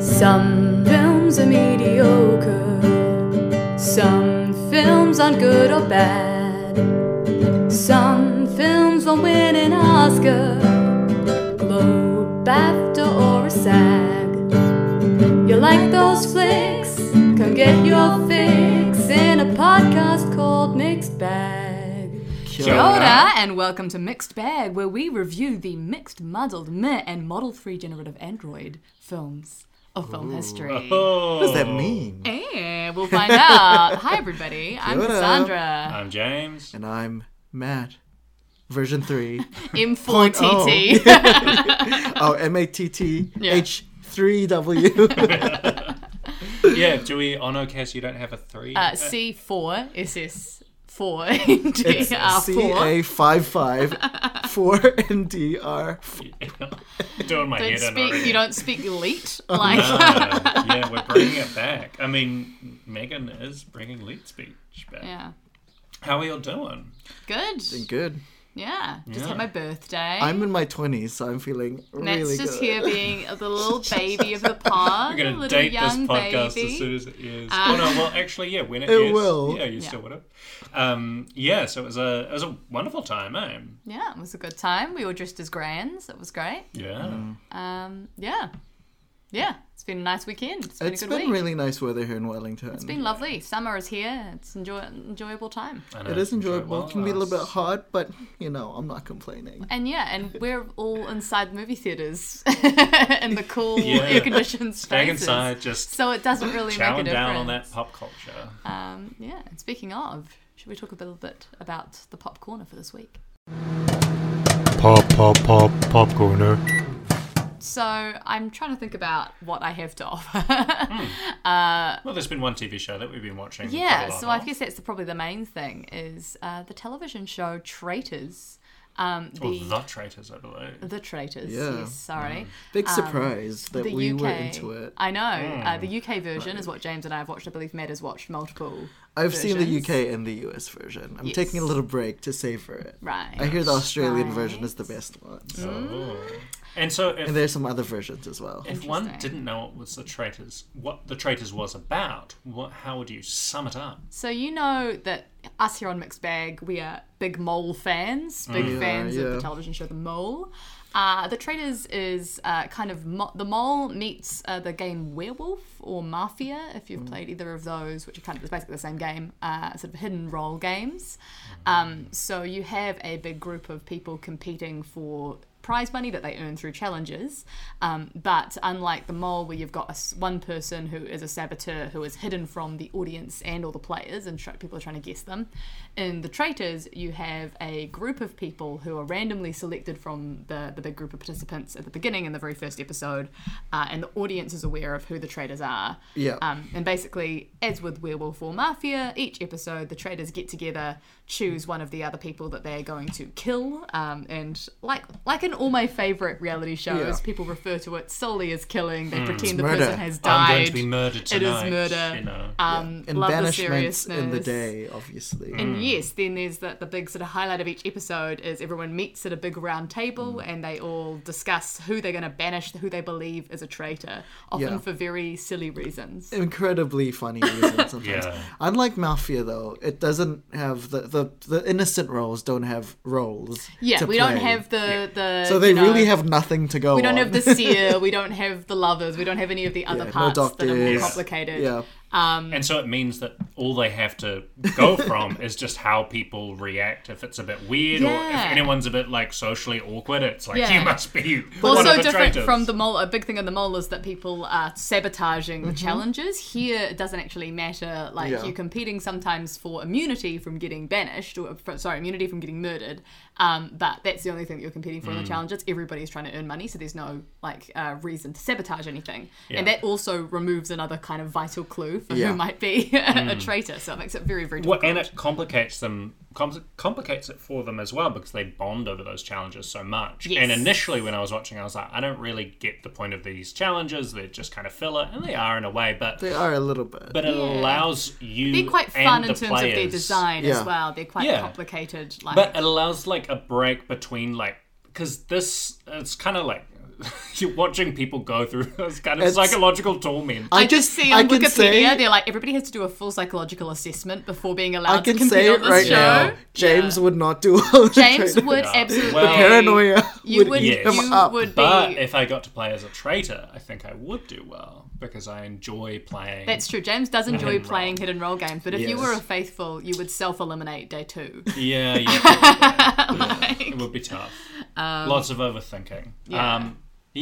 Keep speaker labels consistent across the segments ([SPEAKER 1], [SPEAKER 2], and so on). [SPEAKER 1] Some films are mediocre, some films aren't good or bad, some films won't win an Oscar, Globe, BAFTA, or a SAG. You like those flicks? Come get your fix in a podcast called Mixed Bag. Kia ora, and welcome to Mixed Bag, where we review the mixed, muddled, meh, and model free generative android films of film history.
[SPEAKER 2] What does
[SPEAKER 3] Oh,
[SPEAKER 2] that mean?
[SPEAKER 1] Eh, we'll find out. Hi, everybody. I'm
[SPEAKER 2] Kia ora.
[SPEAKER 1] Cassandra.
[SPEAKER 3] I'm James.
[SPEAKER 2] And I'm Matt. Version 3.
[SPEAKER 1] M4TT.
[SPEAKER 2] oh, M A T T
[SPEAKER 1] Yeah.
[SPEAKER 2] H 3W.
[SPEAKER 3] Yeah, do we honor case you don't have a three?
[SPEAKER 1] Uh, C4 SS4
[SPEAKER 2] C
[SPEAKER 1] DR4.
[SPEAKER 2] A 5 5 4 N D R.
[SPEAKER 3] Doing my
[SPEAKER 1] Don't
[SPEAKER 3] head in
[SPEAKER 2] E
[SPEAKER 1] speak,
[SPEAKER 3] already.
[SPEAKER 1] you don't speak leet.
[SPEAKER 2] Oh,
[SPEAKER 1] Like,
[SPEAKER 3] Uh, yeah, we're bringing it back. I mean, Megan is bringing lead speech back.
[SPEAKER 1] yeah.
[SPEAKER 3] How are you all doing?
[SPEAKER 1] Good.
[SPEAKER 2] Good.
[SPEAKER 1] Yeah. Just
[SPEAKER 3] Yeah.
[SPEAKER 1] had my birthday.
[SPEAKER 2] I'm in my 20s, so I'm feeling
[SPEAKER 1] Matt's
[SPEAKER 2] really
[SPEAKER 1] just
[SPEAKER 2] good.
[SPEAKER 1] here being the little baby of the pod.
[SPEAKER 3] We're gonna
[SPEAKER 1] little
[SPEAKER 3] date this
[SPEAKER 1] young
[SPEAKER 3] podcast
[SPEAKER 1] baby.
[SPEAKER 3] as soon as it airs.
[SPEAKER 1] Ah.
[SPEAKER 3] oh no, well actually, yeah, when it,
[SPEAKER 2] It
[SPEAKER 3] airs,
[SPEAKER 2] will.
[SPEAKER 3] Yeah, you
[SPEAKER 1] Yeah.
[SPEAKER 3] still would have. Um, yeah, so it was a it was a wonderful time, eh?
[SPEAKER 1] yeah, it was a good time. We were dressed as grands. It was great.
[SPEAKER 3] Yeah.
[SPEAKER 2] Mm.
[SPEAKER 1] Um, yeah. Yeah. It's been a nice weekend. It's been
[SPEAKER 2] It's
[SPEAKER 1] a good
[SPEAKER 2] been
[SPEAKER 1] week.
[SPEAKER 2] really nice weather here in Wellington.
[SPEAKER 1] It's been lovely. Summer is here. It's enjoy- enjoyable time.
[SPEAKER 3] I know,
[SPEAKER 2] It is enjoyable. It can be a little bit
[SPEAKER 3] lasts.
[SPEAKER 2] hot, but you know, I'm not complaining.
[SPEAKER 1] And yeah, and we're all inside movie theaters in the cool
[SPEAKER 3] Yeah.
[SPEAKER 1] air-conditioned spaces.
[SPEAKER 3] Staying inside, just
[SPEAKER 1] So it doesn't really make a
[SPEAKER 3] chowing
[SPEAKER 1] difference.
[SPEAKER 3] down on that pop culture.
[SPEAKER 1] Um, yeah. And speaking of, should we talk a little bit about the pop corner for this week?
[SPEAKER 4] Pop, pop, pop, pop corner.
[SPEAKER 1] So I'm trying to think about what I have to offer.
[SPEAKER 3] Well, there's been one TV show that we've been watching.
[SPEAKER 1] yeah,
[SPEAKER 3] Hmm. quite a lot
[SPEAKER 1] so I
[SPEAKER 3] of.
[SPEAKER 1] guess that's the, probably the main thing is uh, the television show Traitors. Um,
[SPEAKER 3] Or
[SPEAKER 1] the,
[SPEAKER 3] Oh, the traitors, I believe.
[SPEAKER 1] the Traitors.
[SPEAKER 2] Yeah.
[SPEAKER 1] Yes, sorry.
[SPEAKER 2] Big surprise that
[SPEAKER 1] um, The
[SPEAKER 2] Mm. we
[SPEAKER 1] UK.
[SPEAKER 2] were into it.
[SPEAKER 1] I know. Uh, the UK version is what James and I have watched. I believe Matt has watched multiple.
[SPEAKER 2] I've seen the
[SPEAKER 1] versions.
[SPEAKER 2] UK and the US version. I'm taking a
[SPEAKER 1] Yes.
[SPEAKER 2] little break to savor it.
[SPEAKER 1] Right.
[SPEAKER 2] I hear the Australian version
[SPEAKER 1] Right.
[SPEAKER 2] is the best one.
[SPEAKER 1] Mm-hmm.
[SPEAKER 3] Oh. And so, if,
[SPEAKER 2] And there's some other versions as well.
[SPEAKER 3] if one
[SPEAKER 1] Interesting.
[SPEAKER 3] didn't know what was the traitors, what the traitors was about, what how would you sum it up?
[SPEAKER 1] So you know that us here on Mixed Bag, we are big Mole fans, big fans of the
[SPEAKER 2] yeah.
[SPEAKER 1] television show The Mole. Uh, the Traitors is uh, kind of mo- the mole meets uh, the game Werewolf or Mafia, if
[SPEAKER 2] Mm.
[SPEAKER 1] you've played either of those, which are kind of it's basically the same game, uh, sort of hidden role games. Um, so you have a big group of people competing for prize money that they earn through challenges. Um, but unlike the mole, where you've got a s one person who is a saboteur who is hidden from the audience and all the players, and tr- people are trying to guess them, in the traitors, you have a group of people who are randomly selected from the, the big group of participants at the beginning in the very first episode, uh, and the audience is aware of who the traitors are.
[SPEAKER 2] Yeah.
[SPEAKER 1] Um, and basically, as with Werewolf or Mafia, each episode the traders get together, choose one of the other people that they're going to kill, um, and like like in all my favorite reality shows,
[SPEAKER 2] Yeah.
[SPEAKER 1] people refer to it solely as killing. They pretend the
[SPEAKER 2] murder.
[SPEAKER 1] person has
[SPEAKER 3] I'm
[SPEAKER 1] died.
[SPEAKER 3] going to be murdered
[SPEAKER 1] It is
[SPEAKER 3] tonight.
[SPEAKER 1] murder.
[SPEAKER 3] You know.
[SPEAKER 1] Um,
[SPEAKER 2] And
[SPEAKER 1] love the
[SPEAKER 2] banishments
[SPEAKER 1] seriousness.
[SPEAKER 2] in the day, Mm. obviously.
[SPEAKER 1] And yes, then there's the, the big sort of highlight of each episode is everyone meets at a big round table
[SPEAKER 2] Mm.
[SPEAKER 1] and they all discuss who they're going to banish, who they believe is a traitor, often
[SPEAKER 2] Yeah.
[SPEAKER 1] for very silly reasons.
[SPEAKER 2] Incredibly funny reasons sometimes.
[SPEAKER 3] Yeah.
[SPEAKER 2] Unlike Mafia though, it doesn't have the, the, the innocent roles don't have roles.
[SPEAKER 1] Yeah,
[SPEAKER 2] to
[SPEAKER 1] we don't
[SPEAKER 2] play.
[SPEAKER 1] have the the.
[SPEAKER 2] So they
[SPEAKER 1] you know,
[SPEAKER 2] really have nothing to go
[SPEAKER 1] We don't
[SPEAKER 2] on.
[SPEAKER 1] have the seer. we don't have the lovers. We don't have any of the
[SPEAKER 2] Yeah,
[SPEAKER 1] other
[SPEAKER 2] no
[SPEAKER 1] parts that are more
[SPEAKER 2] doctors.
[SPEAKER 1] complicated.
[SPEAKER 2] Yeah.
[SPEAKER 3] Um, and so it means that all they have to go from is just how people react. If it's a bit weird, or
[SPEAKER 1] Yeah.
[SPEAKER 3] if anyone's a bit like socially awkward, it's like
[SPEAKER 1] Yeah.
[SPEAKER 3] you must be
[SPEAKER 1] Well,
[SPEAKER 3] one
[SPEAKER 1] so
[SPEAKER 3] of the
[SPEAKER 1] different
[SPEAKER 3] traitors.
[SPEAKER 1] from the mole. A big thing in the mole is that people are sabotaging
[SPEAKER 3] Mm-hmm.
[SPEAKER 1] the challenges. Here, it doesn't actually matter. Like
[SPEAKER 2] Yeah.
[SPEAKER 1] you're competing sometimes for immunity from getting banished, or for, sorry, immunity from getting murdered. Um, but that's the only thing that you're competing for in
[SPEAKER 3] Mm.
[SPEAKER 1] the challenges. Everybody's trying to earn money, so there's no like uh, reason to sabotage anything. And
[SPEAKER 3] Yeah.
[SPEAKER 1] that also removes another kind of vital clue for
[SPEAKER 2] Yeah.
[SPEAKER 1] who might be a traitor. So it makes it very, very
[SPEAKER 3] Mm. Well,
[SPEAKER 1] difficult.
[SPEAKER 3] and it complicates them, compli complicates it for them as well because they bond over those challenges so much.
[SPEAKER 1] Yes.
[SPEAKER 3] And initially, when I was watching, I was like, I don't really get the point of these challenges. They're just kind of filler, and they are in a way, but
[SPEAKER 2] They are a little bit.
[SPEAKER 3] but it allows you.
[SPEAKER 1] They're quite fun
[SPEAKER 3] and
[SPEAKER 1] in
[SPEAKER 3] the
[SPEAKER 1] terms of their
[SPEAKER 3] players-
[SPEAKER 1] design
[SPEAKER 2] Yeah.
[SPEAKER 1] as well. They're quite
[SPEAKER 3] Yeah.
[SPEAKER 1] complicated. Like
[SPEAKER 3] but it allows like a break between like because this it's kind of like You're watching people go through this kind of
[SPEAKER 2] It's-
[SPEAKER 3] psychological torment.
[SPEAKER 1] I just see
[SPEAKER 2] I
[SPEAKER 1] on
[SPEAKER 2] can
[SPEAKER 1] Wikipedia
[SPEAKER 2] say-
[SPEAKER 1] they're like everybody has to do a full psychological assessment before being allowed
[SPEAKER 2] I can
[SPEAKER 1] to compete
[SPEAKER 2] say
[SPEAKER 1] on
[SPEAKER 2] it
[SPEAKER 1] this
[SPEAKER 2] right
[SPEAKER 1] show.
[SPEAKER 2] now. James would not do well. in
[SPEAKER 1] James
[SPEAKER 2] Trader.
[SPEAKER 1] would
[SPEAKER 3] No.
[SPEAKER 1] absolutely
[SPEAKER 3] Well- The
[SPEAKER 2] paranoia
[SPEAKER 1] Um, You
[SPEAKER 2] would
[SPEAKER 1] would,
[SPEAKER 2] eat
[SPEAKER 3] Yes.
[SPEAKER 1] you
[SPEAKER 2] him up.
[SPEAKER 1] would be.
[SPEAKER 3] But if I got to play as a traitor, I think I would do well because I enjoy playing.
[SPEAKER 1] that's true. James does enjoy playing hit and roll games, but if you
[SPEAKER 2] Yes.
[SPEAKER 1] were a faithful, you would self eliminate day two.
[SPEAKER 3] yeah, yeah, yeah, yeah.
[SPEAKER 1] Like- um,
[SPEAKER 3] it would be tough. Lots of overthinking.
[SPEAKER 1] yeah.
[SPEAKER 3] Um,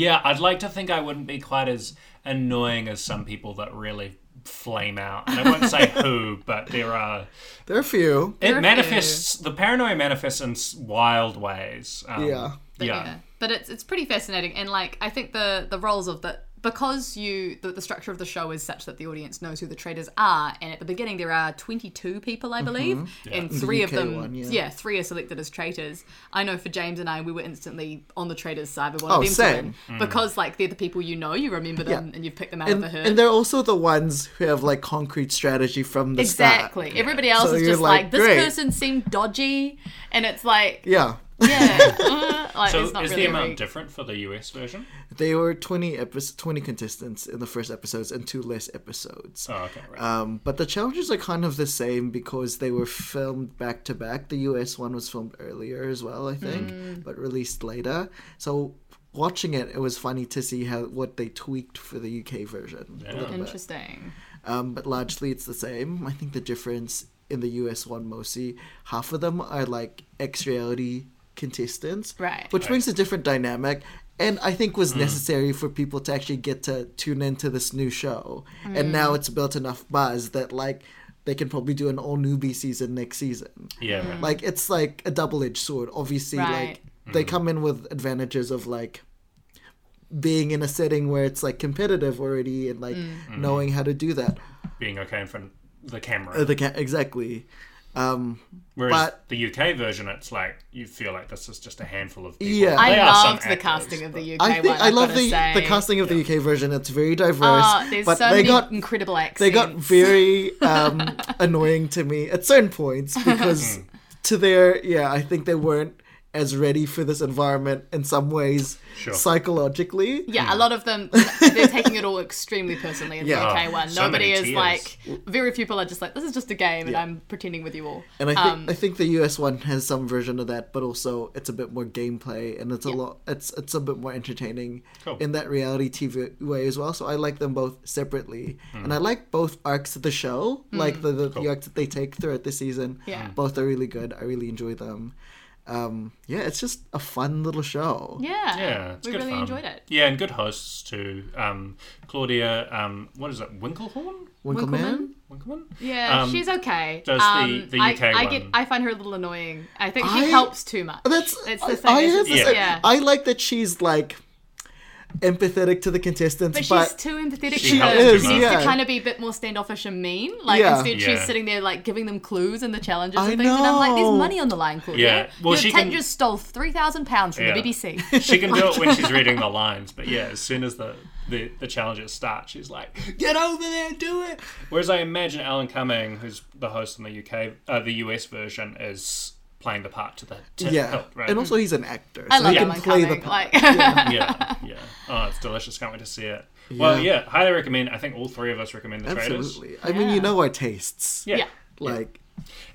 [SPEAKER 3] yeah, I'd like to think I wouldn't be quite as annoying as some people that really flame out. And I won't say who, but there are.
[SPEAKER 2] There are a few.
[SPEAKER 1] There are
[SPEAKER 3] it
[SPEAKER 1] a
[SPEAKER 3] manifests the paranoia manifests in s- wild ways. Um,
[SPEAKER 2] Yeah.
[SPEAKER 1] But yeah.
[SPEAKER 3] yeah.
[SPEAKER 1] But it's it's pretty fascinating, and like I think the the roles of the because you the, the structure of the show is such that the audience knows who the traders are, and at the beginning there are twenty two people, I believe,
[SPEAKER 3] Mm-hmm.
[SPEAKER 1] and three of
[SPEAKER 2] UK
[SPEAKER 1] them,
[SPEAKER 2] one, yeah.
[SPEAKER 1] three are selected as traitors. I know for James and I, we were instantly on the traders' side. We wanted
[SPEAKER 2] Oh,
[SPEAKER 1] them to win
[SPEAKER 2] same.
[SPEAKER 3] Mm.
[SPEAKER 1] because like they're the people you know, you remember them,
[SPEAKER 2] Yeah.
[SPEAKER 1] and you've picked them out
[SPEAKER 2] And,
[SPEAKER 1] of the herd.
[SPEAKER 2] and they're also the ones who have like concrete strategy from the
[SPEAKER 1] Exactly.
[SPEAKER 2] start.
[SPEAKER 1] Everybody else
[SPEAKER 2] So
[SPEAKER 1] is
[SPEAKER 2] you're
[SPEAKER 1] just
[SPEAKER 2] like,
[SPEAKER 1] like, this
[SPEAKER 2] "Great."
[SPEAKER 1] person seemed dodgy, and it's like,
[SPEAKER 2] Yeah.
[SPEAKER 1] yeah, uh, like
[SPEAKER 3] So
[SPEAKER 1] it's not
[SPEAKER 3] is
[SPEAKER 1] really
[SPEAKER 3] the
[SPEAKER 1] a
[SPEAKER 3] amount
[SPEAKER 1] very-
[SPEAKER 3] different for the US version?
[SPEAKER 2] They were 20 episodes, 20 contestants in the first episodes and two less episodes.
[SPEAKER 3] Oh, okay, right.
[SPEAKER 2] Um, but the challenges are kind of the same because they were filmed back to back. The US one was filmed earlier as well, I think,
[SPEAKER 1] Mm.
[SPEAKER 2] but released later. So watching it, it was funny to see how what they tweaked for the UK version. a
[SPEAKER 3] Yeah.
[SPEAKER 2] little bit.
[SPEAKER 1] interesting.
[SPEAKER 2] Um, but largely it's the same. I think the difference in the US one mostly, half of them are like ex reality contestants,
[SPEAKER 1] Right.
[SPEAKER 2] Which brings a different dynamic. And I think was necessary for people to actually get to tune into this new show. And now
[SPEAKER 1] Mm.
[SPEAKER 2] it's built enough buzz that like they can probably do an all newbie season next season.
[SPEAKER 3] yeah, right.
[SPEAKER 2] Like it's like a double edged sword. Obviously,
[SPEAKER 1] Mm. Right.
[SPEAKER 2] like they come in with advantages of like being in a setting where it's like competitive already and
[SPEAKER 1] Mm.
[SPEAKER 2] like knowing how to do that.
[SPEAKER 3] being okay in front of the camera.
[SPEAKER 2] Uh, The ca- exactly. Um,
[SPEAKER 3] Whereas
[SPEAKER 2] but-
[SPEAKER 3] the UK version, it's like you feel like this is just a handful of people.
[SPEAKER 2] Yeah.
[SPEAKER 1] I
[SPEAKER 3] They are some
[SPEAKER 1] loved the
[SPEAKER 3] actors,
[SPEAKER 1] casting of
[SPEAKER 3] but-
[SPEAKER 1] the UK
[SPEAKER 2] I think
[SPEAKER 1] one.
[SPEAKER 2] I
[SPEAKER 1] I've
[SPEAKER 2] love
[SPEAKER 1] gotta
[SPEAKER 2] the,
[SPEAKER 1] say.
[SPEAKER 2] the casting of the UK version. It's very diverse,
[SPEAKER 1] Oh, there's
[SPEAKER 2] but
[SPEAKER 1] so
[SPEAKER 2] they
[SPEAKER 1] many
[SPEAKER 2] got
[SPEAKER 1] incredible accents.
[SPEAKER 2] they got very um, annoying to me at certain points because to their yeah, I think they weren't as ready for this environment in some ways
[SPEAKER 3] Sure.
[SPEAKER 2] psychologically.
[SPEAKER 1] yeah, a lot of them they're taking it all extremely personally in
[SPEAKER 2] Hmm. Yeah.
[SPEAKER 1] the UK one.
[SPEAKER 3] Ah, So
[SPEAKER 1] Nobody
[SPEAKER 3] many
[SPEAKER 1] is
[SPEAKER 3] tears.
[SPEAKER 1] like very few people are just like this is just a game and I'm pretending with you all. Um,
[SPEAKER 2] And I think I think the US one has some version of that, but also it's a bit more gameplay and it's a lot it's it's a bit more entertaining
[SPEAKER 3] Cool.
[SPEAKER 2] in that reality TV way as well. So I like them both separately, and I like both arcs of the show, like the the, the arcs that they take throughout the season.
[SPEAKER 1] Hmm. Yeah.
[SPEAKER 2] both are really good. I really enjoy them. Um, yeah, it's just a fun little show.
[SPEAKER 1] yeah,
[SPEAKER 3] Yeah, it's
[SPEAKER 1] we
[SPEAKER 3] good
[SPEAKER 1] really
[SPEAKER 3] fun.
[SPEAKER 1] enjoyed it.
[SPEAKER 3] Yeah, and good hosts too. Um, Claudia, um, what is it, Winklehorn?
[SPEAKER 2] Winkleman.
[SPEAKER 3] Winkelman?
[SPEAKER 1] Yeah,
[SPEAKER 3] Um,
[SPEAKER 1] she's okay.
[SPEAKER 3] does the-
[SPEAKER 1] um,
[SPEAKER 3] the
[SPEAKER 1] I,
[SPEAKER 3] UK
[SPEAKER 1] I get,
[SPEAKER 3] one-
[SPEAKER 1] I find her a little annoying. I think
[SPEAKER 2] I-
[SPEAKER 1] she helps too much.
[SPEAKER 2] Oh, That's
[SPEAKER 1] it's
[SPEAKER 2] I-
[SPEAKER 1] the thing.
[SPEAKER 2] I,
[SPEAKER 1] it's
[SPEAKER 2] have
[SPEAKER 1] just-
[SPEAKER 2] this-
[SPEAKER 1] yeah.
[SPEAKER 2] I like that she's like empathetic to the contestants,
[SPEAKER 1] But
[SPEAKER 2] but,
[SPEAKER 1] she's too empathetic.
[SPEAKER 3] She
[SPEAKER 1] to
[SPEAKER 3] helps
[SPEAKER 1] them.
[SPEAKER 3] too
[SPEAKER 1] She needs
[SPEAKER 2] much.
[SPEAKER 1] to
[SPEAKER 2] Yeah.
[SPEAKER 1] kind of be a bit more standoffish and mean. Like
[SPEAKER 2] Yeah.
[SPEAKER 1] instead, she's
[SPEAKER 3] Yeah.
[SPEAKER 1] sitting there like giving them clues and the challenges
[SPEAKER 2] I
[SPEAKER 1] and things. And I'm like, there's
[SPEAKER 2] know.
[SPEAKER 1] money on the line, Claudia.
[SPEAKER 3] Yeah. Well,
[SPEAKER 1] Your
[SPEAKER 3] she
[SPEAKER 1] tent
[SPEAKER 3] can-
[SPEAKER 1] just stole three thousand pounds from
[SPEAKER 3] Yeah.
[SPEAKER 1] the BBC.
[SPEAKER 3] She can do it when she's reading the lines, but yeah, as soon as the, the, the challenges start, she's like, "Get over there, do it." Whereas I imagine Alan Cumming, who's the host in the UK, uh, the US version, is playing the part to the tip
[SPEAKER 2] yeah,
[SPEAKER 3] hilt, right?
[SPEAKER 2] and also he's an actor,
[SPEAKER 1] I
[SPEAKER 2] so
[SPEAKER 1] love
[SPEAKER 2] he
[SPEAKER 1] that
[SPEAKER 2] can
[SPEAKER 1] one
[SPEAKER 2] play the
[SPEAKER 1] coming.
[SPEAKER 2] part.
[SPEAKER 1] Like,
[SPEAKER 3] yeah, yeah. Oh, it's delicious. Can't wait to see it. Well,
[SPEAKER 2] Yeah.
[SPEAKER 3] yeah, highly recommend. I think all three of us recommend the traders.
[SPEAKER 2] Absolutely. I mean,
[SPEAKER 1] Yeah.
[SPEAKER 2] you know our tastes.
[SPEAKER 3] Yeah.
[SPEAKER 1] Yeah.
[SPEAKER 2] Like,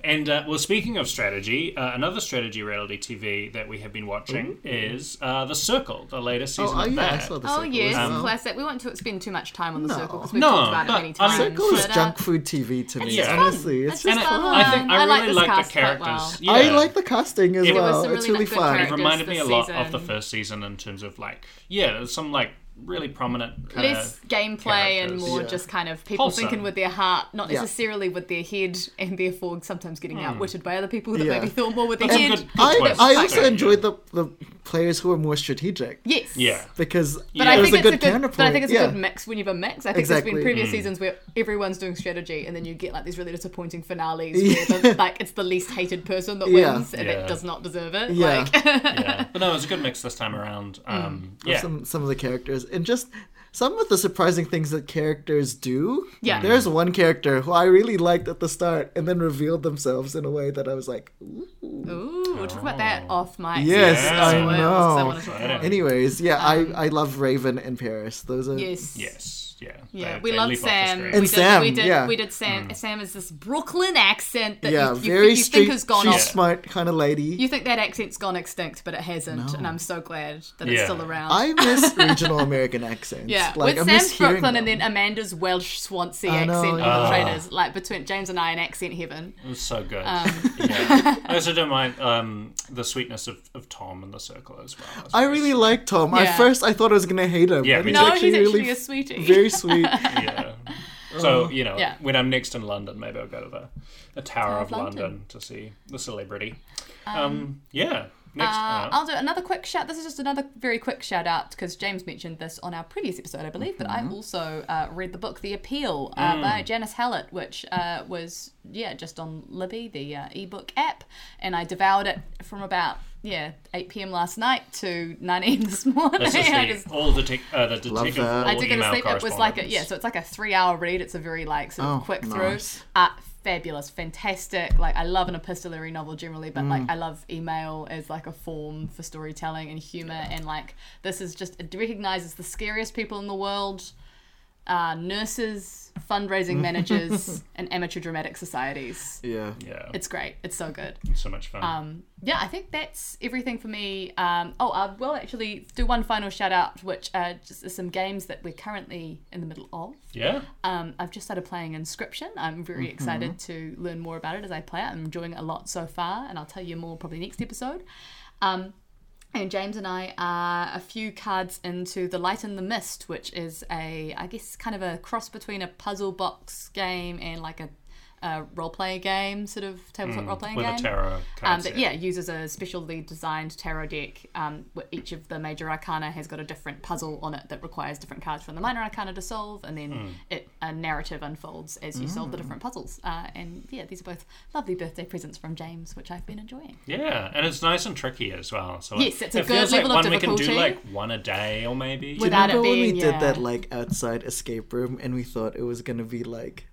[SPEAKER 3] And uh, well, speaking of strategy, uh, another strategy reality TV that we have been watching is uh, The Circle, the latest
[SPEAKER 2] oh,
[SPEAKER 3] season
[SPEAKER 2] oh,
[SPEAKER 3] of
[SPEAKER 2] yeah, I
[SPEAKER 3] that.
[SPEAKER 2] saw the
[SPEAKER 1] oh
[SPEAKER 2] circle.
[SPEAKER 1] yes,
[SPEAKER 2] as well.
[SPEAKER 1] classic. We won't to spend too much time on the
[SPEAKER 2] No.
[SPEAKER 1] circle because we've
[SPEAKER 3] Um, No,
[SPEAKER 1] talked about
[SPEAKER 3] but
[SPEAKER 1] it many
[SPEAKER 3] I
[SPEAKER 1] times.
[SPEAKER 3] mean,
[SPEAKER 2] Circle is
[SPEAKER 1] but, uh,
[SPEAKER 2] junk food TV to me.
[SPEAKER 1] it's
[SPEAKER 3] fun.
[SPEAKER 2] Honestly, it's
[SPEAKER 1] It's
[SPEAKER 2] just
[SPEAKER 1] just
[SPEAKER 3] and
[SPEAKER 1] fun.
[SPEAKER 3] I, I think I,
[SPEAKER 1] I like
[SPEAKER 3] really like
[SPEAKER 1] this
[SPEAKER 3] the
[SPEAKER 1] cast quite
[SPEAKER 3] characters. Yeah.
[SPEAKER 2] I like the casting as
[SPEAKER 3] It was
[SPEAKER 2] well.
[SPEAKER 1] some
[SPEAKER 2] it's
[SPEAKER 1] really
[SPEAKER 2] really
[SPEAKER 1] good
[SPEAKER 2] fun.
[SPEAKER 3] It
[SPEAKER 1] characters
[SPEAKER 3] reminded me a
[SPEAKER 1] this
[SPEAKER 3] lot of
[SPEAKER 1] season.
[SPEAKER 3] the first season in terms of like, yeah, there's some like really prominent kind
[SPEAKER 1] less
[SPEAKER 3] of
[SPEAKER 1] gameplay and
[SPEAKER 3] characters.
[SPEAKER 1] more
[SPEAKER 2] Yeah.
[SPEAKER 1] just kind of people
[SPEAKER 3] Wholesome.
[SPEAKER 1] thinking with their heart, not
[SPEAKER 2] Yeah.
[SPEAKER 1] necessarily with their head, and therefore sometimes getting outwitted by other people that
[SPEAKER 2] Yeah.
[SPEAKER 1] maybe feel more with their
[SPEAKER 3] Hmm. That's a
[SPEAKER 1] head.
[SPEAKER 3] good- good
[SPEAKER 2] I,
[SPEAKER 3] choice.
[SPEAKER 2] I
[SPEAKER 3] Yeah.
[SPEAKER 2] also enjoyed the, the players who were more strategic
[SPEAKER 1] Yes.
[SPEAKER 3] Yeah.
[SPEAKER 2] because
[SPEAKER 1] But
[SPEAKER 3] Yeah.
[SPEAKER 1] I
[SPEAKER 2] it was
[SPEAKER 1] think
[SPEAKER 2] a
[SPEAKER 1] it's
[SPEAKER 2] good
[SPEAKER 1] a good, but I
[SPEAKER 2] counterpoint,
[SPEAKER 1] think it's
[SPEAKER 2] yeah.
[SPEAKER 1] a good mix when you have a mix. I think
[SPEAKER 2] Exactly. Mm.
[SPEAKER 1] there's been previous seasons where everyone's doing strategy, and then you get like these really disappointing finales where the, like it's the least hated person that
[SPEAKER 2] Yeah.
[SPEAKER 1] wins and
[SPEAKER 3] Yeah.
[SPEAKER 1] that does not deserve it.
[SPEAKER 2] Yeah.
[SPEAKER 1] Like, Mm.
[SPEAKER 3] yeah. But no, it was a good mix this time around. Um, yeah.
[SPEAKER 2] Some some of the characters and just some of the surprising things that characters do.
[SPEAKER 1] Yeah.
[SPEAKER 2] There's one character who I really liked at the start and then revealed themselves in a way that I was like, ooh.
[SPEAKER 1] Ooh, we'll talk about that off mic.
[SPEAKER 2] Yes,
[SPEAKER 1] Spoilers,
[SPEAKER 3] Oh. I
[SPEAKER 1] I
[SPEAKER 2] know.
[SPEAKER 1] wanna talk about it.
[SPEAKER 2] Anyways, yeah,
[SPEAKER 3] Um,
[SPEAKER 2] I, I love Raven and Paris. Those are
[SPEAKER 1] Yes.
[SPEAKER 3] Yes. Yeah.
[SPEAKER 1] Yeah,
[SPEAKER 3] They-
[SPEAKER 1] we
[SPEAKER 3] they
[SPEAKER 1] love
[SPEAKER 3] leap off the
[SPEAKER 1] Sam.
[SPEAKER 3] screen. Mm.
[SPEAKER 1] we
[SPEAKER 2] And
[SPEAKER 1] did,
[SPEAKER 2] Sam,
[SPEAKER 1] we did,
[SPEAKER 2] yeah.
[SPEAKER 1] we did Sam. Sam is this Brooklyn accent that
[SPEAKER 2] yeah,
[SPEAKER 1] you, you,
[SPEAKER 2] very
[SPEAKER 1] you
[SPEAKER 2] street,
[SPEAKER 1] think has gone
[SPEAKER 2] street
[SPEAKER 1] off.
[SPEAKER 2] smart kind of lady.
[SPEAKER 1] You think that accent's gone extinct, but it hasn't, and I'm so glad that it's
[SPEAKER 3] Yeah.
[SPEAKER 1] still around.
[SPEAKER 2] I miss regional American accents.
[SPEAKER 1] yeah,
[SPEAKER 2] like
[SPEAKER 1] with
[SPEAKER 2] I miss
[SPEAKER 1] Sam's
[SPEAKER 2] hearing
[SPEAKER 1] Brooklyn and
[SPEAKER 2] them.
[SPEAKER 1] then Amanda's Welsh Swansea
[SPEAKER 2] I know,
[SPEAKER 1] accent
[SPEAKER 2] yeah.
[SPEAKER 1] on the traders, like between James and I in accent heaven.
[SPEAKER 3] It was so good.
[SPEAKER 1] Um.
[SPEAKER 3] yeah. I also don't mind um, the sweetness of, of Tom and the circle as well.
[SPEAKER 2] I really like Tom. At
[SPEAKER 1] Yeah.
[SPEAKER 2] first, I thought I was gonna hate him.
[SPEAKER 3] Yeah,
[SPEAKER 2] but
[SPEAKER 3] me
[SPEAKER 2] he's
[SPEAKER 3] too.
[SPEAKER 1] No,
[SPEAKER 2] actually
[SPEAKER 1] he's actually
[SPEAKER 2] really
[SPEAKER 1] a sweetie.
[SPEAKER 2] very sweet.
[SPEAKER 3] yeah. So you know,
[SPEAKER 1] Yeah.
[SPEAKER 3] when I'm next in London, maybe I'll go to the, the Tower of
[SPEAKER 1] of
[SPEAKER 3] London.
[SPEAKER 1] London.
[SPEAKER 3] to see the celebrity. Um, yeah. Next.
[SPEAKER 1] Uh,
[SPEAKER 3] uh,
[SPEAKER 1] I'll do another quick shout. This is just another very quick shout out because James mentioned this on our previous episode, I believe. But
[SPEAKER 2] Mm-hmm.
[SPEAKER 1] I also uh, read the book *The Appeal* uh, by Janice Hallett, which uh, was yeah just on Libby, the uh, ebook app, and I devoured it from about yeah 8 p.m. last night to 9 a.m. this morning.
[SPEAKER 3] this is
[SPEAKER 1] I
[SPEAKER 3] the,
[SPEAKER 1] just-
[SPEAKER 3] all the, tec- uh, the detective.
[SPEAKER 2] that.
[SPEAKER 1] I
[SPEAKER 3] all
[SPEAKER 1] did get to
[SPEAKER 3] email
[SPEAKER 1] sleep. It was like a
[SPEAKER 3] correspondence.
[SPEAKER 1] yeah, so it's like a three-hour read. It's a very like sort of
[SPEAKER 2] Oh,
[SPEAKER 1] quick
[SPEAKER 2] nice.
[SPEAKER 1] through. Uh, fabulous, fantastic. Like I love an epistolary novel generally, but like
[SPEAKER 2] Mm.
[SPEAKER 1] I love email as like a form for storytelling and humor. And like this is just it recognizes the scariest people in the world. Uh, nurses, fundraising
[SPEAKER 2] Mm.
[SPEAKER 1] managers, and amateur dramatic societies.
[SPEAKER 2] yeah.
[SPEAKER 3] yeah. It's
[SPEAKER 1] It's great. It's so good.
[SPEAKER 3] so much fun.
[SPEAKER 1] Um, yeah, I think that's everything for me. Um, oh, I will actually do one final shout out, which uh, just is some games that we're currently in the middle of.
[SPEAKER 3] yeah.
[SPEAKER 1] Um, I've just started playing Inscription. I'm very
[SPEAKER 3] Mm-hmm.
[SPEAKER 1] excited to learn more about it as I play it. I'm enjoying it a lot so far, and I'll tell you more probably next episode. Um, and James and I are a few cards into The Light in the Mist, which is a, I guess, kind of a cross between a puzzle box game and like a, a role player game, sort of tabletop role playing
[SPEAKER 3] Mm, With
[SPEAKER 1] game.
[SPEAKER 3] a tarot card
[SPEAKER 1] Um, but
[SPEAKER 3] set.
[SPEAKER 1] yeah, uses a specially designed tarot deck um, where each of the major arcana has got a different puzzle on it that requires different cards from the minor arcana to solve, and
[SPEAKER 3] Hmm.
[SPEAKER 1] then it, a narrative unfolds as you solve the different puzzles. Uh, and yeah, these are both lovely birthday presents from James, which I've been enjoying.
[SPEAKER 3] Yeah, and it's nice and tricky as well. So it-
[SPEAKER 1] Yes, it's a
[SPEAKER 3] it
[SPEAKER 1] good
[SPEAKER 3] feels
[SPEAKER 1] level
[SPEAKER 3] like
[SPEAKER 1] of
[SPEAKER 3] one we can do
[SPEAKER 1] difficulty.
[SPEAKER 3] like one a day or maybe.
[SPEAKER 1] With- Without it
[SPEAKER 2] Remember when we
[SPEAKER 1] being, yeah.
[SPEAKER 2] did that like outside escape room and we thought it was gonna be like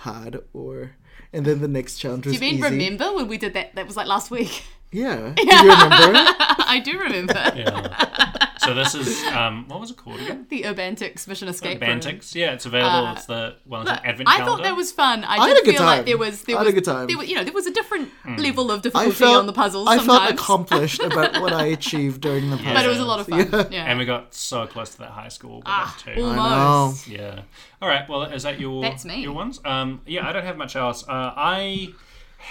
[SPEAKER 2] hard or and then the next challenge
[SPEAKER 1] Do
[SPEAKER 2] was
[SPEAKER 1] you mean
[SPEAKER 2] easy.
[SPEAKER 1] remember when we did that? That was like last week.
[SPEAKER 2] Yeah. Do you remember?
[SPEAKER 1] I do remember
[SPEAKER 3] Yeah. so this is um, what was it called again?
[SPEAKER 1] the Urbantics Mission Escape Room.
[SPEAKER 3] Bantics. Yeah, it's available. it's the well, it's an advent
[SPEAKER 1] Uh, I
[SPEAKER 3] calendar.
[SPEAKER 1] thought that was fun. I,
[SPEAKER 2] I had
[SPEAKER 1] did
[SPEAKER 2] a good
[SPEAKER 1] feel like
[SPEAKER 2] time.
[SPEAKER 1] there was there
[SPEAKER 2] I had a
[SPEAKER 1] was
[SPEAKER 2] good time.
[SPEAKER 1] There was, you know there was a different
[SPEAKER 3] Hmm.
[SPEAKER 1] level of
[SPEAKER 2] I
[SPEAKER 1] difficulty
[SPEAKER 2] felt
[SPEAKER 1] on the puzzles.
[SPEAKER 2] I
[SPEAKER 1] sometimes.
[SPEAKER 2] felt accomplished about what I achieved during the puzzle.
[SPEAKER 1] but it was a lot of fun. Yeah.
[SPEAKER 3] and we got so close to that high school.
[SPEAKER 1] Ah,
[SPEAKER 3] too.
[SPEAKER 1] almost.
[SPEAKER 3] Yeah. All right. Well, is that your
[SPEAKER 1] That's me.
[SPEAKER 3] your ones? Um, yeah, I don't have much else. Uh, I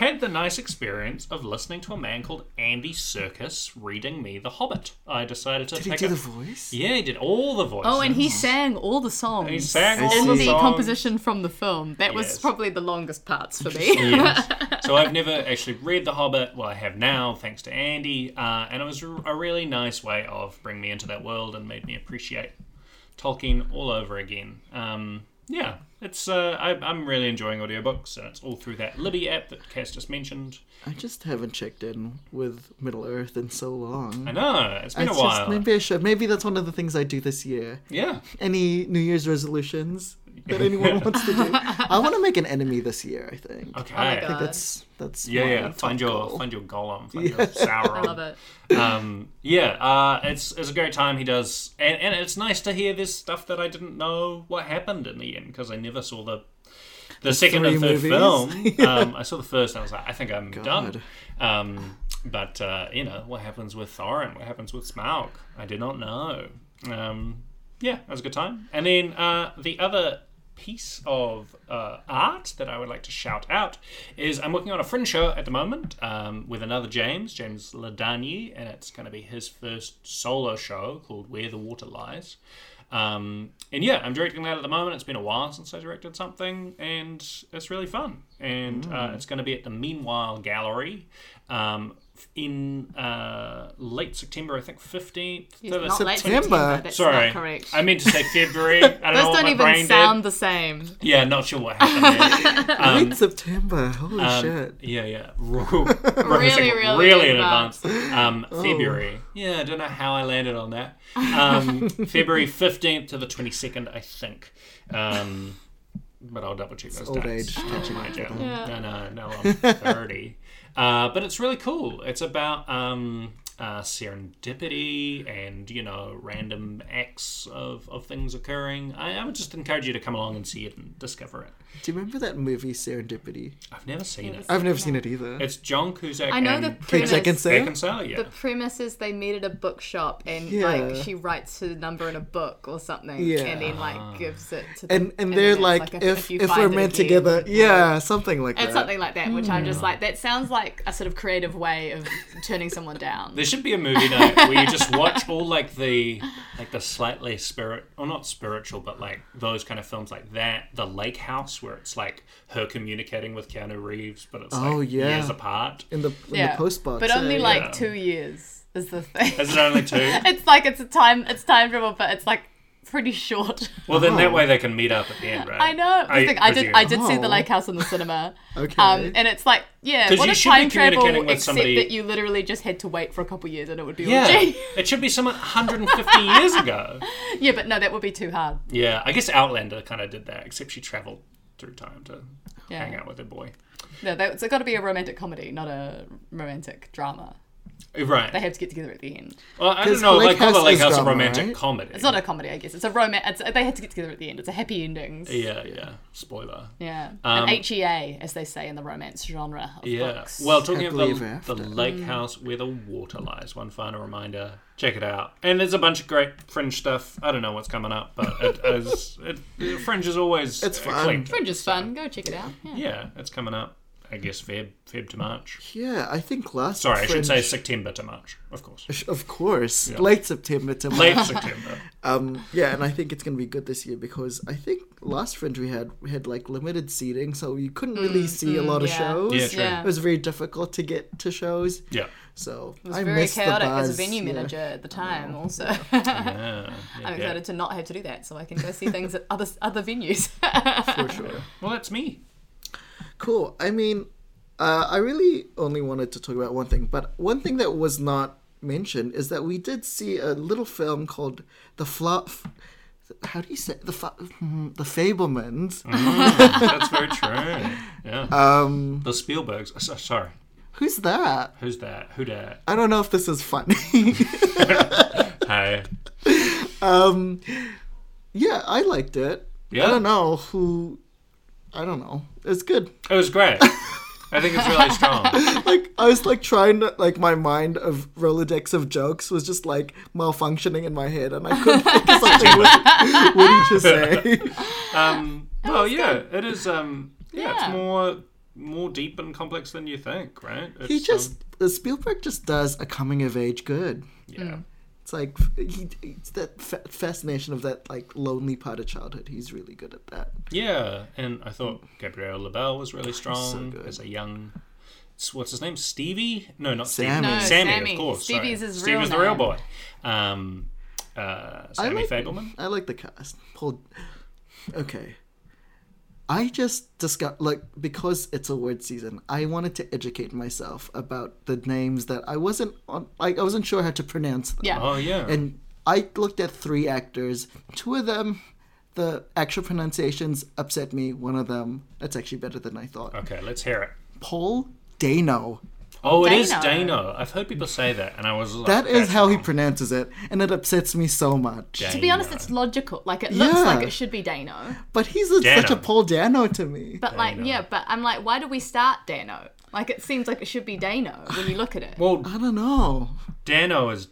[SPEAKER 3] had the nice experience of listening to a man called Andy Circus reading me The Hobbit. I decided to
[SPEAKER 2] Did he
[SPEAKER 3] pick
[SPEAKER 2] do
[SPEAKER 3] up-
[SPEAKER 2] the voice?
[SPEAKER 3] Yeah, he did all the voices.
[SPEAKER 1] Oh, and he sang all the songs.
[SPEAKER 3] He sang
[SPEAKER 2] I
[SPEAKER 3] all
[SPEAKER 2] see.
[SPEAKER 1] in
[SPEAKER 3] the
[SPEAKER 1] the
[SPEAKER 3] songs.
[SPEAKER 1] composition from the film. That was
[SPEAKER 3] Yes.
[SPEAKER 1] probably the longest parts for me.
[SPEAKER 3] Yes. So I've never actually read The Hobbit. Well, I have now, thanks to Andy, uh, and it was a really nice way of bringing me into that world and made me appreciate Tolkien all over again. Um, yeah, it's uh, I, I'm really enjoying audiobooks, and it's all through that Libby app that Cass just mentioned.
[SPEAKER 2] I just haven't checked in with Middle Earth in so long.
[SPEAKER 3] I know it's been
[SPEAKER 2] It's
[SPEAKER 3] a
[SPEAKER 2] just-
[SPEAKER 3] while.
[SPEAKER 2] maybe I should. Maybe that's one of the things I do this year.
[SPEAKER 3] Yeah,
[SPEAKER 2] Any New Year's resolutions that anyone wants to do? I want to make an enemy this year. I think.
[SPEAKER 3] okay.
[SPEAKER 1] Oh my God.
[SPEAKER 2] That's that's
[SPEAKER 3] Yeah,
[SPEAKER 2] my
[SPEAKER 3] yeah.
[SPEAKER 2] top
[SPEAKER 3] Find your
[SPEAKER 2] goal.
[SPEAKER 3] find your golem. Find your Sauron.
[SPEAKER 1] I love it.
[SPEAKER 3] um, yeah, uh, it's it's a great time he does, and and it's nice to hear this stuff that I didn't know what happened in the end because I never saw the the, second and
[SPEAKER 2] three
[SPEAKER 3] third
[SPEAKER 2] movies?
[SPEAKER 3] film. um, I saw the first, and I was like, I think I'm
[SPEAKER 2] God.
[SPEAKER 3] done. Um, but uh, you know what happens with Thorin? What happens with Smaug? I did not know. Um, yeah, that was a good time. And then uh, the other piece of uh, art that I would like to shout out is I'm working on a fringe show at the moment um, with another James, James Ladany, and it's going to be his first solo show called Where the Water Lies. Um, and yeah, I'm directing that at the moment. It's been a while since I directed something, and it's really fun. And uh, it's going to be at the Meanwhile Gallery um, in uh, late September, I think 15th. No,
[SPEAKER 1] Yes,
[SPEAKER 3] that's-
[SPEAKER 1] not late
[SPEAKER 2] September.
[SPEAKER 1] September. That's
[SPEAKER 3] Sorry,
[SPEAKER 1] not correct.
[SPEAKER 3] I meant to say February. I don't know
[SPEAKER 1] Those
[SPEAKER 3] what
[SPEAKER 1] don't
[SPEAKER 3] my
[SPEAKER 1] even
[SPEAKER 3] brain
[SPEAKER 1] sound the same.
[SPEAKER 3] did. Yeah, not sure what happened. There. Um,
[SPEAKER 2] Late September. Holy shit.
[SPEAKER 3] Yeah, yeah. really,
[SPEAKER 1] really
[SPEAKER 3] really in
[SPEAKER 1] advanced.
[SPEAKER 3] advance. Um, February. Yeah, I don't know how I landed on that. Um, February 15th to the 22nd, I think. Um, but I'll double check those
[SPEAKER 2] old
[SPEAKER 3] dates.
[SPEAKER 2] age
[SPEAKER 3] Oh, my God. No, no, no, I'm 30. uh, but it's really cool. It's about. Um, uh, serendipity and you know random acts of, of things occurring I, I would just encourage you to come along and see it and discover it
[SPEAKER 2] Do you remember that movie Serendipity?
[SPEAKER 3] i've never seen it
[SPEAKER 2] I've never seen it either.
[SPEAKER 3] it's john cusack
[SPEAKER 1] I know
[SPEAKER 3] and
[SPEAKER 1] the
[SPEAKER 2] Kate
[SPEAKER 1] premise.
[SPEAKER 3] they
[SPEAKER 2] Beckinsale?
[SPEAKER 3] can sell, yeah.
[SPEAKER 1] The premise is they meet at a bookshop and like
[SPEAKER 2] Yeah.
[SPEAKER 1] she writes her number in a book or something,
[SPEAKER 2] Yeah.
[SPEAKER 1] and then like gives it to.
[SPEAKER 2] and
[SPEAKER 1] them,
[SPEAKER 2] and
[SPEAKER 1] then
[SPEAKER 2] they're
[SPEAKER 1] it's
[SPEAKER 2] like, if if, we're
[SPEAKER 1] find it
[SPEAKER 2] meant
[SPEAKER 1] again-
[SPEAKER 2] together, Mm. yeah, something like
[SPEAKER 1] and
[SPEAKER 2] that.
[SPEAKER 1] something like that, which I'm just like, that sounds like a sort of creative way of turning someone down.
[SPEAKER 3] there should be a movie night where you just watch all like the like the slightly spirit or not spiritual, but like those kind of films like that, The Lake House, where it's like her communicating with Keanu Reeves, but it's like
[SPEAKER 2] Oh, yeah.
[SPEAKER 3] years apart.
[SPEAKER 2] in the in the post box.
[SPEAKER 1] but only
[SPEAKER 2] eh?
[SPEAKER 1] like
[SPEAKER 3] Yeah.
[SPEAKER 1] two years is the thing.
[SPEAKER 3] Is it only two?
[SPEAKER 1] it's like it's a time it's time travel, but it's like pretty short.
[SPEAKER 3] Well, then that way they can meet up at the end, right?
[SPEAKER 1] I know. I, think I did.
[SPEAKER 3] presume.
[SPEAKER 1] I did see the
[SPEAKER 2] Oh.
[SPEAKER 1] Lake House in the cinema.
[SPEAKER 2] Okay.
[SPEAKER 1] Um, and it's like, yeah,
[SPEAKER 3] 'Cause
[SPEAKER 1] what
[SPEAKER 3] you
[SPEAKER 1] if
[SPEAKER 3] should be
[SPEAKER 1] time travel
[SPEAKER 3] communicating with
[SPEAKER 1] except
[SPEAKER 3] somebody-
[SPEAKER 1] that you literally just had to wait for a couple years and it would be all
[SPEAKER 3] Yeah,
[SPEAKER 1] gee.
[SPEAKER 3] it should be someone 150 years ago.
[SPEAKER 1] yeah, but no, that would be too hard.
[SPEAKER 3] Yeah, I guess Outlander kind of did that, except she traveled through time to
[SPEAKER 1] Yeah.
[SPEAKER 3] hang out with her boy.
[SPEAKER 1] No, that, it's got to be a romantic comedy, not a romantic drama.
[SPEAKER 3] Right.
[SPEAKER 1] They have to get together at the end.
[SPEAKER 3] well, I don't
[SPEAKER 2] 'Cause
[SPEAKER 3] know.
[SPEAKER 2] Lake
[SPEAKER 3] Like, call the
[SPEAKER 2] House
[SPEAKER 3] Lake
[SPEAKER 2] is
[SPEAKER 3] House a
[SPEAKER 2] drama,
[SPEAKER 3] romantic
[SPEAKER 2] right?
[SPEAKER 3] comedy.
[SPEAKER 1] It's not a comedy, I guess. It's a romance. They have to get together at the end. It's a happy ending.
[SPEAKER 3] Yeah, yeah. Spoiler.
[SPEAKER 1] Yeah.
[SPEAKER 3] Um,
[SPEAKER 1] An HEA, as they say in the romance genre of
[SPEAKER 3] Yeah.
[SPEAKER 1] books.
[SPEAKER 3] Well, talking
[SPEAKER 2] Happily ever
[SPEAKER 3] about the,
[SPEAKER 2] after.
[SPEAKER 3] the
[SPEAKER 1] Mm.
[SPEAKER 3] lake house where the water lies, one final reminder. Check it out. And there's a bunch of great fringe stuff. I don't know what's coming up, but it is. It, fringe is always.
[SPEAKER 2] It's fun.
[SPEAKER 3] eclectic.
[SPEAKER 1] Fringe is fun. Go check it out. Yeah.
[SPEAKER 3] Yeah, it's coming up. I guess Feb, Feb to March.
[SPEAKER 2] yeah, I think last.
[SPEAKER 3] Sorry, I should say
[SPEAKER 2] Fringe-
[SPEAKER 3] September to March, of course.
[SPEAKER 2] Of course, late September to
[SPEAKER 3] Late
[SPEAKER 2] March.
[SPEAKER 3] September.
[SPEAKER 2] Um, yeah, and I think it's gonna be good this year because I think last Fringe we had we had like limited seating, so you couldn't really see a lot of
[SPEAKER 1] yeah.
[SPEAKER 2] shows.
[SPEAKER 3] Yeah, true.
[SPEAKER 1] Yeah.
[SPEAKER 2] It was very difficult to get to shows.
[SPEAKER 3] Yeah.
[SPEAKER 2] So
[SPEAKER 1] It was
[SPEAKER 2] I
[SPEAKER 1] very
[SPEAKER 2] missed
[SPEAKER 1] chaotic
[SPEAKER 2] the
[SPEAKER 1] as
[SPEAKER 2] buzz.
[SPEAKER 1] a venue
[SPEAKER 2] yeah.
[SPEAKER 1] manager at the time, also.
[SPEAKER 3] Ah, Yeah.
[SPEAKER 1] I'm
[SPEAKER 3] yeah, yeah.
[SPEAKER 1] excited to not have to do that, so I can go see things at other other venues.
[SPEAKER 2] for sure.
[SPEAKER 3] Well, that's me.
[SPEAKER 2] Cool. I mean, uh, I really only wanted to talk about one thing, but one thing that was not mentioned is that we did see a little film called The Fluff. How do you say the Fa- hmm, the Fablemans?
[SPEAKER 3] That's very true. Yeah.
[SPEAKER 2] Um,
[SPEAKER 3] the Spielbergs. so- Sorry.
[SPEAKER 2] who's that?
[SPEAKER 3] Who's that? Who that?
[SPEAKER 2] I don't know if this is funny.
[SPEAKER 3] Hey.
[SPEAKER 2] um, yeah, I liked it.
[SPEAKER 3] Yeah.
[SPEAKER 2] I don't know who. I don't know. It's good.
[SPEAKER 3] It was great. I think it's really strong.
[SPEAKER 2] like I was like trying to like my mind of Rolodex of jokes was just like malfunctioning in my head and I couldn't think of something witty, witty to say.
[SPEAKER 3] Um, well, yeah, it is. Um, yeah,
[SPEAKER 1] Yeah.
[SPEAKER 3] it's more more deep and complex than you think, right? It's,
[SPEAKER 2] He
[SPEAKER 3] um,
[SPEAKER 2] just uh, Spielberg just does a coming of age good. Mm.
[SPEAKER 3] yeah,
[SPEAKER 2] It's like he, it's that fa- fascination of that like lonely part of childhood. He's really good at that.
[SPEAKER 3] yeah. And I thought Gabrielle Labelle was really strong
[SPEAKER 2] good.
[SPEAKER 3] as a young. s- What's his name? Stevie? No, not Stevie.
[SPEAKER 2] Sammy. No,
[SPEAKER 3] Sammy,
[SPEAKER 1] Sammy.
[SPEAKER 3] of course. sorry.
[SPEAKER 1] Stevie's his
[SPEAKER 3] Stevie's
[SPEAKER 1] real
[SPEAKER 3] the real
[SPEAKER 1] name.
[SPEAKER 3] boy. Um, uh,
[SPEAKER 2] I
[SPEAKER 3] Sammy
[SPEAKER 2] like,
[SPEAKER 3] Fableman.
[SPEAKER 2] I like the cast. Paul. Okay. I just discovered, like, because it's award season, I wanted to educate myself about the names that I wasn't on. Like, I wasn't sure how to pronounce them.
[SPEAKER 1] yeah.
[SPEAKER 3] Oh yeah.
[SPEAKER 2] And I looked at three actors. Two of them, the actual pronunciations upset me. One of them, that's actually better than I thought.
[SPEAKER 3] okay, let's hear it.
[SPEAKER 2] Paul Dano.
[SPEAKER 3] Oh, it is
[SPEAKER 1] Dano.
[SPEAKER 3] Dano. I've heard people say that, and I was like,
[SPEAKER 2] That is
[SPEAKER 3] "That's
[SPEAKER 2] how he
[SPEAKER 3] wrong."
[SPEAKER 2] pronounces it, and it upsets me so much.
[SPEAKER 1] To be honest,
[SPEAKER 3] Dano.
[SPEAKER 1] it's logical. Like it looks
[SPEAKER 2] Yeah.
[SPEAKER 1] like it should be Dano,
[SPEAKER 2] But he's a, such a
[SPEAKER 3] Dano.
[SPEAKER 2] Paul Dano to me.
[SPEAKER 1] but like yeah, but I'm like, why do we start Dano? Like it seems like it should be Dano when you look at it.
[SPEAKER 3] well,
[SPEAKER 2] I don't know.
[SPEAKER 3] Dano is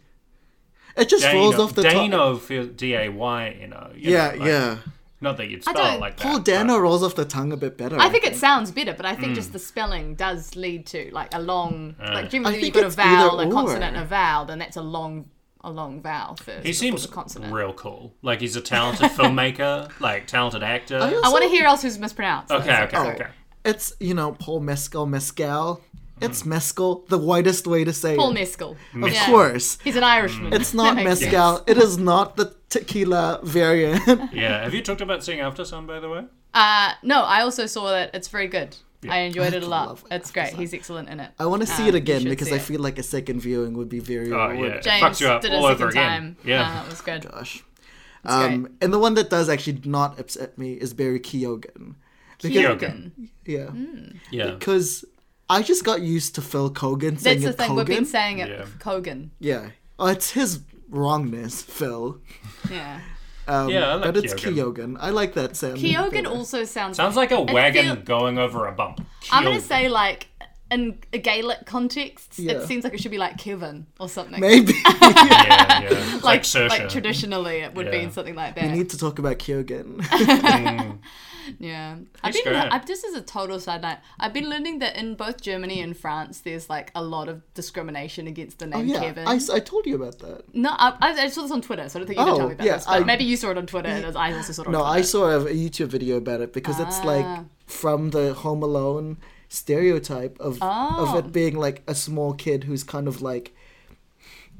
[SPEAKER 2] It just
[SPEAKER 3] Dano.
[SPEAKER 2] rolls off the tongue.
[SPEAKER 3] Dano feels D A Y N O. you know,
[SPEAKER 2] Yeah,
[SPEAKER 3] like-
[SPEAKER 2] yeah.
[SPEAKER 3] Not that you'd
[SPEAKER 1] I
[SPEAKER 3] spell
[SPEAKER 1] don't-
[SPEAKER 3] it like that.
[SPEAKER 2] Paul Dano rolls off the tongue a bit better.
[SPEAKER 1] I think it sounds better, but I think
[SPEAKER 3] Mm.
[SPEAKER 1] just the spelling does lead to like a long.
[SPEAKER 3] Uh,
[SPEAKER 1] Like
[SPEAKER 2] I
[SPEAKER 1] generally, when you've
[SPEAKER 2] think
[SPEAKER 1] got a
[SPEAKER 2] it's
[SPEAKER 1] vowel,
[SPEAKER 2] either
[SPEAKER 1] a
[SPEAKER 2] or.
[SPEAKER 1] consonant, and a vowel, then that's a long, a long vowel first.
[SPEAKER 3] He seems
[SPEAKER 1] a consonant.
[SPEAKER 3] real cool. Like he's a talented filmmaker, like talented actor.
[SPEAKER 2] I
[SPEAKER 1] I
[SPEAKER 2] also- Oh.
[SPEAKER 1] want to hear else who's mispronounced.
[SPEAKER 3] okay,
[SPEAKER 1] That's it.
[SPEAKER 3] okay, okay.
[SPEAKER 2] It's you know Paul Mescal Mescal. It's
[SPEAKER 3] Mm.
[SPEAKER 2] mezcal, the whitest way to say
[SPEAKER 1] Paul
[SPEAKER 2] it.
[SPEAKER 1] Mescal.
[SPEAKER 2] Of course.
[SPEAKER 1] He's an Irishman.
[SPEAKER 2] It's not
[SPEAKER 1] That makes
[SPEAKER 2] mezcal.
[SPEAKER 1] sense.
[SPEAKER 2] It is not the tequila variant.
[SPEAKER 3] Yeah. Have you talked about seeing After Sun, by the way?
[SPEAKER 1] Uh, no, I enjoyed it. I also saw that it's very good. I enjoyed it a lot.
[SPEAKER 2] love it.
[SPEAKER 1] It's great. He's excellent in it.
[SPEAKER 2] I want to see
[SPEAKER 1] Um,
[SPEAKER 2] it
[SPEAKER 1] you
[SPEAKER 2] again
[SPEAKER 1] should
[SPEAKER 2] because
[SPEAKER 1] see
[SPEAKER 2] I
[SPEAKER 1] it.
[SPEAKER 2] feel like a second viewing would be very
[SPEAKER 3] Oh
[SPEAKER 2] rewarding.
[SPEAKER 3] yeah. It
[SPEAKER 1] James
[SPEAKER 3] fucks you up
[SPEAKER 1] did
[SPEAKER 3] all
[SPEAKER 1] it a
[SPEAKER 3] over
[SPEAKER 1] second
[SPEAKER 3] again.
[SPEAKER 1] time.
[SPEAKER 3] Yeah.
[SPEAKER 1] Uh, it was good.
[SPEAKER 2] Gosh.
[SPEAKER 1] great.
[SPEAKER 2] Um, and the one that does actually not upset me is Barry Keoghan. Because,
[SPEAKER 1] Keoghan.
[SPEAKER 2] yeah.
[SPEAKER 1] Mm.
[SPEAKER 3] yeah.
[SPEAKER 2] Because I just got used to Phil Kogan saying
[SPEAKER 1] That's the
[SPEAKER 2] it
[SPEAKER 1] thing.
[SPEAKER 2] Kogan.
[SPEAKER 1] We've been saying it
[SPEAKER 3] Yeah.
[SPEAKER 1] Kogan.
[SPEAKER 2] Yeah. Oh, it's his wrongness, Phil.
[SPEAKER 1] Yeah.
[SPEAKER 2] Um,
[SPEAKER 3] Yeah, I like
[SPEAKER 2] but it's
[SPEAKER 3] Keoghan.
[SPEAKER 2] Keoghan. I like that sound.
[SPEAKER 1] Kyogen
[SPEAKER 2] better.
[SPEAKER 1] also sounds.
[SPEAKER 3] Sounds like a
[SPEAKER 1] It
[SPEAKER 3] wagon
[SPEAKER 1] feel-
[SPEAKER 3] going over a bump.
[SPEAKER 1] I'm gonna
[SPEAKER 3] Keeled.
[SPEAKER 1] say like in a Gaelic context,
[SPEAKER 2] Yeah.
[SPEAKER 1] it seems like it should be like Kevin or something.
[SPEAKER 2] Maybe.
[SPEAKER 3] Yeah, yeah. It's like,
[SPEAKER 1] Like
[SPEAKER 3] Saoirse.
[SPEAKER 1] like traditionally, it would
[SPEAKER 3] Yeah.
[SPEAKER 1] be something like
[SPEAKER 2] we
[SPEAKER 1] that.
[SPEAKER 2] need to talk about Keoghan.
[SPEAKER 1] Yeah, I've
[SPEAKER 3] He's
[SPEAKER 1] been.
[SPEAKER 3] great.
[SPEAKER 1] I've, this is a total side note. I've been learning that in both Germany and France, there's like a lot of discrimination against the name
[SPEAKER 2] Oh, yeah.
[SPEAKER 1] Kevin.
[SPEAKER 2] I, s- I told you about that.
[SPEAKER 1] No, I, I I saw this on Twitter, so I don't think you can
[SPEAKER 2] Oh,
[SPEAKER 1] tell me about
[SPEAKER 2] yeah,
[SPEAKER 1] this. But
[SPEAKER 2] I-
[SPEAKER 1] maybe you saw it on Twitter, and I also saw it on
[SPEAKER 2] No,
[SPEAKER 1] Twitter.
[SPEAKER 2] I saw a, a YouTube video about it because it's
[SPEAKER 1] Ah.
[SPEAKER 2] like from the Home Alone stereotype of of
[SPEAKER 1] Oh.
[SPEAKER 2] it being like a small kid who's kind of like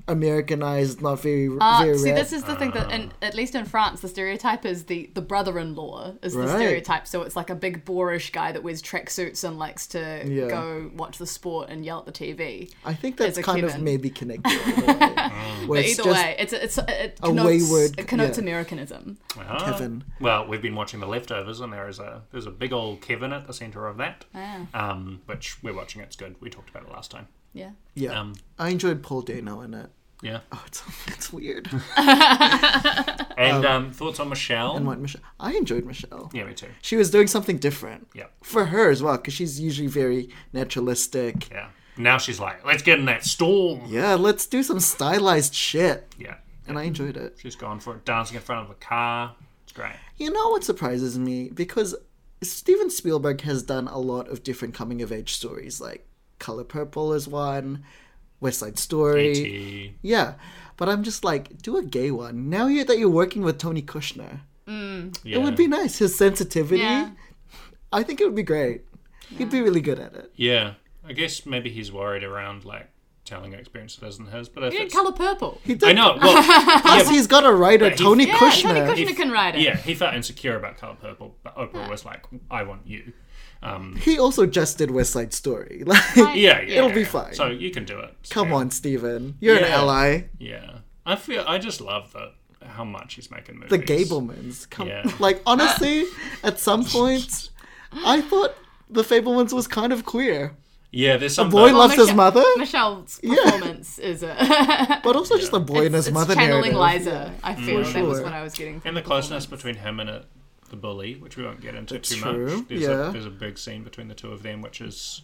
[SPEAKER 2] Americanized, not very
[SPEAKER 1] Ah,
[SPEAKER 2] very
[SPEAKER 1] see,
[SPEAKER 2] red.
[SPEAKER 1] this is the thing that, in, at least in France, the stereotype is the, the brother-in-law is the
[SPEAKER 2] Right.
[SPEAKER 1] stereotype. So it's like a big boorish guy that wears tracksuits and likes to
[SPEAKER 2] Yeah.
[SPEAKER 1] go watch the sport and yell at the TV.
[SPEAKER 2] I think that's
[SPEAKER 1] a
[SPEAKER 2] kind of
[SPEAKER 1] Cuban.
[SPEAKER 2] maybe connected. in a way, where
[SPEAKER 1] But
[SPEAKER 2] it's
[SPEAKER 1] either
[SPEAKER 2] just
[SPEAKER 1] way, it's it's it connotes,
[SPEAKER 2] wayward-
[SPEAKER 1] it connotes
[SPEAKER 2] yeah.
[SPEAKER 1] Americanism.
[SPEAKER 3] Ah.
[SPEAKER 2] Kevin.
[SPEAKER 3] Well, we've been watching The Leftovers, and there is a there's a big old Kevin at the center of that,
[SPEAKER 1] Ah.
[SPEAKER 3] um, which we're watching. It's good. We talked about it last time.
[SPEAKER 1] Yeah.
[SPEAKER 2] Yeah,
[SPEAKER 3] Um,
[SPEAKER 2] I enjoyed Paul Dano in it.
[SPEAKER 3] yeah.
[SPEAKER 2] Oh, it's it's weird.
[SPEAKER 3] And um, thoughts on Michelle?
[SPEAKER 2] and what Michelle? I enjoyed Michelle.
[SPEAKER 3] yeah, me too.
[SPEAKER 2] She was doing something different.
[SPEAKER 3] Yeah.
[SPEAKER 2] For her as well, because she's usually very naturalistic.
[SPEAKER 3] Yeah. Now she's like, let's get in that storm.
[SPEAKER 2] Yeah, let's do some stylized shit.
[SPEAKER 3] Yeah.
[SPEAKER 2] And I enjoyed it.
[SPEAKER 3] She's gone for it, dancing in front of a car. It's great.
[SPEAKER 2] You know what surprises me? Because Steven Spielberg has done a lot of different coming of age stories, like Color Purple is one, West Side
[SPEAKER 3] E
[SPEAKER 2] Story.
[SPEAKER 3] E.T.
[SPEAKER 2] Yeah. But I'm just like, do a gay one. Now you that you're working with Tony Kushner,
[SPEAKER 3] Yeah.
[SPEAKER 2] it would be nice. His sensitivity,
[SPEAKER 1] Yeah.
[SPEAKER 2] I think it would be great. He'd be really good at it.
[SPEAKER 3] Yeah. I guess maybe he's worried around like telling an experience that isn't his, but if
[SPEAKER 1] You did
[SPEAKER 3] it's...
[SPEAKER 1] Color Purple.
[SPEAKER 2] He did,
[SPEAKER 3] I know. Well,
[SPEAKER 2] Plus, he's got a writer,
[SPEAKER 3] he's-
[SPEAKER 2] Tony
[SPEAKER 1] Yeah,
[SPEAKER 2] Kushner.
[SPEAKER 1] Tony
[SPEAKER 3] If-
[SPEAKER 1] Kushner can write it.
[SPEAKER 3] yeah, he felt insecure about Color Purple, but Oprah was like, "I want you." Um,
[SPEAKER 2] He also just did West Side Story. Like,
[SPEAKER 3] yeah, yeah,
[SPEAKER 2] It'll be
[SPEAKER 3] yeah.
[SPEAKER 2] fine.
[SPEAKER 3] So you can do it.
[SPEAKER 2] come
[SPEAKER 3] Yeah.
[SPEAKER 2] on, Steven. You're an
[SPEAKER 3] Yeah.
[SPEAKER 2] ally.
[SPEAKER 3] Yeah, I feel I just love the how much he's making movies.
[SPEAKER 2] the Gablemans. Come,
[SPEAKER 3] Yeah.
[SPEAKER 2] like honestly, at some point, I thought the Fablemans was kind of queer,
[SPEAKER 3] Yeah, there's some
[SPEAKER 2] boy
[SPEAKER 3] that-
[SPEAKER 2] loves his
[SPEAKER 1] Michelle-
[SPEAKER 2] mother?
[SPEAKER 1] Michelle's performance is a.
[SPEAKER 2] but also just a boy and
[SPEAKER 1] it's,
[SPEAKER 2] his
[SPEAKER 1] it's
[SPEAKER 2] mother
[SPEAKER 1] channeling
[SPEAKER 2] narrative.
[SPEAKER 1] Liza. I feel that was
[SPEAKER 2] sure.
[SPEAKER 1] what I was getting. from
[SPEAKER 3] Mm. and the
[SPEAKER 1] performance.
[SPEAKER 3] closeness between him and uh the bully, which we won't get into
[SPEAKER 2] That's
[SPEAKER 3] too
[SPEAKER 2] true,
[SPEAKER 3] much. There's,
[SPEAKER 2] yeah.
[SPEAKER 3] a, there's a big scene between the two of them, which is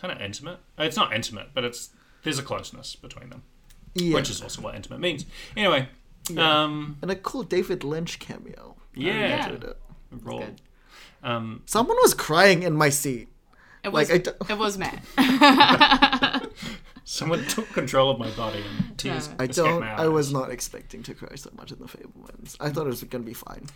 [SPEAKER 3] kind of intimate. Uh, It's not intimate, but it's there's a closeness between them,
[SPEAKER 2] Yeah.
[SPEAKER 3] which is also what intimate means. Anyway, um,
[SPEAKER 2] and a cool David Lynch cameo.
[SPEAKER 3] yeah,
[SPEAKER 1] enjoyed
[SPEAKER 3] Roll.
[SPEAKER 1] Oh, good.
[SPEAKER 3] Um,
[SPEAKER 2] Someone was crying in my seat.
[SPEAKER 1] It was,
[SPEAKER 2] Like, I don't-
[SPEAKER 1] it was Matt.
[SPEAKER 3] Someone took control of my body and tears.
[SPEAKER 1] No.
[SPEAKER 2] I
[SPEAKER 3] escaped
[SPEAKER 2] don't.
[SPEAKER 3] my
[SPEAKER 2] I
[SPEAKER 3] eyes.
[SPEAKER 2] was not expecting to cry so much in the Fablemans. I thought it was gonna be fine.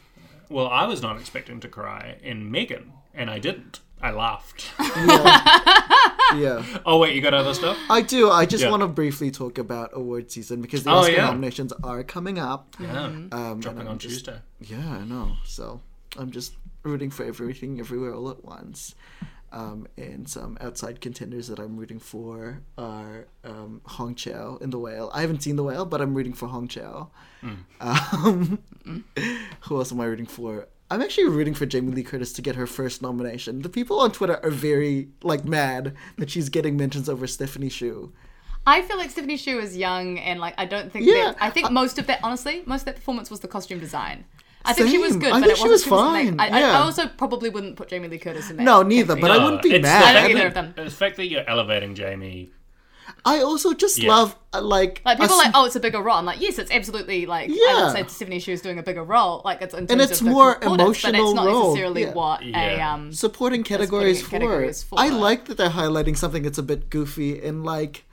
[SPEAKER 3] Well, I was not expecting to cry in Megan, and I didn't. I laughed.
[SPEAKER 2] Yeah,
[SPEAKER 3] oh wait, you got other stuff?
[SPEAKER 2] I do. I just
[SPEAKER 3] Yeah.
[SPEAKER 2] want to briefly talk about award season because the
[SPEAKER 3] Oh,
[SPEAKER 2] Oscar
[SPEAKER 3] yeah.
[SPEAKER 2] nominations are coming up.
[SPEAKER 3] Yeah,
[SPEAKER 2] Um, and
[SPEAKER 3] dropping on
[SPEAKER 2] I'm just-
[SPEAKER 3] Tuesday.
[SPEAKER 2] Yeah, I know. So I'm just rooting for everything everywhere all at once. Um, and some outside contenders that I'm rooting for are um, Hong Chao in The Whale. I haven't seen The Whale, but I'm rooting for Hong Chao.
[SPEAKER 3] Mm.
[SPEAKER 2] Um, who else am I rooting for? I'm actually rooting for Jamie Lee Curtis to get her first nomination. The people on Twitter are very like mad that she's getting mentions over Stephanie Shu.
[SPEAKER 1] I feel like Stephanie Shu is young, and like I don't think.
[SPEAKER 2] Yeah, Uh,
[SPEAKER 1] that, I think most of that, honestly, most of that performance was the costume design. I think she was
[SPEAKER 2] Same.
[SPEAKER 1] good,
[SPEAKER 2] I
[SPEAKER 1] but
[SPEAKER 2] think
[SPEAKER 1] it
[SPEAKER 2] she
[SPEAKER 1] wasn't,
[SPEAKER 2] was
[SPEAKER 1] wasn't, like-
[SPEAKER 2] fine,
[SPEAKER 1] I, I-
[SPEAKER 2] yeah.
[SPEAKER 1] I also probably wouldn't put Jamie Lee Curtis in that.
[SPEAKER 2] No, neither,
[SPEAKER 1] category.
[SPEAKER 2] but I wouldn't be
[SPEAKER 3] it's the-
[SPEAKER 2] mad.
[SPEAKER 1] I don't either of them.
[SPEAKER 3] It's the fact that you're elevating Jamie.
[SPEAKER 2] I also just
[SPEAKER 3] Yeah.
[SPEAKER 2] love uh, like
[SPEAKER 1] Like people
[SPEAKER 2] a
[SPEAKER 1] are like, oh, it's a bigger role. I'm like, yes, it's absolutely like I
[SPEAKER 2] Yeah.
[SPEAKER 1] would say Stephanie Shu is doing a bigger role. Like it's in terms
[SPEAKER 2] it's
[SPEAKER 1] of the
[SPEAKER 2] more
[SPEAKER 1] concordance, but it's
[SPEAKER 2] emotional
[SPEAKER 1] not
[SPEAKER 2] role,
[SPEAKER 1] necessarily
[SPEAKER 2] yeah.
[SPEAKER 1] what a
[SPEAKER 3] Yeah.
[SPEAKER 1] um.
[SPEAKER 2] supporting categories
[SPEAKER 1] it
[SPEAKER 2] for
[SPEAKER 1] categories
[SPEAKER 2] it.
[SPEAKER 1] for
[SPEAKER 2] I
[SPEAKER 1] it.
[SPEAKER 2] like that they're highlighting something that's a bit goofy and like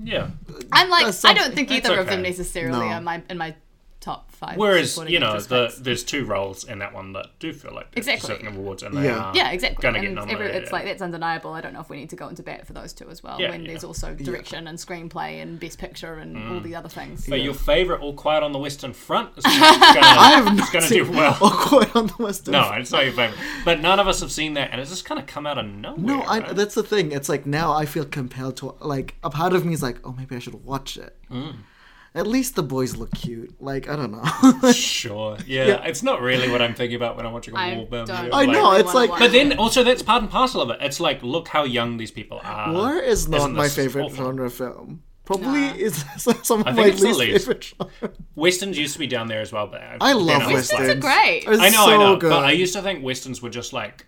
[SPEAKER 3] Yeah,
[SPEAKER 1] I'm like,
[SPEAKER 2] That's
[SPEAKER 1] I
[SPEAKER 2] something-
[SPEAKER 1] don't think
[SPEAKER 3] That's
[SPEAKER 1] either of them
[SPEAKER 3] okay.
[SPEAKER 1] necessarily
[SPEAKER 2] No.
[SPEAKER 1] are my in my top five.
[SPEAKER 3] Whereas
[SPEAKER 1] supporting
[SPEAKER 3] you know,
[SPEAKER 1] actress
[SPEAKER 3] the,
[SPEAKER 1] picks.
[SPEAKER 3] there's two roles in that one that do feel like they're
[SPEAKER 1] Exactly.
[SPEAKER 3] deserving of awards, and they
[SPEAKER 2] Yeah.
[SPEAKER 3] are
[SPEAKER 1] yeah, exactly.
[SPEAKER 3] Um, Gonna
[SPEAKER 1] and
[SPEAKER 3] get
[SPEAKER 1] every-
[SPEAKER 3] nominated.
[SPEAKER 1] it's like that's undeniable. I don't know if we need to go into bat for those two as well.
[SPEAKER 3] Yeah,
[SPEAKER 1] when
[SPEAKER 3] yeah. Mm.
[SPEAKER 1] there's also direction and screenplay and best picture and all the other things.
[SPEAKER 3] But your favorite All Quiet on the Western Front is gonna, I it's gonna do well.
[SPEAKER 2] Or quite on the Western
[SPEAKER 3] No, it's not your favorite. But none of us have seen that, and it's just kind of come out of nowhere.
[SPEAKER 2] No, I,
[SPEAKER 3] right?
[SPEAKER 2] that's the thing. It's like now I feel compelled to like a part of me is like, oh, maybe I should watch it.
[SPEAKER 3] Mm.
[SPEAKER 2] At least the boys look cute. Like I don't know.
[SPEAKER 3] sure. Yeah, it's not really what I'm thinking about when I'm watching a
[SPEAKER 1] I
[SPEAKER 3] war film.
[SPEAKER 1] don't
[SPEAKER 3] You're
[SPEAKER 2] I
[SPEAKER 1] Like-
[SPEAKER 2] know it's
[SPEAKER 1] Wanna
[SPEAKER 2] like
[SPEAKER 1] watch
[SPEAKER 3] But then also that's part and parcel of it. It's like look how young these people are.
[SPEAKER 2] war is not
[SPEAKER 3] Isn't
[SPEAKER 2] my
[SPEAKER 3] this
[SPEAKER 2] favorite
[SPEAKER 3] awful?
[SPEAKER 2] genre film. Probably
[SPEAKER 1] Nah.
[SPEAKER 2] is some of
[SPEAKER 3] I think
[SPEAKER 2] my
[SPEAKER 3] it's
[SPEAKER 2] least,
[SPEAKER 3] the least.
[SPEAKER 2] favorite genre.
[SPEAKER 3] Westerns used to be down there as well, but
[SPEAKER 2] I love
[SPEAKER 3] then was
[SPEAKER 2] westerns.
[SPEAKER 3] like-
[SPEAKER 1] Westerns are great.
[SPEAKER 2] They're
[SPEAKER 3] I know,
[SPEAKER 2] so
[SPEAKER 3] I know.
[SPEAKER 2] Good.
[SPEAKER 3] But I used to think westerns were just like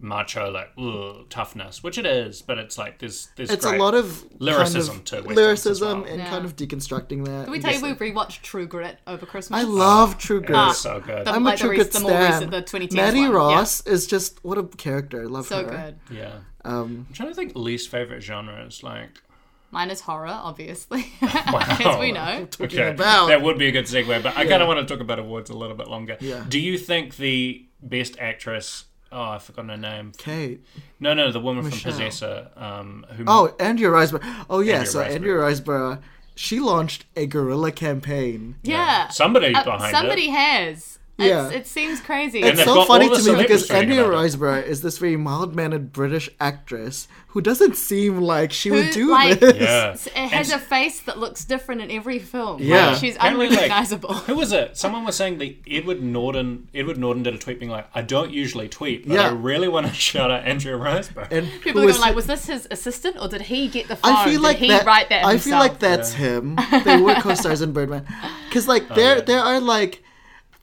[SPEAKER 3] macho, like ugh, toughness, which it is. But it's like there's there's
[SPEAKER 2] it's
[SPEAKER 3] great-
[SPEAKER 2] a lot of
[SPEAKER 3] Lyricism too,
[SPEAKER 2] kind of
[SPEAKER 3] westerns as
[SPEAKER 2] lyricism
[SPEAKER 3] well.
[SPEAKER 2] and
[SPEAKER 1] Yeah.
[SPEAKER 2] kind of deconstructing that.
[SPEAKER 1] Did we tell you we rewatched True Grit over Christmas?
[SPEAKER 2] I love True Grit.
[SPEAKER 3] It's so good.
[SPEAKER 1] the-
[SPEAKER 2] I'm
[SPEAKER 1] like
[SPEAKER 2] a
[SPEAKER 1] the
[SPEAKER 2] True
[SPEAKER 1] rec-
[SPEAKER 2] Grit
[SPEAKER 1] the more recent-
[SPEAKER 2] stan.
[SPEAKER 1] the 2010s
[SPEAKER 2] Maddie
[SPEAKER 1] one, yeah.
[SPEAKER 2] Ross is just what a character. Love
[SPEAKER 1] So
[SPEAKER 2] her.
[SPEAKER 1] good.
[SPEAKER 3] yeah.
[SPEAKER 2] Um,
[SPEAKER 3] I'm trying to think least favorite genres like.
[SPEAKER 1] Mine is horror, obviously, as we know.
[SPEAKER 3] Okay,
[SPEAKER 2] about.
[SPEAKER 3] that would be a good segue, but I kind of want to talk about awards a little bit longer.
[SPEAKER 2] Yeah.
[SPEAKER 3] Do you think the best actress? Oh, I forgot her name.
[SPEAKER 2] Kate.
[SPEAKER 3] No, no, the woman
[SPEAKER 2] Michelle.
[SPEAKER 3] from Possessor. Um, who?
[SPEAKER 2] Oh, Andrea Riseborough. Oh yeah,
[SPEAKER 3] Andrea
[SPEAKER 2] so
[SPEAKER 3] Riseborough.
[SPEAKER 2] Andrea Riseborough, she launched a guerrilla campaign.
[SPEAKER 1] Yeah.
[SPEAKER 3] somebody
[SPEAKER 1] Uh,
[SPEAKER 3] behind
[SPEAKER 1] somebody has. It's,
[SPEAKER 2] Yeah.
[SPEAKER 1] it seems crazy.
[SPEAKER 2] It's
[SPEAKER 3] they've
[SPEAKER 2] so
[SPEAKER 3] got
[SPEAKER 2] funny
[SPEAKER 3] all the
[SPEAKER 2] to me because
[SPEAKER 3] celebrities talking
[SPEAKER 2] Andrea
[SPEAKER 3] about it.
[SPEAKER 2] Riseborough is this very mild-mannered British actress who doesn't seem like she
[SPEAKER 1] Who,
[SPEAKER 2] would do
[SPEAKER 1] like,
[SPEAKER 2] this.
[SPEAKER 3] it. Yeah.
[SPEAKER 1] S- It has
[SPEAKER 3] And-
[SPEAKER 1] a face that looks different in every film.
[SPEAKER 2] Yeah.
[SPEAKER 1] Like, she's
[SPEAKER 3] Apparently, like-
[SPEAKER 1] unrecognizable.
[SPEAKER 3] Who was it? Someone was saying the Edward Norton. Edward Norton did a tweet being like, "I don't usually tweet, but I
[SPEAKER 2] Yeah.
[SPEAKER 3] really want to shout out Andrea Riseborough."
[SPEAKER 2] And
[SPEAKER 1] People
[SPEAKER 2] who
[SPEAKER 1] are
[SPEAKER 2] is-
[SPEAKER 1] going like, was this his assistant or did he get the phone?
[SPEAKER 2] I feel like
[SPEAKER 1] Oh, did he
[SPEAKER 2] that.
[SPEAKER 1] write that
[SPEAKER 2] I
[SPEAKER 1] himself?
[SPEAKER 2] feel like that's him. They were co-stars in Birdman, because like there there are like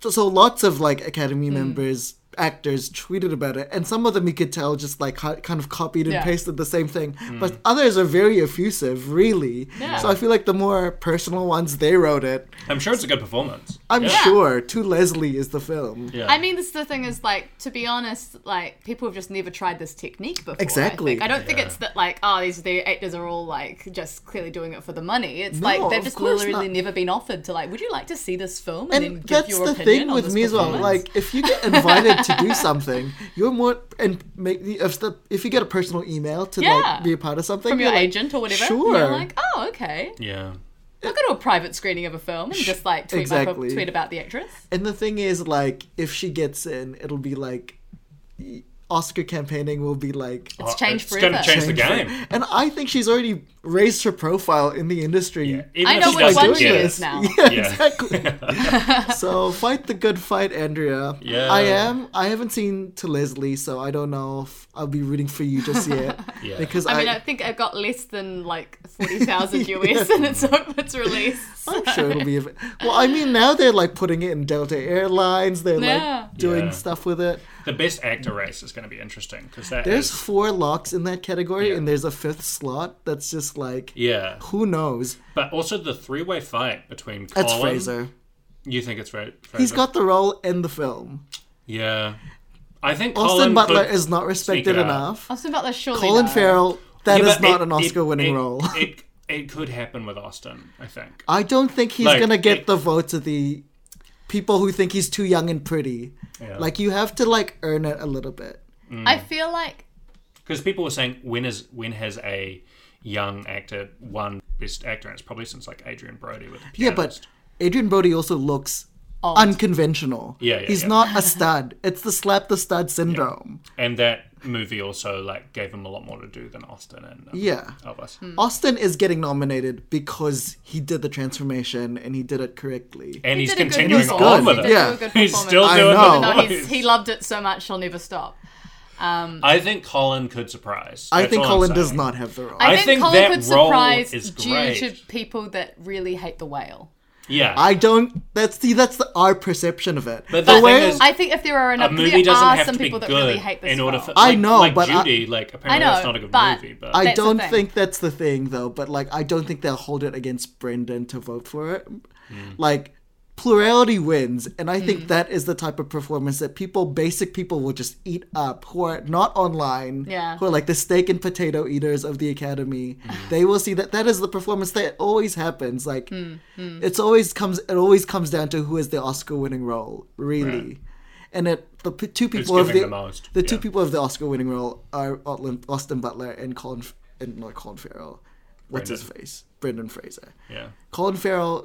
[SPEAKER 2] so lots of like
[SPEAKER 1] Mm.
[SPEAKER 2] Academy members actors tweeted about it, and some of them you could tell just like co- kind of copied and
[SPEAKER 1] Yeah.
[SPEAKER 2] pasted the same thing, but others are very effusive, really.
[SPEAKER 1] Yeah.
[SPEAKER 2] So I feel like the more personal ones they wrote it.
[SPEAKER 3] I'm sure it's a good performance.
[SPEAKER 2] I'm
[SPEAKER 3] Yeah.
[SPEAKER 2] sure. To Leslie is the film.
[SPEAKER 3] Yeah.
[SPEAKER 1] I mean, this the thing is like to be honest, like people have just never tried this technique before. I
[SPEAKER 2] Exactly.
[SPEAKER 1] think. I, don't think
[SPEAKER 3] Yeah.
[SPEAKER 1] it's that like oh these the actors are all like just clearly doing it for the money. It's
[SPEAKER 2] No,
[SPEAKER 1] like they've
[SPEAKER 2] of
[SPEAKER 1] just
[SPEAKER 2] course
[SPEAKER 1] literally
[SPEAKER 2] not.
[SPEAKER 1] never been offered to like would you like to see this film and, then
[SPEAKER 2] and
[SPEAKER 1] give
[SPEAKER 2] that's
[SPEAKER 1] your
[SPEAKER 2] the
[SPEAKER 1] opinion
[SPEAKER 2] thing
[SPEAKER 1] on
[SPEAKER 2] with
[SPEAKER 1] this
[SPEAKER 2] me as well.
[SPEAKER 1] performance?
[SPEAKER 2] Like, if you get invited to do something, you're more and make if the if you get a personal email to
[SPEAKER 1] Yeah.
[SPEAKER 2] like be a part of something
[SPEAKER 1] from your
[SPEAKER 2] you're like,
[SPEAKER 1] agent or whatever.
[SPEAKER 2] Sure.
[SPEAKER 1] And you're like, oh, okay.
[SPEAKER 3] yeah.
[SPEAKER 1] I'll go to a private screening of a film and just like tweet, my-
[SPEAKER 2] Exactly.
[SPEAKER 1] tweet about the actress.
[SPEAKER 2] and the thing is, like, if she gets in, it'll be like y- Oscar campaigning will be like.
[SPEAKER 1] It's changed
[SPEAKER 3] it's gonna
[SPEAKER 1] forever.
[SPEAKER 3] change the game.
[SPEAKER 2] And I think she's already raised her profile in the industry.
[SPEAKER 3] Yeah. Even
[SPEAKER 1] I
[SPEAKER 3] if
[SPEAKER 1] know
[SPEAKER 3] she
[SPEAKER 1] which
[SPEAKER 3] doesn't
[SPEAKER 1] one
[SPEAKER 3] get
[SPEAKER 1] she
[SPEAKER 3] it.
[SPEAKER 1] is now.
[SPEAKER 2] Yeah,
[SPEAKER 3] Yeah.
[SPEAKER 2] exactly. so fight the good fight, Andrea.
[SPEAKER 3] Yeah.
[SPEAKER 2] I am. I haven't seen to Leslie, so I don't know if I'll be rooting for you just yet.
[SPEAKER 3] Yeah.
[SPEAKER 2] Because
[SPEAKER 1] I
[SPEAKER 2] I,
[SPEAKER 1] mean, I think I got less than like forty thousand US in its its release.
[SPEAKER 2] am sure it'll be. a- Well, I mean, now they're like putting it in Delta Airlines. They're
[SPEAKER 1] Yeah.
[SPEAKER 2] like doing
[SPEAKER 3] Yeah.
[SPEAKER 2] stuff with it.
[SPEAKER 3] The best actor race is going to be interesting because that
[SPEAKER 2] There's
[SPEAKER 3] is-
[SPEAKER 2] four locks in that category,
[SPEAKER 3] Yeah.
[SPEAKER 2] and there's a fifth slot that's just like
[SPEAKER 3] yeah,
[SPEAKER 2] who knows.
[SPEAKER 3] but also the three-way fight between Colin.
[SPEAKER 2] That's Fraser.
[SPEAKER 3] You think it's Fra- Fraser?
[SPEAKER 2] He's got the role in the film.
[SPEAKER 3] yeah. I think
[SPEAKER 2] Austin
[SPEAKER 3] Colin
[SPEAKER 2] Butler
[SPEAKER 3] could-
[SPEAKER 2] is not respected
[SPEAKER 3] it out.
[SPEAKER 2] enough.
[SPEAKER 1] Austin Butler surely.
[SPEAKER 2] Colin
[SPEAKER 1] though.
[SPEAKER 2] Farrell, that
[SPEAKER 3] Yeah,
[SPEAKER 2] is
[SPEAKER 3] but
[SPEAKER 2] not
[SPEAKER 3] it-
[SPEAKER 2] an
[SPEAKER 3] it-
[SPEAKER 2] Oscar-winning
[SPEAKER 3] it-
[SPEAKER 2] role.
[SPEAKER 3] It it could happen with Austin. I think.
[SPEAKER 2] I don't think he's
[SPEAKER 3] Like,
[SPEAKER 2] gonna get
[SPEAKER 3] it-
[SPEAKER 2] the votes of the people who think he's too young and pretty.
[SPEAKER 3] Yeah.
[SPEAKER 2] Like you have to like earn it a little bit.
[SPEAKER 1] I feel like
[SPEAKER 3] because people were saying when is when has a young actor won best actor and it's probably since like adrian brody with the
[SPEAKER 2] Yeah, but
[SPEAKER 3] Pianist.
[SPEAKER 2] Adrian Brody also looks unconventional.
[SPEAKER 3] Yeah, yeah,
[SPEAKER 2] he's
[SPEAKER 3] yeah.
[SPEAKER 2] not a stud. It's the slap the stud syndrome.
[SPEAKER 3] and that movie also like gave him a lot more to do than austin and um,
[SPEAKER 2] Yeah.
[SPEAKER 3] elvis
[SPEAKER 1] Hmm.
[SPEAKER 2] Austin is getting nominated because he did the transformation and he did it correctly.
[SPEAKER 3] and
[SPEAKER 1] he
[SPEAKER 3] he's
[SPEAKER 1] did a good
[SPEAKER 3] continuing
[SPEAKER 2] He's
[SPEAKER 3] on
[SPEAKER 2] good,
[SPEAKER 3] with it
[SPEAKER 2] yeah.
[SPEAKER 1] Good
[SPEAKER 3] he's
[SPEAKER 1] performance.
[SPEAKER 3] still
[SPEAKER 2] I
[SPEAKER 3] doing
[SPEAKER 2] know.
[SPEAKER 1] No,
[SPEAKER 3] the
[SPEAKER 1] he's,
[SPEAKER 3] voice.
[SPEAKER 1] he loved it so much he'll never stop.
[SPEAKER 3] i think colin could surprise
[SPEAKER 2] I
[SPEAKER 3] That's
[SPEAKER 2] think
[SPEAKER 3] all I'm
[SPEAKER 2] Colin does
[SPEAKER 3] saying.
[SPEAKER 2] not have the role. I,
[SPEAKER 1] I,
[SPEAKER 3] I
[SPEAKER 1] think,
[SPEAKER 3] think
[SPEAKER 1] Colin
[SPEAKER 3] that
[SPEAKER 1] could
[SPEAKER 3] role
[SPEAKER 1] surprise
[SPEAKER 3] is
[SPEAKER 1] due
[SPEAKER 3] great.
[SPEAKER 1] to people that really hate the whale.
[SPEAKER 3] yeah
[SPEAKER 2] don't. That's see. That's the, our perception of it.
[SPEAKER 3] But the thing
[SPEAKER 2] way-
[SPEAKER 3] is-
[SPEAKER 1] I think if there are
[SPEAKER 3] a
[SPEAKER 1] enough,
[SPEAKER 3] movie
[SPEAKER 1] there
[SPEAKER 3] doesn't
[SPEAKER 1] are
[SPEAKER 3] have
[SPEAKER 1] some
[SPEAKER 3] to be
[SPEAKER 1] people
[SPEAKER 3] good
[SPEAKER 1] that really hate this
[SPEAKER 3] in order for
[SPEAKER 1] role.
[SPEAKER 2] I
[SPEAKER 3] like-
[SPEAKER 2] know,
[SPEAKER 3] like
[SPEAKER 2] but I-
[SPEAKER 3] Judy like apparently
[SPEAKER 1] I know,
[SPEAKER 3] that's not a good
[SPEAKER 1] but
[SPEAKER 3] movie but
[SPEAKER 2] I
[SPEAKER 1] That's the
[SPEAKER 2] don't
[SPEAKER 1] thing.
[SPEAKER 2] think that's the thing though, but like I don't think they'll hold it against Brendan to vote for it. Like plurality wins. And I
[SPEAKER 1] Mm.
[SPEAKER 2] think that is the type of performance that people, basic people, will just eat up who are not online,
[SPEAKER 1] Yeah.
[SPEAKER 2] who are like the steak and potato eaters of the academy. They will see that that is the performance that always happens. Like,
[SPEAKER 1] Mm.
[SPEAKER 2] it's always comes, it always comes down to who is the Oscar winning role, really. And it, the p- two people of
[SPEAKER 3] giving
[SPEAKER 2] the,
[SPEAKER 3] the most,
[SPEAKER 2] the two
[SPEAKER 3] yeah.
[SPEAKER 2] people of the Oscar winning role are Austin Austin Butler and Colin, F- and not Colin Farrell. What's his
[SPEAKER 3] Brendan.
[SPEAKER 2] face? Brendan Fraser.
[SPEAKER 3] Yeah.
[SPEAKER 2] Colin Farrell.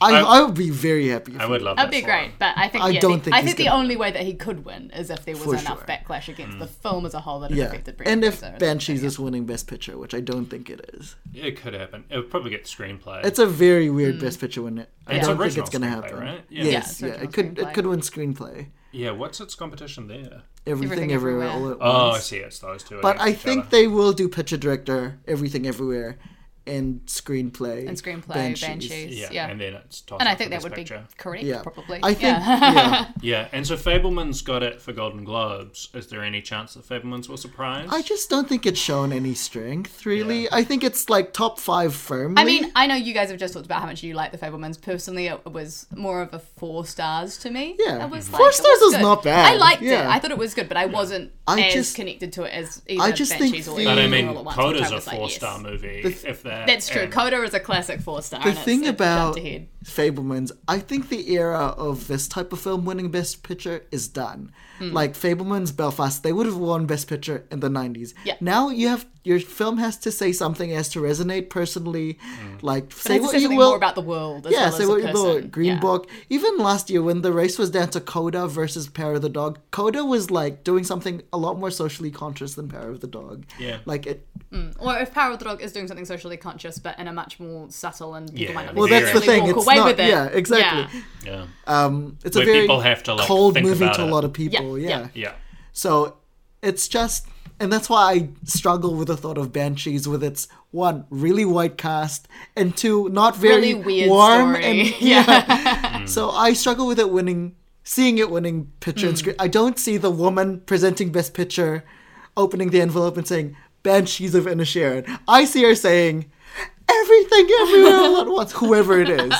[SPEAKER 2] I,
[SPEAKER 3] I-
[SPEAKER 2] I, would be very happy. If
[SPEAKER 3] I would love
[SPEAKER 1] That'd
[SPEAKER 3] that
[SPEAKER 1] be
[SPEAKER 3] for
[SPEAKER 1] great,
[SPEAKER 3] him.
[SPEAKER 1] but I think
[SPEAKER 2] I
[SPEAKER 1] yeah,
[SPEAKER 2] don't
[SPEAKER 1] the,
[SPEAKER 2] think
[SPEAKER 1] I
[SPEAKER 2] he's
[SPEAKER 1] think the
[SPEAKER 2] gonna
[SPEAKER 1] only way that he could win is if there was
[SPEAKER 2] For sure.
[SPEAKER 1] enough backlash against the film as a whole that it
[SPEAKER 2] Yeah,
[SPEAKER 1] affected. Brendan
[SPEAKER 2] and if
[SPEAKER 1] Fraser.
[SPEAKER 2] Banshees is winning Best Picture, which I don't think it is,
[SPEAKER 3] It could happen. It would probably get screenplay.
[SPEAKER 2] it's a very weird Best Picture win. I
[SPEAKER 3] It's
[SPEAKER 2] don't think
[SPEAKER 3] original
[SPEAKER 2] it's going to
[SPEAKER 3] screenplay,
[SPEAKER 2] happen.
[SPEAKER 3] right? Yeah.
[SPEAKER 2] Yeah.
[SPEAKER 3] Yeah,
[SPEAKER 2] Yes,
[SPEAKER 1] Mm. it's
[SPEAKER 2] yeah,
[SPEAKER 1] original
[SPEAKER 2] it could
[SPEAKER 1] screenplay.
[SPEAKER 2] it could win screenplay.
[SPEAKER 3] yeah. What's its competition there?
[SPEAKER 2] Everything,
[SPEAKER 1] Everything
[SPEAKER 2] everywhere, all
[SPEAKER 1] Everywhere.
[SPEAKER 2] at
[SPEAKER 3] Oh, I
[SPEAKER 2] once.
[SPEAKER 3] see. It's those two.
[SPEAKER 2] but
[SPEAKER 3] against
[SPEAKER 2] I
[SPEAKER 3] each
[SPEAKER 2] think
[SPEAKER 3] other.
[SPEAKER 2] they will do picture director, everything everywhere, and screenplay.
[SPEAKER 1] and screenplay Banshees,
[SPEAKER 3] Yeah,
[SPEAKER 1] yeah,
[SPEAKER 3] and then it's tossed
[SPEAKER 1] And I
[SPEAKER 3] up
[SPEAKER 1] think
[SPEAKER 3] for
[SPEAKER 1] that
[SPEAKER 3] Best
[SPEAKER 1] would
[SPEAKER 3] Picture.
[SPEAKER 1] be correct,
[SPEAKER 2] Yeah,
[SPEAKER 1] probably.
[SPEAKER 2] I think.
[SPEAKER 1] yeah.
[SPEAKER 2] yeah.
[SPEAKER 3] Yeah, and so Fableman's got it for Golden Globes. Is there any chance that Fableman's will surprise?
[SPEAKER 2] I just don't think it's shown any strength, really. I think it's like top five firmly.
[SPEAKER 1] I mean, I know you guys have just talked about how much you like the Fablemans. Personally, it was more of a four stars to me.
[SPEAKER 2] Yeah.
[SPEAKER 1] It was
[SPEAKER 2] Four
[SPEAKER 1] like, it
[SPEAKER 2] stars
[SPEAKER 1] was
[SPEAKER 2] is
[SPEAKER 1] good.
[SPEAKER 2] not bad.
[SPEAKER 1] I liked
[SPEAKER 2] Yeah.
[SPEAKER 1] it. I thought it was good, but I wasn't
[SPEAKER 2] I
[SPEAKER 1] as
[SPEAKER 2] just-
[SPEAKER 1] connected to it as either
[SPEAKER 2] I just think
[SPEAKER 1] Banshees or
[SPEAKER 2] the-
[SPEAKER 3] but I
[SPEAKER 1] Everything
[SPEAKER 3] mean,
[SPEAKER 1] All at Once, which
[SPEAKER 3] Coda's
[SPEAKER 1] I
[SPEAKER 3] a
[SPEAKER 1] was like, yes.
[SPEAKER 3] four-star movie. if that,
[SPEAKER 1] That's true.
[SPEAKER 3] and-
[SPEAKER 1] Coda is a classic four star.
[SPEAKER 2] the thing about
[SPEAKER 1] ahead.
[SPEAKER 2] Fablemans, I think the era of this type of film winning Best Picture is done.
[SPEAKER 1] Hmm.
[SPEAKER 2] Like Fablemans, Belfast, they would have won Best Picture in the '90s.
[SPEAKER 1] Yeah.
[SPEAKER 2] Now you have your film has to say something, it has to resonate personally. Like say
[SPEAKER 1] It has to
[SPEAKER 2] what
[SPEAKER 1] say
[SPEAKER 2] you
[SPEAKER 1] something
[SPEAKER 2] will.
[SPEAKER 1] more about the world. As
[SPEAKER 2] yeah,
[SPEAKER 1] well
[SPEAKER 2] say
[SPEAKER 1] as
[SPEAKER 2] what
[SPEAKER 1] a
[SPEAKER 2] you
[SPEAKER 1] person.
[SPEAKER 2] will. Green
[SPEAKER 1] Yeah.
[SPEAKER 2] Book. Even last year when the race was down to Coda versus Power of the Dog, Coda was like doing something a lot more socially conscious than Power of the Dog.
[SPEAKER 3] Yeah.
[SPEAKER 2] Like it
[SPEAKER 1] Or if Power of the Dog is doing something socially conscious, but in a much more subtle and people
[SPEAKER 3] Yeah.
[SPEAKER 1] might not
[SPEAKER 2] Well, that's the
[SPEAKER 1] necessarily
[SPEAKER 2] thing.
[SPEAKER 1] walk
[SPEAKER 2] It's
[SPEAKER 1] away
[SPEAKER 2] not.
[SPEAKER 1] with it.
[SPEAKER 2] Yeah, exactly.
[SPEAKER 1] Yeah.
[SPEAKER 3] Yeah,
[SPEAKER 2] Um, it's
[SPEAKER 3] Where
[SPEAKER 2] a very
[SPEAKER 3] people have to, like,
[SPEAKER 2] cold
[SPEAKER 3] think
[SPEAKER 2] movie
[SPEAKER 3] about
[SPEAKER 2] to a
[SPEAKER 3] it.
[SPEAKER 2] lot of people. Yeah.
[SPEAKER 1] Yeah, yeah.
[SPEAKER 3] yeah.
[SPEAKER 2] So it's just, and that's why I struggle with the thought of Banshees with its one really white cast and two not very
[SPEAKER 1] Really weird
[SPEAKER 2] warm
[SPEAKER 1] story.
[SPEAKER 2] and
[SPEAKER 1] Mm.
[SPEAKER 2] so I struggle with it winning, seeing it winning picture
[SPEAKER 1] Mm.
[SPEAKER 2] and screen. I don't see the woman presenting best picture, opening the envelope and saying "Banshees of Inisherin." I see her saying "Everything Everywhere All at Once," whoever it is.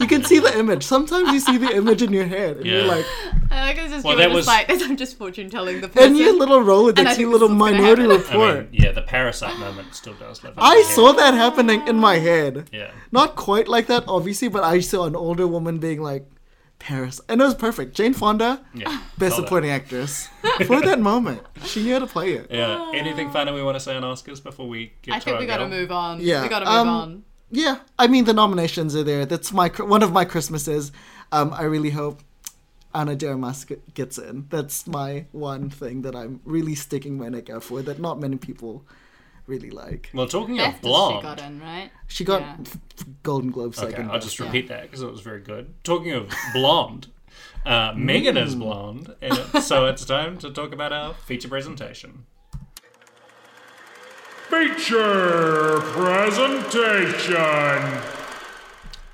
[SPEAKER 2] You can see the image. Sometimes you see the image in your head, and you're
[SPEAKER 3] Yeah.
[SPEAKER 2] like,
[SPEAKER 1] I like it's just,
[SPEAKER 3] Well,
[SPEAKER 1] you were
[SPEAKER 3] that
[SPEAKER 1] just
[SPEAKER 3] was-
[SPEAKER 1] like, I'm just fortune telling the person.
[SPEAKER 2] and your little
[SPEAKER 1] And I
[SPEAKER 2] Rolodex,
[SPEAKER 1] think
[SPEAKER 2] your little
[SPEAKER 1] this is what's gonna
[SPEAKER 2] Minority
[SPEAKER 1] happen.
[SPEAKER 3] I
[SPEAKER 2] Report.
[SPEAKER 3] mean, yeah, the parasite moment still does live. in my
[SPEAKER 2] I
[SPEAKER 3] head.
[SPEAKER 2] saw that happening in my head.
[SPEAKER 3] Yeah.
[SPEAKER 2] Not quite like that, obviously, but I saw an older woman being like, Paris. And it was perfect. Jane Fonda,
[SPEAKER 1] Mm.
[SPEAKER 3] Yeah,
[SPEAKER 2] best
[SPEAKER 3] saw that.
[SPEAKER 2] supporting actress. For that moment, she knew how to play it.
[SPEAKER 3] Yeah. Anything final we want to say on Oscars before we get
[SPEAKER 1] I
[SPEAKER 3] to
[SPEAKER 1] think
[SPEAKER 3] our
[SPEAKER 1] we gotta
[SPEAKER 3] goal?
[SPEAKER 1] move on.
[SPEAKER 2] Yeah,
[SPEAKER 1] We gotta move
[SPEAKER 2] um,
[SPEAKER 1] on.
[SPEAKER 2] Yeah, I mean, the nominations are there. That's my cr- one of my Christmases. Um, I really hope Anna de Armas g- gets in. That's my one thing that I'm really sticking my neck out for that not many people really like.
[SPEAKER 3] Well, talking of
[SPEAKER 1] Beth she got
[SPEAKER 3] blonde.
[SPEAKER 1] in, right?
[SPEAKER 2] She got
[SPEAKER 1] Yeah.
[SPEAKER 2] f- f- Golden Globe
[SPEAKER 3] Okay,
[SPEAKER 2] second.
[SPEAKER 3] I'll just repeat that because it was very good. Talking of blonde, uh,
[SPEAKER 1] Mm.
[SPEAKER 3] Megan is blonde, and it, so it's time to talk about our feature presentation.
[SPEAKER 5] Feature presentation.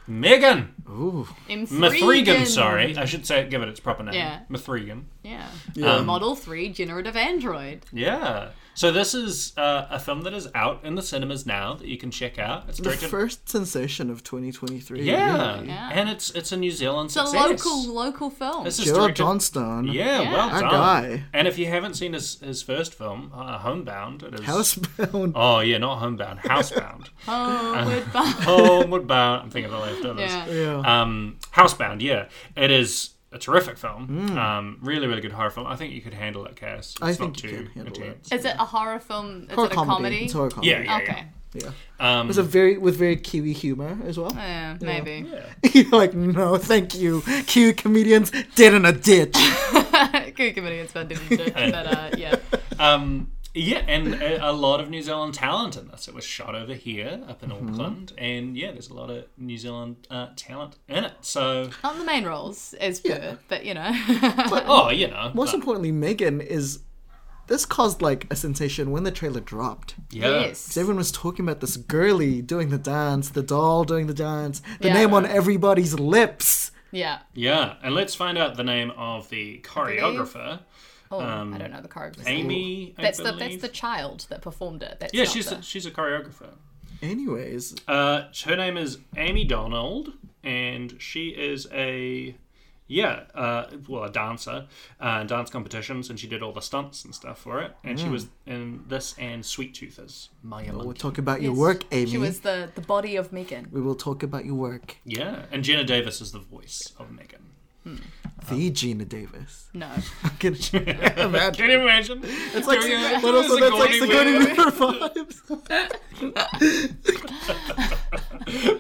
[SPEAKER 3] Megan Mithrigan,
[SPEAKER 1] Mithrigan.
[SPEAKER 3] sorry, I should say give it its proper name.
[SPEAKER 1] Yeah.
[SPEAKER 3] Mithrigan.
[SPEAKER 1] Yeah.
[SPEAKER 3] Um,
[SPEAKER 1] Model 3 generative android.
[SPEAKER 3] Yeah. So this is uh, a film that is out in the cinemas now that you can check out. It's
[SPEAKER 2] The
[SPEAKER 3] directed.
[SPEAKER 2] first sensation of 2023.
[SPEAKER 3] yeah.
[SPEAKER 2] really.
[SPEAKER 1] Yeah.
[SPEAKER 3] and it's it's a New Zealand
[SPEAKER 1] It's a
[SPEAKER 3] success.
[SPEAKER 1] local local film.
[SPEAKER 3] This is
[SPEAKER 2] Gerald
[SPEAKER 3] directed.
[SPEAKER 2] Johnstone.
[SPEAKER 3] Yeah,
[SPEAKER 1] Yeah.
[SPEAKER 3] well
[SPEAKER 2] That
[SPEAKER 3] done.
[SPEAKER 2] guy.
[SPEAKER 3] And if you haven't seen his, his first film, uh, Homebound, it is
[SPEAKER 2] Housebound.
[SPEAKER 3] Oh yeah, not homebound, housebound.
[SPEAKER 1] Oh, we're
[SPEAKER 3] Uh,
[SPEAKER 1] back.
[SPEAKER 3] Homeward bound. I'm thinking of the leftovers.
[SPEAKER 1] Yeah.
[SPEAKER 2] Yeah.
[SPEAKER 3] Um, housebound. Yeah, it is a terrific film. Um, really, really good horror film. I think you could handle it, Cass. It's
[SPEAKER 2] Mm. I think
[SPEAKER 3] not
[SPEAKER 2] you
[SPEAKER 3] too
[SPEAKER 2] can handle it.
[SPEAKER 3] intense.
[SPEAKER 1] Is it a horror film? Is
[SPEAKER 2] horror
[SPEAKER 1] it a
[SPEAKER 2] comedy.
[SPEAKER 1] comedy?
[SPEAKER 2] It's horror comedy.
[SPEAKER 3] Yeah, yeah,
[SPEAKER 1] Okay.
[SPEAKER 2] yeah.
[SPEAKER 3] Um,
[SPEAKER 2] It's a very with very Kiwi humor as well.
[SPEAKER 1] Yeah, maybe.
[SPEAKER 2] You're like, no, thank you, Kiwi comedians dead in a ditch.
[SPEAKER 1] Could give it a spend in it, but uh, yeah.
[SPEAKER 3] Um, yeah, and a, a lot of New Zealand talent in this. It was shot over here, up in
[SPEAKER 2] Mm-hmm.
[SPEAKER 3] Auckland, and yeah, there's a lot of New Zealand uh, talent in it. So,
[SPEAKER 1] Not the main roles, as per,
[SPEAKER 2] Yeah.
[SPEAKER 1] but you know.
[SPEAKER 3] oh, you know,
[SPEAKER 2] Most
[SPEAKER 3] but-
[SPEAKER 2] importantly, Megan is. This caused like a sensation when the trailer dropped. 'Cause
[SPEAKER 3] yeah,
[SPEAKER 1] Yes.
[SPEAKER 2] Everyone was talking about this girly doing the dance, the doll doing the dance, the
[SPEAKER 1] Yeah.
[SPEAKER 2] name on everybody's lips.
[SPEAKER 1] Yeah.
[SPEAKER 3] yeah, and let's find out the name of the choreographer,
[SPEAKER 1] Oh, I don't know the choreography.
[SPEAKER 3] Um, Amy. I
[SPEAKER 1] That's the that's
[SPEAKER 3] believe.
[SPEAKER 1] the child that performed it. That's
[SPEAKER 3] Yeah,
[SPEAKER 1] not
[SPEAKER 3] she's
[SPEAKER 1] the-
[SPEAKER 3] a, she's a choreographer.
[SPEAKER 2] Anyways,
[SPEAKER 3] Uh, her name is Amy Donald, and she is a yeah, uh, well, a dancer, uh, dance competitions, and she did all the stunts and stuff for it. And she was in this and Sweet Tooth as Hmm. Maya
[SPEAKER 2] We'll
[SPEAKER 3] Monkey.
[SPEAKER 2] talk about your
[SPEAKER 1] Yes.
[SPEAKER 2] work, Amy.
[SPEAKER 1] She was the, the body of Megan.
[SPEAKER 2] We will talk about your work.
[SPEAKER 3] yeah, and Jenna Davis is the voice of Megan.
[SPEAKER 2] The Gina Davis.
[SPEAKER 1] No.
[SPEAKER 2] Can you imagine?
[SPEAKER 3] Can you imagine?
[SPEAKER 2] It's like,
[SPEAKER 3] Doing it.
[SPEAKER 2] but also
[SPEAKER 3] It's a
[SPEAKER 2] that's like
[SPEAKER 3] Sigourney
[SPEAKER 2] Sigourney
[SPEAKER 3] Weaver.
[SPEAKER 2] Weaver vibes.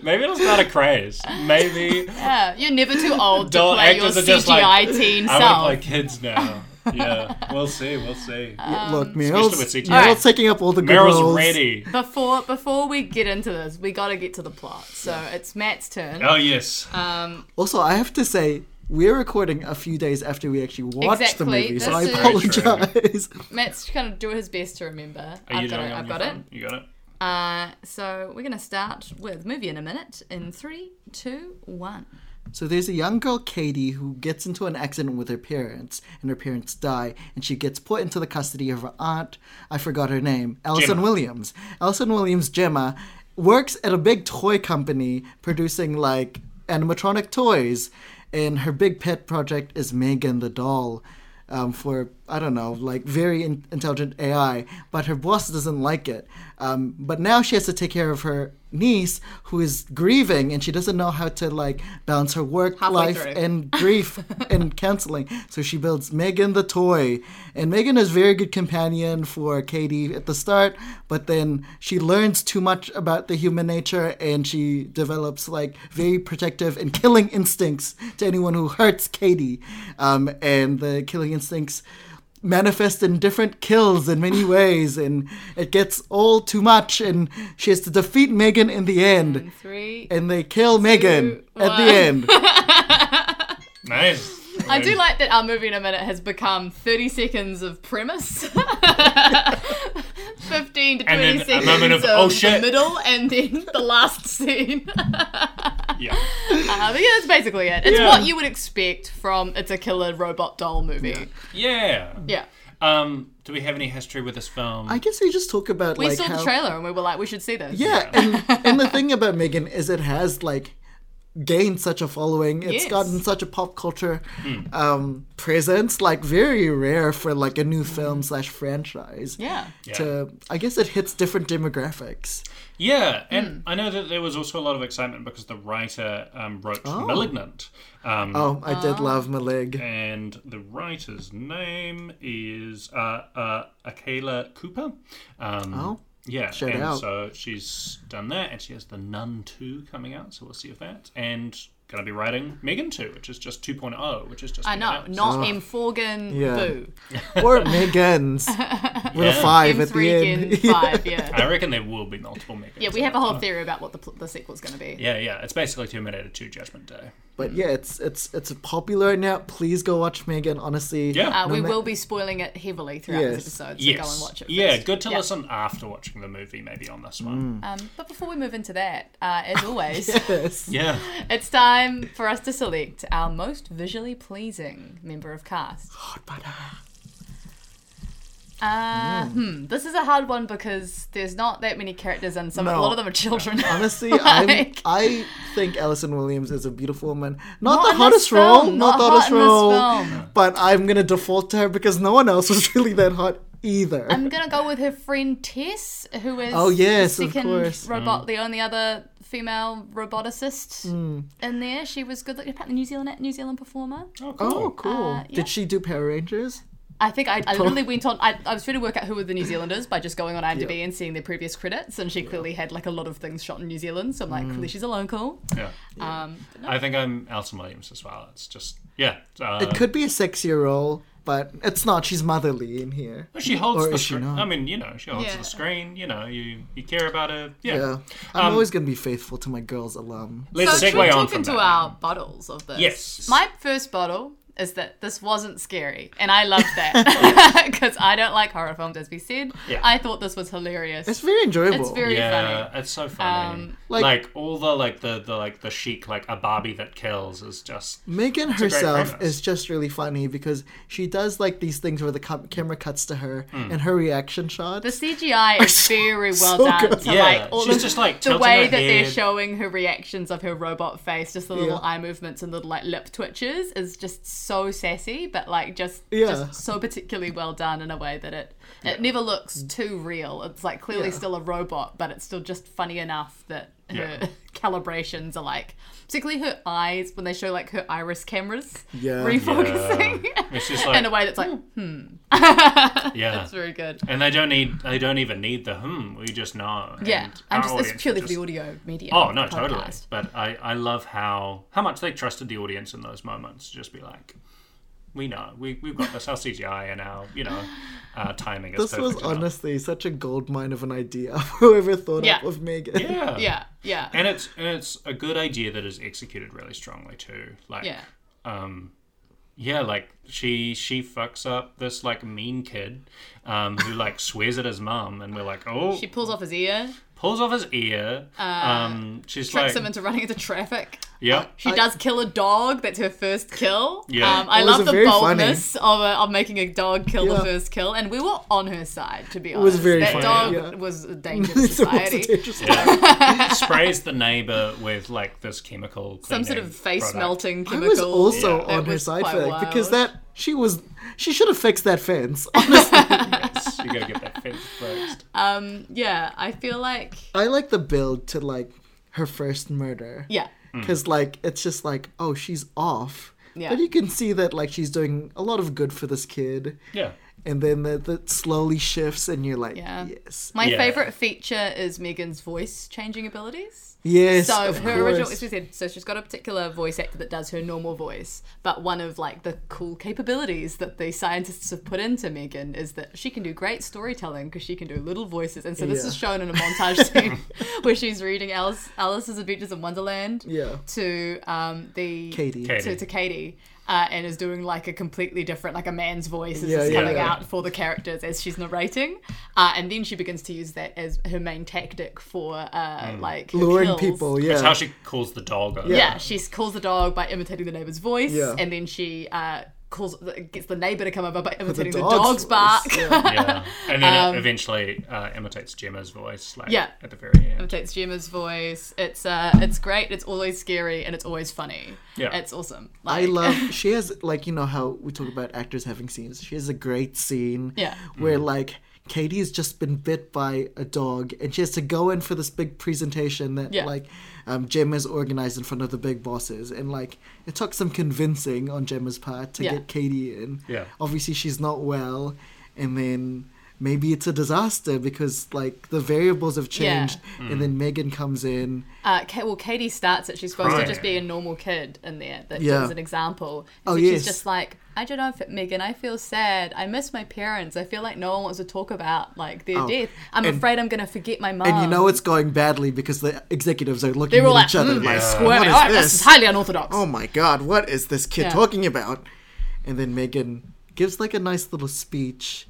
[SPEAKER 3] Maybe it'll start a craze. Maybe
[SPEAKER 1] Yeah, Uh, you're never too old to
[SPEAKER 3] Adult
[SPEAKER 1] play your
[SPEAKER 3] actors are just
[SPEAKER 1] CGI
[SPEAKER 3] like,
[SPEAKER 1] teen
[SPEAKER 3] I want to
[SPEAKER 1] self.
[SPEAKER 3] play kids now. Yeah, we'll see. We'll see.
[SPEAKER 2] Look,
[SPEAKER 3] especially
[SPEAKER 2] Meryl's,
[SPEAKER 3] with CGI.
[SPEAKER 2] Meryl's taking up all the good
[SPEAKER 3] Meryl's
[SPEAKER 2] roles.
[SPEAKER 3] ready.
[SPEAKER 1] Before before we get into this, we got to get to the plot. So it's Matt's turn.
[SPEAKER 3] Oh yes.
[SPEAKER 1] Um,
[SPEAKER 2] Also, I have to say, we're recording a few days after we actually watched
[SPEAKER 1] Exactly,
[SPEAKER 2] the movie, so I
[SPEAKER 1] this is-
[SPEAKER 2] apologize.
[SPEAKER 1] Matt's going to do his best to remember.
[SPEAKER 3] Are you
[SPEAKER 1] I've got
[SPEAKER 3] doing
[SPEAKER 1] it.
[SPEAKER 3] it on
[SPEAKER 1] I've
[SPEAKER 3] your
[SPEAKER 1] got it.
[SPEAKER 3] phone? You got it.
[SPEAKER 1] Uh, so we're going to start with movie in a minute. In three, two, one.
[SPEAKER 2] So there's a young girl, Katie, who gets into an accident with her parents, and her parents die, and she gets put into the custody of her aunt. I forgot her name, Allison
[SPEAKER 3] Gemma.
[SPEAKER 2] Williams. Allison Williams, Gemma, works at a big toy company producing like animatronic toys, and her big pet project is Megan the doll. Um, for I don't know, like very in- intelligent AI, but her boss doesn't like it. Um, but now she has to take care of her niece who is grieving, and she doesn't know how to like balance her work
[SPEAKER 1] Halfway
[SPEAKER 2] life
[SPEAKER 1] through.
[SPEAKER 2] and grief and canceling. So she builds Megan the toy. And Megan is a very good companion for Katie at the start, but then she learns too much about the human nature and she develops like very protective and killing instincts to anyone who hurts Katie. Um, and the killing instincts manifest in different kills in many ways and it gets all too much and she has to defeat Megan in the end
[SPEAKER 1] In three.
[SPEAKER 2] and they kill Megan at the end.
[SPEAKER 3] Nice.
[SPEAKER 1] I do like that our movie in a minute has become 30 seconds of premise, 15 to 20
[SPEAKER 3] And then a
[SPEAKER 1] seconds
[SPEAKER 3] moment
[SPEAKER 1] of,
[SPEAKER 3] of, "Oh,
[SPEAKER 1] the
[SPEAKER 3] shit."
[SPEAKER 1] middle, and then the last scene.
[SPEAKER 3] Yeah.
[SPEAKER 1] Uh, but yeah, that's basically it. It's
[SPEAKER 3] Yeah.
[SPEAKER 1] what you would expect from It's a Killer Robot Doll movie.
[SPEAKER 3] Yeah.
[SPEAKER 1] Yeah.
[SPEAKER 3] Um, do we have any history with this film?
[SPEAKER 2] I guess we just talk about
[SPEAKER 1] We
[SPEAKER 2] like
[SPEAKER 1] saw
[SPEAKER 2] how,
[SPEAKER 1] the trailer and we were like, we should see this.
[SPEAKER 2] Yeah, and and the thing about Megan is it has like gained such a following. It's
[SPEAKER 1] Yes.
[SPEAKER 2] gotten such a pop culture
[SPEAKER 3] Hmm.
[SPEAKER 2] um, presence, like very rare for like a new film slash franchise.
[SPEAKER 1] Yeah.
[SPEAKER 2] To I guess it hits different demographics.
[SPEAKER 3] Yeah, and
[SPEAKER 1] Hmm.
[SPEAKER 3] I know that there was also a lot of excitement because the writer um, wrote *Malignant*, um,
[SPEAKER 2] Oh, I did love Malig.
[SPEAKER 3] and the writer's name is uh, uh, Akela Cooper. Um,
[SPEAKER 2] Oh,
[SPEAKER 3] yeah,
[SPEAKER 2] shout
[SPEAKER 3] and
[SPEAKER 2] out.
[SPEAKER 3] so she's done that, and she has *The Nun* two coming out, so we'll see if that and. Gonna be writing Megan 2, which is just 2.0, which is just
[SPEAKER 1] I
[SPEAKER 3] been
[SPEAKER 1] know.
[SPEAKER 3] out.
[SPEAKER 1] Not M. Forgan,
[SPEAKER 2] Yeah.
[SPEAKER 1] boo.
[SPEAKER 2] or Megan's with a
[SPEAKER 3] Yeah.
[SPEAKER 2] five
[SPEAKER 1] M.
[SPEAKER 2] at the end.
[SPEAKER 1] Freakin' 5, yeah.
[SPEAKER 3] I reckon there will be multiple Megans. Uh,
[SPEAKER 1] Yeah, we have a whole theory about what the, pl- the sequel's going to be.
[SPEAKER 3] Yeah, yeah, it's basically Terminator 2 Judgment Day.
[SPEAKER 2] But yeah, it's it's it's popular now. Please go watch Megan. Honestly,
[SPEAKER 3] Yeah.
[SPEAKER 1] Uh, we
[SPEAKER 2] ma-
[SPEAKER 1] will be spoiling it heavily throughout
[SPEAKER 2] Yes.
[SPEAKER 1] this episode, so
[SPEAKER 3] yes.
[SPEAKER 1] go and watch it.
[SPEAKER 3] yeah,
[SPEAKER 1] first.
[SPEAKER 3] good to
[SPEAKER 1] Yeah.
[SPEAKER 3] listen after watching the movie, maybe on this one.
[SPEAKER 2] Mm.
[SPEAKER 1] Um, but before we move into that, uh, as always,
[SPEAKER 2] Yes.
[SPEAKER 3] Yeah.
[SPEAKER 1] it's time for us to select our most visually pleasing member of cast.
[SPEAKER 2] Hot butter. Mm.
[SPEAKER 1] Uh, hmm, this is a hard one because there's not that many characters, and some a
[SPEAKER 2] No.
[SPEAKER 1] lot of them are children.
[SPEAKER 2] Honestly, I'm,
[SPEAKER 1] Like-
[SPEAKER 2] I think Allison Williams is a beautiful woman. Not,
[SPEAKER 1] Not
[SPEAKER 2] the
[SPEAKER 1] in this
[SPEAKER 2] hottest role,
[SPEAKER 1] film,
[SPEAKER 2] not,
[SPEAKER 1] not
[SPEAKER 2] the
[SPEAKER 1] hot
[SPEAKER 2] hottest
[SPEAKER 1] in this
[SPEAKER 2] role,
[SPEAKER 1] film.
[SPEAKER 2] but I'm gonna default to her because no one else was really that hot either.
[SPEAKER 1] I'm gonna go with her friend Tess, who is
[SPEAKER 2] Oh, yes,
[SPEAKER 1] the
[SPEAKER 2] of
[SPEAKER 1] second
[SPEAKER 2] course.
[SPEAKER 1] robot, the only other female roboticist
[SPEAKER 2] Mm.
[SPEAKER 1] in there. She was good looking, apparently New Zealand New Zealand performer.
[SPEAKER 3] Oh, cool.
[SPEAKER 2] oh, cool.
[SPEAKER 1] Uh, yeah.
[SPEAKER 2] Did she do Power Rangers?
[SPEAKER 1] I think I, I literally went on. I, I was trying to work out who were the New Zealanders by just going on IMDb and seeing their previous credits, and she clearly had like a lot of things shot in New Zealand. So I'm like, clearly she's a local.
[SPEAKER 3] Yeah.
[SPEAKER 1] Um,
[SPEAKER 3] I think I'm Alton Williams as well. It's just, yeah. Uh,
[SPEAKER 2] It could be a sexier role, but it's not. She's motherly in here.
[SPEAKER 3] well, she holds
[SPEAKER 2] or
[SPEAKER 3] the
[SPEAKER 2] is she
[SPEAKER 3] screen.
[SPEAKER 2] not?
[SPEAKER 3] I mean, you know, she holds
[SPEAKER 1] Yeah.
[SPEAKER 3] the screen. You know, you, you care about her. Yeah.
[SPEAKER 2] Yeah, I'm
[SPEAKER 3] Um,
[SPEAKER 2] always gonna be faithful to my girls alum.
[SPEAKER 3] Let's
[SPEAKER 1] so should we
[SPEAKER 3] segue on
[SPEAKER 1] talk
[SPEAKER 3] from
[SPEAKER 1] into
[SPEAKER 3] that.
[SPEAKER 1] our bottles of this?
[SPEAKER 3] Yes.
[SPEAKER 1] My first bottle is that this wasn't scary, and I loved that because I don't like horror films, as we said.
[SPEAKER 3] Yeah.
[SPEAKER 1] I thought this was hilarious.
[SPEAKER 2] It's very enjoyable.
[SPEAKER 1] It's very
[SPEAKER 3] yeah,
[SPEAKER 1] funny.
[SPEAKER 3] it's so funny.
[SPEAKER 1] Um,
[SPEAKER 2] Like-
[SPEAKER 3] like, all the like the, the like the chic like a Barbie that kills is just
[SPEAKER 2] Megan
[SPEAKER 3] great
[SPEAKER 2] herself
[SPEAKER 3] premise.
[SPEAKER 2] is just really funny because she does like these things where the com- camera cuts to her
[SPEAKER 3] Hmm.
[SPEAKER 2] and her reaction shot.
[SPEAKER 1] The CGI is very well
[SPEAKER 2] so
[SPEAKER 1] done.
[SPEAKER 2] good.
[SPEAKER 1] So
[SPEAKER 3] Yeah,
[SPEAKER 1] like all
[SPEAKER 3] she's
[SPEAKER 1] of
[SPEAKER 3] just, like,
[SPEAKER 1] the
[SPEAKER 3] tilting
[SPEAKER 1] way
[SPEAKER 3] her
[SPEAKER 1] that they're
[SPEAKER 3] head.
[SPEAKER 1] showing her reactions of her robot face, just the little
[SPEAKER 2] Yeah.
[SPEAKER 1] eye movements and little like lip twitches, is just so sassy, but like just
[SPEAKER 2] Yeah.
[SPEAKER 1] just so particularly well done in a way that it it never looks too real. It's like clearly still a robot, but it's still just funny enough that her
[SPEAKER 3] Yeah.
[SPEAKER 1] calibrations are like particularly her eyes when they show like her iris cameras
[SPEAKER 2] Yeah.
[SPEAKER 1] refocusing
[SPEAKER 3] It's just like
[SPEAKER 1] in a way that's like hmm,
[SPEAKER 3] yeah.
[SPEAKER 1] that's very good.
[SPEAKER 3] and they don't need they don't even need the hmm. We just know.
[SPEAKER 1] Yeah,
[SPEAKER 3] And
[SPEAKER 1] I'm
[SPEAKER 3] our audience
[SPEAKER 1] just,
[SPEAKER 3] will
[SPEAKER 1] it's purely
[SPEAKER 3] just-
[SPEAKER 1] for the audio medium.
[SPEAKER 3] Oh no,
[SPEAKER 1] podcast.
[SPEAKER 3] totally. But I, I love how how much they trusted the audience in those moments. to Just be like, we know we we've got this. Our CGI and our you know uh, timing is
[SPEAKER 2] this was
[SPEAKER 3] perfect enough.
[SPEAKER 2] honestly such a goldmine of an idea. Whoever thought
[SPEAKER 1] Yeah.
[SPEAKER 2] up of Megan.
[SPEAKER 3] Yeah.
[SPEAKER 1] Yeah, yeah,
[SPEAKER 3] And it's and it's a good idea that is executed really strongly too. Like
[SPEAKER 1] yeah,
[SPEAKER 3] um yeah like she she fucks up this like mean kid um who like swears at his mum and we're like oh
[SPEAKER 1] She pulls off his ear,
[SPEAKER 3] pulls off his ear um she's
[SPEAKER 1] tricks
[SPEAKER 3] like
[SPEAKER 1] him into running into traffic.
[SPEAKER 3] yeah
[SPEAKER 1] She does kill a dog. That's her first kill.
[SPEAKER 3] Yeah.
[SPEAKER 1] um, I
[SPEAKER 2] It was
[SPEAKER 1] love
[SPEAKER 2] a
[SPEAKER 1] the
[SPEAKER 2] very funny-
[SPEAKER 1] boldness of, uh of making a dog kill the
[SPEAKER 2] Yeah.
[SPEAKER 1] first kill, and we were on her side to be honest.
[SPEAKER 2] was very
[SPEAKER 1] that
[SPEAKER 2] funny,
[SPEAKER 1] dog
[SPEAKER 2] yeah.
[SPEAKER 1] was a danger to
[SPEAKER 2] It's the most
[SPEAKER 1] society.
[SPEAKER 2] dangerous-
[SPEAKER 3] sprays the neighbor with like this chemical
[SPEAKER 1] Some sort
[SPEAKER 3] cleaning
[SPEAKER 1] of face
[SPEAKER 3] product.
[SPEAKER 1] melting
[SPEAKER 2] I
[SPEAKER 1] chemical.
[SPEAKER 2] was also
[SPEAKER 1] That
[SPEAKER 2] on her
[SPEAKER 1] was
[SPEAKER 2] side for
[SPEAKER 1] quite
[SPEAKER 2] that because
[SPEAKER 1] wild.
[SPEAKER 2] that she was she should have fixed that fence.
[SPEAKER 3] Yes, you gotta get that fence fixed
[SPEAKER 1] Um, yeah, I feel like
[SPEAKER 2] I like the build to like her first murder.
[SPEAKER 1] yeah,
[SPEAKER 2] Because like it's just like oh she's off.
[SPEAKER 1] Mm. Yeah.
[SPEAKER 2] But you can see that like she's doing a lot of good for this kid.
[SPEAKER 3] yeah
[SPEAKER 2] and then that that slowly shifts and you're like
[SPEAKER 1] Yeah.
[SPEAKER 2] yes
[SPEAKER 1] my
[SPEAKER 3] Yeah.
[SPEAKER 1] favorite feature is Megan's voice changing abilities.
[SPEAKER 2] yes
[SPEAKER 1] so
[SPEAKER 2] of
[SPEAKER 1] her original,
[SPEAKER 2] course.
[SPEAKER 1] as we said, so she's got a particular voice actor that does her normal voice, but one of like the cool capabilities that the scientists have put into Megan is that she can do great storytelling because she can do little voices, and so this
[SPEAKER 2] Yeah.
[SPEAKER 1] is shown in a montage scene where she's reading Alice, Alice's Adventures in Wonderland
[SPEAKER 2] yeah
[SPEAKER 1] to um, the
[SPEAKER 2] katie
[SPEAKER 3] Katie.
[SPEAKER 1] to, to Katie. Uh, and is doing like a completely different, like a man's voice is
[SPEAKER 2] Yeah,
[SPEAKER 1] just
[SPEAKER 2] yeah,
[SPEAKER 1] coming
[SPEAKER 2] yeah.
[SPEAKER 1] out for the characters as she's narrating, uh, and then she begins to use that as her main tactic for uh, like her
[SPEAKER 2] Mm. luring
[SPEAKER 1] kills.
[SPEAKER 2] people yeah
[SPEAKER 3] that's how she calls the dog over.
[SPEAKER 1] Yeah, she calls the dog by imitating the neighbor's voice,
[SPEAKER 2] Yeah.
[SPEAKER 1] and then she uh, calls gets the neighbor to come over by imitating the,
[SPEAKER 2] dog's
[SPEAKER 1] dog's, bark.
[SPEAKER 2] voice,
[SPEAKER 3] Yeah. and then it eventually uh, imitates Gemma's voice like
[SPEAKER 1] Um, Yeah.
[SPEAKER 3] at the very end
[SPEAKER 1] imitates Gemma's voice. It's uh, it's great. It's always scary and it's always funny.
[SPEAKER 3] Yeah.
[SPEAKER 1] it's awesome.
[SPEAKER 2] I
[SPEAKER 1] Like-
[SPEAKER 2] love. She has like you know how we talk about actors having scenes. She has a great scene.
[SPEAKER 1] Yeah.
[SPEAKER 2] Where like Katie's just been bit by a dog, and she has to go in for this big presentation that
[SPEAKER 1] Yeah.
[SPEAKER 2] like um, Gemma's organized in front of the big bosses, and like it took some convincing on Gemma's part to
[SPEAKER 1] Yeah.
[SPEAKER 2] get Katie in.
[SPEAKER 3] Yeah.
[SPEAKER 2] Obviously, she's not well, and then. Maybe it's a disaster because like the variables have
[SPEAKER 1] Yeah.
[SPEAKER 2] changed, and then Megan comes in.
[SPEAKER 1] Uh, Ka- well, Katie starts it. She's supposed
[SPEAKER 3] Crying.
[SPEAKER 1] to just be a normal kid in there. That
[SPEAKER 2] Yeah.
[SPEAKER 1] is an example.
[SPEAKER 2] Oh,
[SPEAKER 1] so
[SPEAKER 2] yes.
[SPEAKER 1] She's just like, I don't know, if Megan. I feel sad. I miss my parents. I feel like no one wants to talk about like their death. I'm afraid I'm gonna forget my mom.
[SPEAKER 2] Oh, And you know it's going badly because the executives are looking
[SPEAKER 1] Um, They were
[SPEAKER 2] at
[SPEAKER 1] all like,
[SPEAKER 2] each other
[SPEAKER 1] mm,
[SPEAKER 2] like,
[SPEAKER 1] squirming.
[SPEAKER 2] "What
[SPEAKER 1] Oh,
[SPEAKER 2] is
[SPEAKER 1] this
[SPEAKER 2] this?"
[SPEAKER 1] is highly unorthodox.
[SPEAKER 2] oh my god, what is this kid
[SPEAKER 1] Yeah.
[SPEAKER 2] talking about? And then Megan gives like a nice little speech,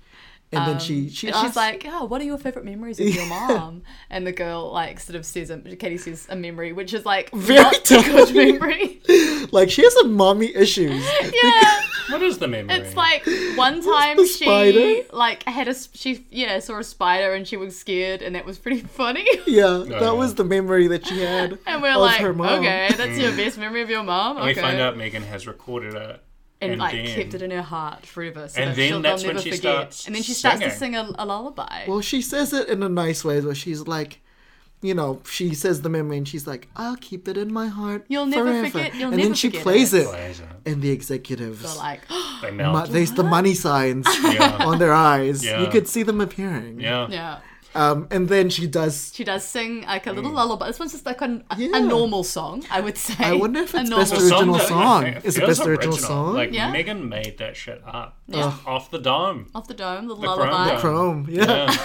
[SPEAKER 2] and then she she
[SPEAKER 1] Um, and
[SPEAKER 2] asks,
[SPEAKER 1] she's like, "Oh, what are your favorite memories of your mom?" And the girl like sort of says, a, Katie says a memery, which is like
[SPEAKER 2] Very
[SPEAKER 1] not a good
[SPEAKER 2] tiny.
[SPEAKER 1] memory.
[SPEAKER 2] like she has some mommy issues.
[SPEAKER 1] yeah,
[SPEAKER 3] what is the memory
[SPEAKER 1] it's like one time
[SPEAKER 2] the
[SPEAKER 1] she
[SPEAKER 2] spider?
[SPEAKER 1] like had a s- she yeah saw a spider and she was scared and that was pretty funny.
[SPEAKER 2] yeah, that
[SPEAKER 3] yeah.
[SPEAKER 2] was the memory that she had
[SPEAKER 1] And we're
[SPEAKER 2] of
[SPEAKER 1] like,
[SPEAKER 2] her mom.
[SPEAKER 1] okay, that's your best memory of your mom.
[SPEAKER 3] we
[SPEAKER 1] okay.
[SPEAKER 3] find out Megan has recorded it
[SPEAKER 1] and, like
[SPEAKER 3] then,
[SPEAKER 1] kept it in her heart forever. So
[SPEAKER 3] And
[SPEAKER 1] that
[SPEAKER 3] then
[SPEAKER 1] she'll,
[SPEAKER 3] that's
[SPEAKER 1] they'll
[SPEAKER 3] when
[SPEAKER 1] never
[SPEAKER 3] she
[SPEAKER 1] forget.
[SPEAKER 3] starts
[SPEAKER 1] and then she starts to sing
[SPEAKER 3] singing.
[SPEAKER 1] a, a lullaby.
[SPEAKER 2] Well, she says it in a nice way where she's like, you know, she says the memory and she's like, I'll keep it in my heart.
[SPEAKER 1] You'll never
[SPEAKER 2] forever."
[SPEAKER 1] forget- you'll
[SPEAKER 2] and then
[SPEAKER 1] never
[SPEAKER 2] she
[SPEAKER 1] forget
[SPEAKER 2] plays it,
[SPEAKER 3] Plays it.
[SPEAKER 2] and the executives.
[SPEAKER 1] so like,
[SPEAKER 3] they
[SPEAKER 2] Mo-
[SPEAKER 3] melt
[SPEAKER 2] there's the money signs
[SPEAKER 3] yeah.
[SPEAKER 2] on their eyes.
[SPEAKER 3] Yeah.
[SPEAKER 2] You could see them appearing.
[SPEAKER 3] yeah
[SPEAKER 1] yeah.
[SPEAKER 2] Um, and then she does.
[SPEAKER 1] She does sing like a little
[SPEAKER 3] Mm.
[SPEAKER 1] lullaby. This one's just like an, a,
[SPEAKER 2] Yeah.
[SPEAKER 1] a normal song, I would say.
[SPEAKER 2] I wonder if
[SPEAKER 1] A
[SPEAKER 2] it's best orig- original
[SPEAKER 1] normal-
[SPEAKER 3] that-
[SPEAKER 2] song.
[SPEAKER 3] it
[SPEAKER 2] Is it
[SPEAKER 3] feels
[SPEAKER 2] best original song?
[SPEAKER 3] Like
[SPEAKER 1] Yeah.
[SPEAKER 3] Megan made that shit up. Just off the dome.
[SPEAKER 1] off the dome, little
[SPEAKER 3] The
[SPEAKER 1] lullaby.
[SPEAKER 3] Chrome
[SPEAKER 2] Chrome. Yeah.
[SPEAKER 3] Um,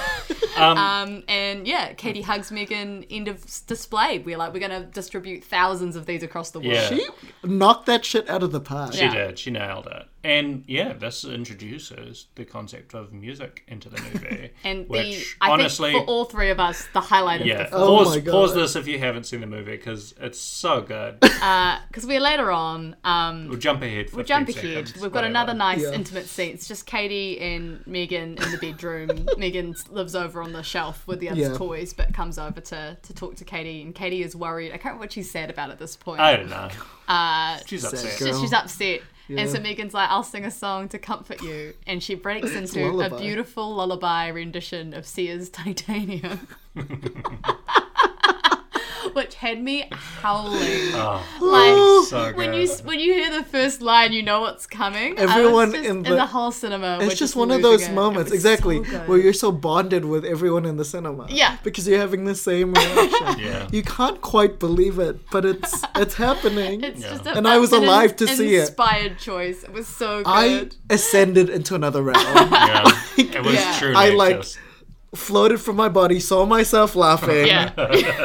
[SPEAKER 3] Yeah.
[SPEAKER 1] Um, and yeah, Katie hugs Megan. End of s- display. We're like, we're gonna distribute thousands of these across the world.
[SPEAKER 3] Yeah.
[SPEAKER 2] She knocked that shit out of the park.
[SPEAKER 3] She
[SPEAKER 1] Yeah.
[SPEAKER 3] did. She nailed it. And yeah, this introduces the concept of music into the movie.
[SPEAKER 1] And
[SPEAKER 3] which,
[SPEAKER 1] the, I
[SPEAKER 3] honestly,
[SPEAKER 1] think for all three of us, the highlight
[SPEAKER 3] yeah.
[SPEAKER 1] of the
[SPEAKER 2] Oh
[SPEAKER 3] pause,
[SPEAKER 2] my God.
[SPEAKER 3] pause this if you haven't seen the movie because it's so good.
[SPEAKER 1] because we're later on. Um,
[SPEAKER 3] We'll jump ahead.
[SPEAKER 1] we'll jump ahead. We've got another nice intimate scene. It's just Katie and Megan in the bedroom. Megan lives over on the shelf with the other
[SPEAKER 2] Yeah.
[SPEAKER 1] toys, but comes over to to talk to Katie. And Katie is worried. I can't remember what she's sad about at this point.
[SPEAKER 3] I don't know.
[SPEAKER 1] Uh,
[SPEAKER 3] She's
[SPEAKER 2] Sad
[SPEAKER 3] upset.
[SPEAKER 2] girl.
[SPEAKER 1] she's, she's upset. And so
[SPEAKER 2] Yeah.
[SPEAKER 1] Megan's like, I'll sing a song to comfort you. And she breaks into a
[SPEAKER 2] lullaby.
[SPEAKER 1] beautiful lullaby rendition of Sia's Titanium. Which had me howling.
[SPEAKER 2] Oh
[SPEAKER 1] like,
[SPEAKER 3] Oh, so
[SPEAKER 1] when
[SPEAKER 3] good.
[SPEAKER 1] you s- when you hear the first line, you know what's coming. I was
[SPEAKER 2] Everyone
[SPEAKER 1] just-
[SPEAKER 2] in
[SPEAKER 1] in, the,
[SPEAKER 2] the-
[SPEAKER 1] whole cinema.
[SPEAKER 2] It's
[SPEAKER 1] were
[SPEAKER 2] just, one of
[SPEAKER 1] losing
[SPEAKER 2] those
[SPEAKER 1] it. It
[SPEAKER 2] moments,
[SPEAKER 1] was
[SPEAKER 2] exactly,
[SPEAKER 1] so good.
[SPEAKER 2] where you're so bonded with everyone in the cinema.
[SPEAKER 1] Yeah.
[SPEAKER 2] Because you're having the same reaction.
[SPEAKER 3] Yeah.
[SPEAKER 2] You can't quite believe it, but it's it's happening.
[SPEAKER 1] It's just a,
[SPEAKER 2] And I was
[SPEAKER 1] an
[SPEAKER 2] alive to see it.
[SPEAKER 1] Inspired choice. It was so good.
[SPEAKER 2] I ascended into another realm,
[SPEAKER 3] yeah. It was
[SPEAKER 1] Yeah.
[SPEAKER 3] truly
[SPEAKER 2] I, like,
[SPEAKER 3] just-
[SPEAKER 2] floated from my body, saw myself laughing,
[SPEAKER 1] yeah.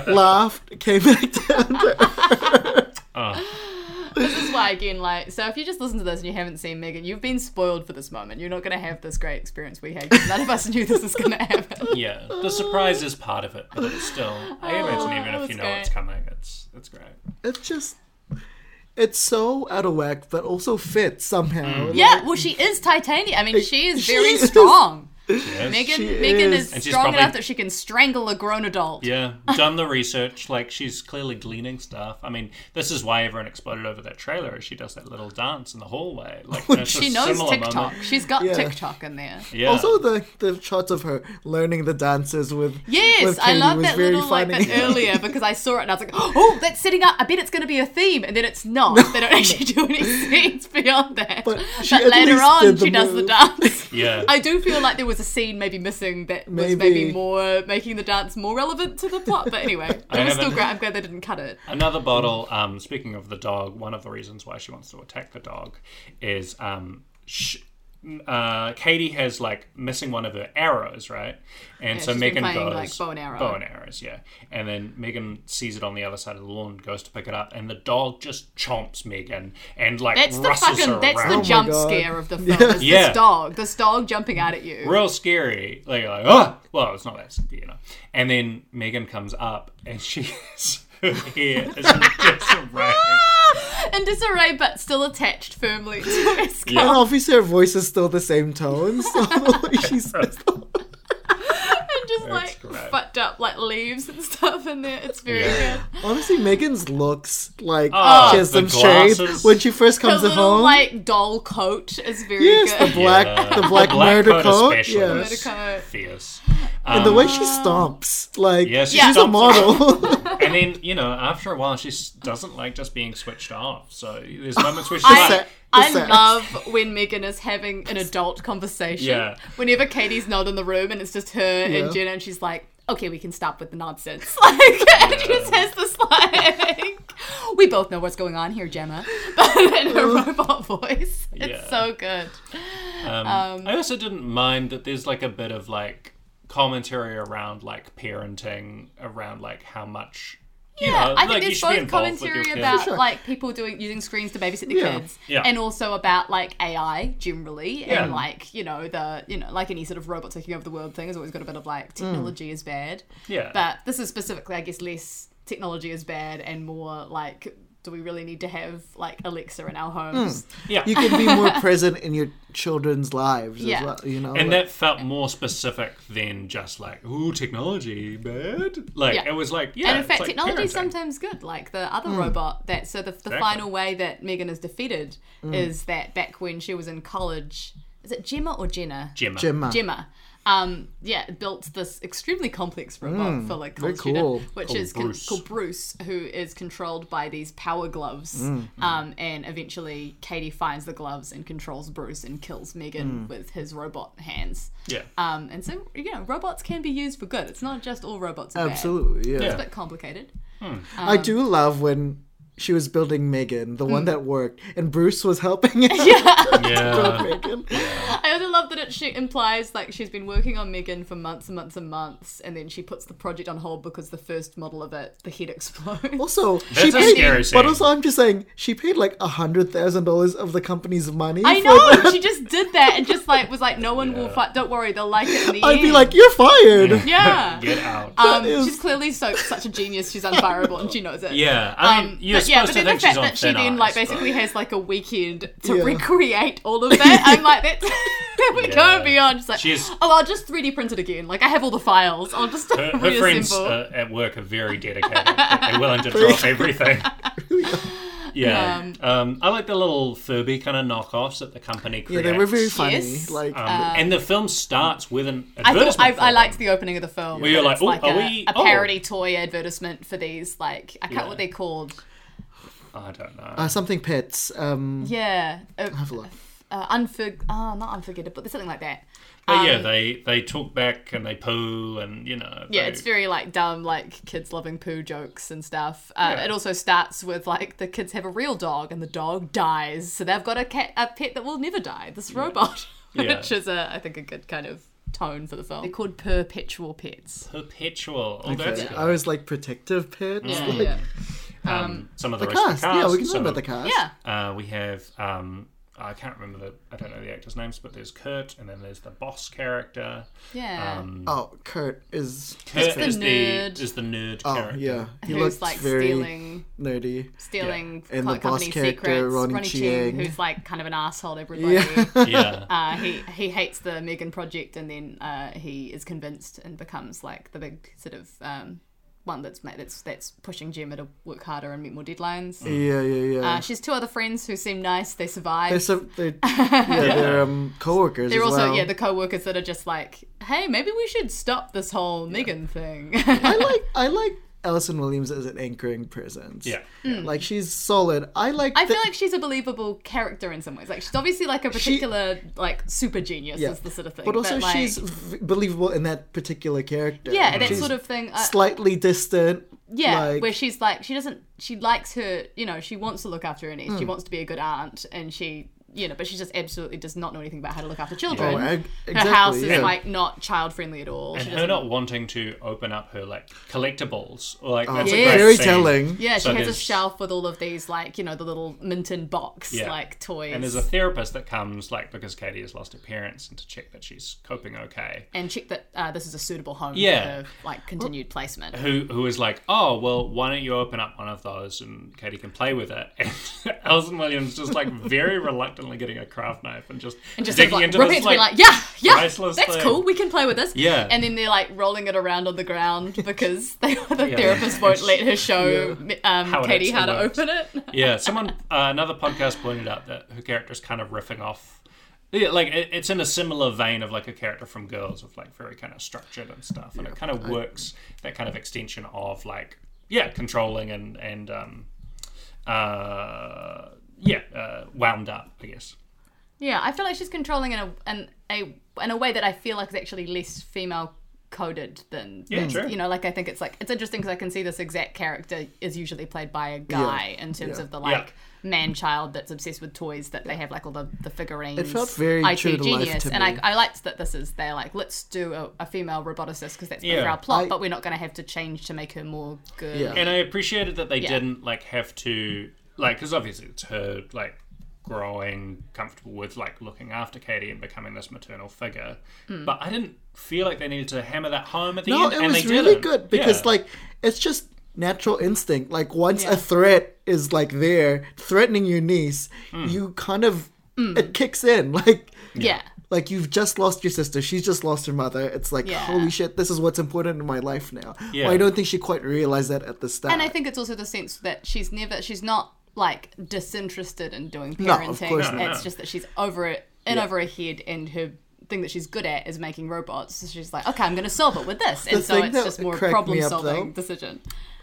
[SPEAKER 2] laughed, came back down. To
[SPEAKER 1] This is why again, like, so if you just listen to this and you haven't seen Megan, you've been spoiled for this moment. You're not going to have this great experience we had. None of us knew this was going to happen.
[SPEAKER 3] Yeah, the surprise is part of it, but it's still. I imagine even if
[SPEAKER 1] that's
[SPEAKER 3] you know
[SPEAKER 1] Oh, great.
[SPEAKER 3] it's coming, it's it's great.
[SPEAKER 2] it's just, it's so out of whack, but also fits somehow.
[SPEAKER 1] Yeah, well, she is titanium. I mean, she is
[SPEAKER 2] She
[SPEAKER 1] very
[SPEAKER 2] is.
[SPEAKER 1] strong.
[SPEAKER 3] Yes.
[SPEAKER 1] Megan,
[SPEAKER 2] She
[SPEAKER 1] Megan
[SPEAKER 2] is.
[SPEAKER 1] is,
[SPEAKER 3] And she's
[SPEAKER 1] strong
[SPEAKER 3] probably-
[SPEAKER 1] enough that she can strangle a grown adult.
[SPEAKER 3] Yeah, done the research. Like she's clearly gleaning stuff. I mean, this is why everyone exploded over that trailer. as She does that little dance in the hallway. Like that's
[SPEAKER 1] She
[SPEAKER 3] a
[SPEAKER 1] knows
[SPEAKER 3] similar
[SPEAKER 1] TikTok.
[SPEAKER 3] Moment.
[SPEAKER 1] She's got
[SPEAKER 2] Yeah.
[SPEAKER 1] TikTok in there.
[SPEAKER 3] Yeah.
[SPEAKER 2] Also, the the shots of her learning the dances with
[SPEAKER 1] Yes,
[SPEAKER 2] with
[SPEAKER 1] I
[SPEAKER 2] Katie
[SPEAKER 1] love
[SPEAKER 2] was
[SPEAKER 1] that
[SPEAKER 2] very
[SPEAKER 1] little like
[SPEAKER 2] funny.
[SPEAKER 1] that uh, earlier because I saw it and I was like, oh, that's setting up. I bet it's going to be a theme, and then it's not. They don't actually do any scenes beyond that. But,
[SPEAKER 2] But she at
[SPEAKER 1] later
[SPEAKER 2] least
[SPEAKER 1] on,
[SPEAKER 2] did the
[SPEAKER 1] she does the
[SPEAKER 2] move.
[SPEAKER 1] dance.
[SPEAKER 3] Yeah.
[SPEAKER 1] I do feel like there was a scene maybe missing that was maybe
[SPEAKER 2] Maybe.
[SPEAKER 1] more making the dance more relevant to the plot. But anyway,
[SPEAKER 3] I
[SPEAKER 1] it was still
[SPEAKER 3] haven't-
[SPEAKER 1] great. I'm glad they didn't cut it.
[SPEAKER 3] Another bottle. Um, speaking of the dog, one of the reasons why she wants to attack the dog is um, sh- uh, Katie has like missing one of her arrows, right? And so
[SPEAKER 1] she's been
[SPEAKER 3] Megan
[SPEAKER 1] playing,
[SPEAKER 3] goes
[SPEAKER 1] like, bow and arrow.
[SPEAKER 3] bow and arrows, yeah. And then Megan sees it on the other side of the lawn, goes to pick it up, and the dog just chomps Megan and like
[SPEAKER 1] That's the
[SPEAKER 3] rustles
[SPEAKER 1] fucking.
[SPEAKER 3] her
[SPEAKER 1] That's
[SPEAKER 3] around.
[SPEAKER 1] the jump
[SPEAKER 2] Oh God.
[SPEAKER 1] scare of the film. is
[SPEAKER 3] Yeah.
[SPEAKER 1] This dog. This dog jumping out at you.
[SPEAKER 3] real scary. Like, you're like, oh, well, it's not that, scary, you know. And then Megan comes up and she her hair is in disarray.
[SPEAKER 1] In disarray, but still attached firmly to her skull.
[SPEAKER 2] and obviously, her voice is still the same tone. So she's
[SPEAKER 1] and just like
[SPEAKER 3] great.
[SPEAKER 1] fucked up like leaves and stuff in there. It's very
[SPEAKER 3] Yeah.
[SPEAKER 1] good.
[SPEAKER 2] Honestly, Megan's looks like
[SPEAKER 3] Oh,
[SPEAKER 2] she has
[SPEAKER 3] the
[SPEAKER 2] some shade
[SPEAKER 3] glasses.
[SPEAKER 2] when she first
[SPEAKER 1] The
[SPEAKER 2] comes
[SPEAKER 1] little
[SPEAKER 2] home.
[SPEAKER 1] like doll coat is very
[SPEAKER 2] yes, the
[SPEAKER 1] good.
[SPEAKER 2] black,
[SPEAKER 3] Yeah.
[SPEAKER 2] the black, murder coat.
[SPEAKER 3] especially
[SPEAKER 2] yeah.
[SPEAKER 3] was
[SPEAKER 1] Murder coat.
[SPEAKER 3] Fierce. Um,
[SPEAKER 2] and the way she
[SPEAKER 1] uh,
[SPEAKER 2] stomps, like
[SPEAKER 3] Yeah, she
[SPEAKER 2] she's
[SPEAKER 3] stomps.
[SPEAKER 2] a model.
[SPEAKER 3] And then, you know, after a while, she s- doesn't like just being switched off. So there's moments where she's
[SPEAKER 1] I,
[SPEAKER 3] like,
[SPEAKER 2] Set.
[SPEAKER 1] I
[SPEAKER 2] Set.
[SPEAKER 1] love when Megan is having an adult conversation.
[SPEAKER 3] Yeah.
[SPEAKER 1] Whenever Katie's not in the room and it's just her
[SPEAKER 2] Yeah.
[SPEAKER 1] and Jenna, and she's like, okay, we can stop with the nonsense. Like, it just has this like, we both know what's going on here, Gemma. But in her robot voice, it's
[SPEAKER 3] Yeah.
[SPEAKER 1] so good.
[SPEAKER 3] Um, I also didn't mind that there's like a bit of like commentary around like parenting, around like how much. You
[SPEAKER 1] Yeah,
[SPEAKER 3] know,
[SPEAKER 1] I
[SPEAKER 3] like
[SPEAKER 1] think
[SPEAKER 3] you
[SPEAKER 1] there's
[SPEAKER 3] should be
[SPEAKER 1] both
[SPEAKER 3] involved with your
[SPEAKER 1] commentary
[SPEAKER 3] kids.
[SPEAKER 1] about like people doing using screens to babysit the
[SPEAKER 2] Yeah.
[SPEAKER 1] kids,
[SPEAKER 3] Yeah.
[SPEAKER 1] and also about like AI generally, and
[SPEAKER 3] Yeah.
[SPEAKER 1] like you know the you know like any sort of robot taking over the world thing has always got a bit of like technology is bad,
[SPEAKER 3] Yeah.
[SPEAKER 1] but this is specifically I guess less technology is bad and more like do we really need to have like Alexa in our homes?
[SPEAKER 3] yeah.
[SPEAKER 2] you can be more present in your children's lives
[SPEAKER 1] Yeah.
[SPEAKER 2] as well. You know,
[SPEAKER 3] and
[SPEAKER 2] like-
[SPEAKER 3] that felt more specific than just like, ooh, technology bad. Like
[SPEAKER 1] Yeah.
[SPEAKER 3] it was like, yeah,
[SPEAKER 1] and in
[SPEAKER 3] it's
[SPEAKER 1] fact,
[SPEAKER 3] like
[SPEAKER 1] technology is
[SPEAKER 3] parenting.
[SPEAKER 1] sometimes good. Like the other robot that so the, the final way that Megan is defeated is that back when she was in college, is it Gemma or Jenna?
[SPEAKER 3] Gemma.
[SPEAKER 2] Gemma.
[SPEAKER 1] Gemma. Um, yeah, built this extremely complex robot for like
[SPEAKER 2] Mm, very
[SPEAKER 1] college student,
[SPEAKER 2] cool.
[SPEAKER 1] which
[SPEAKER 3] Called
[SPEAKER 1] is con-
[SPEAKER 3] Bruce.
[SPEAKER 1] called Bruce, who is controlled by these power gloves.
[SPEAKER 2] Mm,
[SPEAKER 1] Um, and eventually, Katie finds the gloves and controls Bruce and kills
[SPEAKER 2] Mm.
[SPEAKER 1] Megan with his robot hands.
[SPEAKER 3] Yeah.
[SPEAKER 1] Um, and so you know, robots can be used for good. It's not just all robots. Are
[SPEAKER 2] absolutely, yeah.
[SPEAKER 1] bad. it's a bit complicated. Um,
[SPEAKER 2] I do love when she was
[SPEAKER 1] Hmm.
[SPEAKER 2] building Megan, the one that worked, and Bruce was helping.
[SPEAKER 3] yeah.
[SPEAKER 2] Megan.
[SPEAKER 1] I also love that it she implies like she's been working on Megan for months and months and months, and then she puts the project on hold because the first model of it, the head explodes.
[SPEAKER 2] Also,
[SPEAKER 3] That's
[SPEAKER 2] she
[SPEAKER 3] a
[SPEAKER 2] paid,
[SPEAKER 3] scary
[SPEAKER 2] but
[SPEAKER 3] scene.
[SPEAKER 2] also I'm just saying she paid like a hundred thousand dollars of the company's money.
[SPEAKER 1] I
[SPEAKER 2] for
[SPEAKER 1] know
[SPEAKER 2] that.
[SPEAKER 1] she just did that and just like was like, no one will fight. Don't worry, they'll like it. In the
[SPEAKER 2] I'd be
[SPEAKER 1] end."
[SPEAKER 2] like, you're fired.
[SPEAKER 3] Mm-hmm.
[SPEAKER 1] yeah.
[SPEAKER 3] Get out.
[SPEAKER 1] Um,
[SPEAKER 2] That is-
[SPEAKER 1] She's clearly so such a genius. She's unfireable, and she knows it.
[SPEAKER 3] yeah, I mean,
[SPEAKER 1] Um,
[SPEAKER 3] you're
[SPEAKER 1] but yeah, but
[SPEAKER 3] supposed
[SPEAKER 1] then
[SPEAKER 3] to
[SPEAKER 1] the
[SPEAKER 3] think she's
[SPEAKER 1] fact
[SPEAKER 3] on
[SPEAKER 1] that she
[SPEAKER 3] thin
[SPEAKER 1] then
[SPEAKER 3] ice,
[SPEAKER 1] like
[SPEAKER 3] but-
[SPEAKER 1] basically has like a weekend to
[SPEAKER 2] Yeah.
[SPEAKER 1] recreate all of that, I'm like that's we
[SPEAKER 3] Yeah.
[SPEAKER 1] going beyond. She's like,
[SPEAKER 3] She's-
[SPEAKER 1] oh, I'll just 3D print it again. Like I have all the files. I'll just
[SPEAKER 3] Her, her friends
[SPEAKER 1] reassemble.
[SPEAKER 3] uh, at work are very dedicated. They're willing to drop everything. Yeah. Um, I like the little Furby kind of knockoffs that the company
[SPEAKER 2] Yeah,
[SPEAKER 3] creates.
[SPEAKER 2] they were very funny.
[SPEAKER 1] Yes.
[SPEAKER 2] Like,
[SPEAKER 3] Um, and the film starts with an
[SPEAKER 1] I thought
[SPEAKER 3] advertisement.
[SPEAKER 1] I, I
[SPEAKER 3] for
[SPEAKER 1] liked
[SPEAKER 3] them.
[SPEAKER 1] the opening of the film.
[SPEAKER 3] Where you're
[SPEAKER 1] that
[SPEAKER 3] like,
[SPEAKER 1] it's
[SPEAKER 3] "Oh,
[SPEAKER 1] like
[SPEAKER 3] are
[SPEAKER 1] a,
[SPEAKER 3] we-
[SPEAKER 1] a
[SPEAKER 3] oh."
[SPEAKER 1] parody toy advertisement for these like I can't what they're called.
[SPEAKER 3] I don't know.
[SPEAKER 2] uh, something pets. Um,
[SPEAKER 1] Yeah, uh,
[SPEAKER 2] have a look.
[SPEAKER 1] uh, unfor oh, not unforgettable, but something like that.
[SPEAKER 3] but yeah, they they talk back and they poo and you know.
[SPEAKER 1] um, Yeah,
[SPEAKER 3] they-
[SPEAKER 1] it's very like dumb, like kids loving poo jokes and stuff. Uh,
[SPEAKER 3] Yeah.
[SPEAKER 1] It also starts with like the kids have a real dog and the dog dies, so they've got a cat, a pet that will never die. This robot,
[SPEAKER 3] Yeah.
[SPEAKER 1] which is a, I think, a good kind of tone for the film. They're called perpetual pets.
[SPEAKER 3] perpetual. Oh, that's good.
[SPEAKER 2] I was like protective pets. like,
[SPEAKER 1] Yeah,
[SPEAKER 3] Um, some of the,
[SPEAKER 2] The
[SPEAKER 3] rest of
[SPEAKER 2] cast.
[SPEAKER 3] the cast.
[SPEAKER 2] Yeah, we can talk
[SPEAKER 3] some
[SPEAKER 2] about
[SPEAKER 3] of-
[SPEAKER 2] the cast.
[SPEAKER 1] yeah.
[SPEAKER 3] Uh, we have um, I can't remember the I don't know the actors' names, but there's Kurt, and then there's the boss character.
[SPEAKER 1] yeah.
[SPEAKER 3] Um,
[SPEAKER 2] Oh, Kurt is.
[SPEAKER 3] Kurt
[SPEAKER 1] Uh, the
[SPEAKER 3] is
[SPEAKER 1] nerd.
[SPEAKER 3] the is the nerd
[SPEAKER 2] Oh
[SPEAKER 3] character.
[SPEAKER 2] yeah, he
[SPEAKER 1] who's
[SPEAKER 2] looks
[SPEAKER 1] like
[SPEAKER 2] very
[SPEAKER 1] stealing,
[SPEAKER 2] nerdy.
[SPEAKER 1] stealing
[SPEAKER 2] Yeah. And
[SPEAKER 1] co-
[SPEAKER 2] the boss
[SPEAKER 1] company
[SPEAKER 2] character,
[SPEAKER 1] secrets.
[SPEAKER 2] Ronnie Chiang.
[SPEAKER 1] who's like kind of an asshole to everybody.
[SPEAKER 3] yeah.
[SPEAKER 1] Uh, he he hates the Megan project, and then uh, he is convinced and becomes like the big sort of um, one that's made, that's that's pushing Gemma to work harder and meet more deadlines.
[SPEAKER 2] Yeah, yeah, yeah.
[SPEAKER 1] Uh, she's two other friends who seem nice. They survive.
[SPEAKER 2] they're, so, they're, yeah, they're um, coworkers.
[SPEAKER 1] They're
[SPEAKER 2] as
[SPEAKER 1] also
[SPEAKER 2] well.
[SPEAKER 1] yeah the co-workers that are just like, hey, maybe we should stop this whole Megan thing.
[SPEAKER 2] I like I like Alison Williams as an anchoring presence.
[SPEAKER 3] Yeah.
[SPEAKER 2] like she's solid. I like.
[SPEAKER 1] Hmm. I
[SPEAKER 2] the-
[SPEAKER 1] feel like she's a believable character in some ways. Like she's obviously like a
[SPEAKER 2] She-
[SPEAKER 1] particular like super genius is the sort of thing.
[SPEAKER 2] But also,
[SPEAKER 1] like,
[SPEAKER 2] she's v- believable in that particular character.
[SPEAKER 1] yeah that
[SPEAKER 2] She's
[SPEAKER 1] sort of thing. uh, I-
[SPEAKER 2] slightly distant.
[SPEAKER 1] Yeah,
[SPEAKER 2] like,
[SPEAKER 1] where she's like, she doesn't, she likes her, you know, she wants to look after her niece.
[SPEAKER 2] Hmm.
[SPEAKER 1] She wants to be a good aunt, and she, you know, but she just absolutely does not know anything about how to look after children.
[SPEAKER 2] Oh, ag-
[SPEAKER 1] her house
[SPEAKER 2] exactly,
[SPEAKER 1] is
[SPEAKER 2] yeah.
[SPEAKER 1] like not child friendly at all.
[SPEAKER 3] And
[SPEAKER 1] She
[SPEAKER 3] her
[SPEAKER 1] doesn't-
[SPEAKER 3] not wanting to open up her like collectibles, or like that's
[SPEAKER 1] Yes.
[SPEAKER 3] a great
[SPEAKER 2] Oh, very
[SPEAKER 3] scene.
[SPEAKER 2] telling.
[SPEAKER 1] yeah, she
[SPEAKER 3] So
[SPEAKER 1] has a
[SPEAKER 3] there's-
[SPEAKER 1] shelf with all of these, like, you know, the little Minton box,
[SPEAKER 3] Yeah.
[SPEAKER 1] like toys.
[SPEAKER 3] And there's a therapist that comes, like, because Katie has lost her parents and to check that she's coping okay.
[SPEAKER 1] and check that uh, this is a suitable home
[SPEAKER 3] Yeah.
[SPEAKER 1] for her, like, continued placement.
[SPEAKER 3] Who who is like, oh well, why don't you open up one of those and Katie can play with it? And Alison Williams just like very reluctantly getting a craft knife and just
[SPEAKER 1] And just sort
[SPEAKER 3] digging
[SPEAKER 1] of, like,
[SPEAKER 3] into
[SPEAKER 1] ripping
[SPEAKER 3] this
[SPEAKER 1] it to be like, yeah, yeah,
[SPEAKER 3] priceless
[SPEAKER 1] that's
[SPEAKER 3] thing."
[SPEAKER 1] cool. We can play with this.
[SPEAKER 3] Yeah.
[SPEAKER 1] And then they're like rolling it around on the ground because they, the therapist won't let her show um,
[SPEAKER 3] How it
[SPEAKER 1] Katie how to
[SPEAKER 3] actually works.
[SPEAKER 1] open it.
[SPEAKER 3] yeah. Someone uh, another podcast pointed out that her character's kind of riffing off. Yeah, like it, it's in a similar vein of like a character from Girls, of like very kind of structured and stuff, and it kind of works that kind of extension of like yeah, controlling and and um, uh, yeah, uh, wound up, I guess.
[SPEAKER 1] Yeah, I feel like she's controlling in a in a in a way that I feel like is actually less female coded than
[SPEAKER 3] Yeah,
[SPEAKER 1] than-
[SPEAKER 3] sure.
[SPEAKER 1] you know like I think it's like it's interesting because I can see this exact character is usually played by a guy in terms
[SPEAKER 2] Yeah.
[SPEAKER 1] of the like man child that's obsessed with toys that they have like all the, the figurines
[SPEAKER 2] It felt very
[SPEAKER 1] IT
[SPEAKER 2] true to life
[SPEAKER 1] genius
[SPEAKER 2] to
[SPEAKER 1] and
[SPEAKER 2] me.
[SPEAKER 1] I, I liked that this is they're like let's do a, a female roboticist because that's better for
[SPEAKER 3] Yeah.
[SPEAKER 1] our plot
[SPEAKER 2] I-
[SPEAKER 1] but we're not going to have to change to make her more good
[SPEAKER 2] Yeah.
[SPEAKER 3] and I appreciated that they didn't like have to like because obviously it's her like growing comfortable with like looking after Katie and becoming this maternal figure,
[SPEAKER 1] Hmm.
[SPEAKER 3] but I didn't feel like they needed to hammer that home at the
[SPEAKER 2] No,
[SPEAKER 3] end.
[SPEAKER 2] it
[SPEAKER 3] and
[SPEAKER 2] was
[SPEAKER 3] they
[SPEAKER 2] really
[SPEAKER 3] didn't.
[SPEAKER 2] good because
[SPEAKER 3] Yeah.
[SPEAKER 2] like it's just natural instinct. Like once a threat is like there threatening your niece,
[SPEAKER 3] Hmm.
[SPEAKER 2] you kind of
[SPEAKER 1] Hmm.
[SPEAKER 2] it kicks in like.
[SPEAKER 1] yeah
[SPEAKER 2] Like you've just lost your sister, she's just lost her mother. It's like
[SPEAKER 1] Yeah.
[SPEAKER 2] holy shit, this is what's important in my life now.
[SPEAKER 3] Yeah.
[SPEAKER 2] Well, I don't think she quite realized that at the start.
[SPEAKER 1] And I think it's also the sense that she's never, she's not like disinterested in doing
[SPEAKER 2] No,
[SPEAKER 1] parenting.
[SPEAKER 2] of course
[SPEAKER 3] not.
[SPEAKER 1] It's just that she's over it, in over her head, and her thing that she's good at is making robots. So she's like, okay, I'm going to solve it with this, and so
[SPEAKER 2] thing
[SPEAKER 1] it's
[SPEAKER 2] that
[SPEAKER 1] just more
[SPEAKER 2] cracked me
[SPEAKER 1] problem
[SPEAKER 2] up,
[SPEAKER 1] solving
[SPEAKER 2] though-
[SPEAKER 1] decision.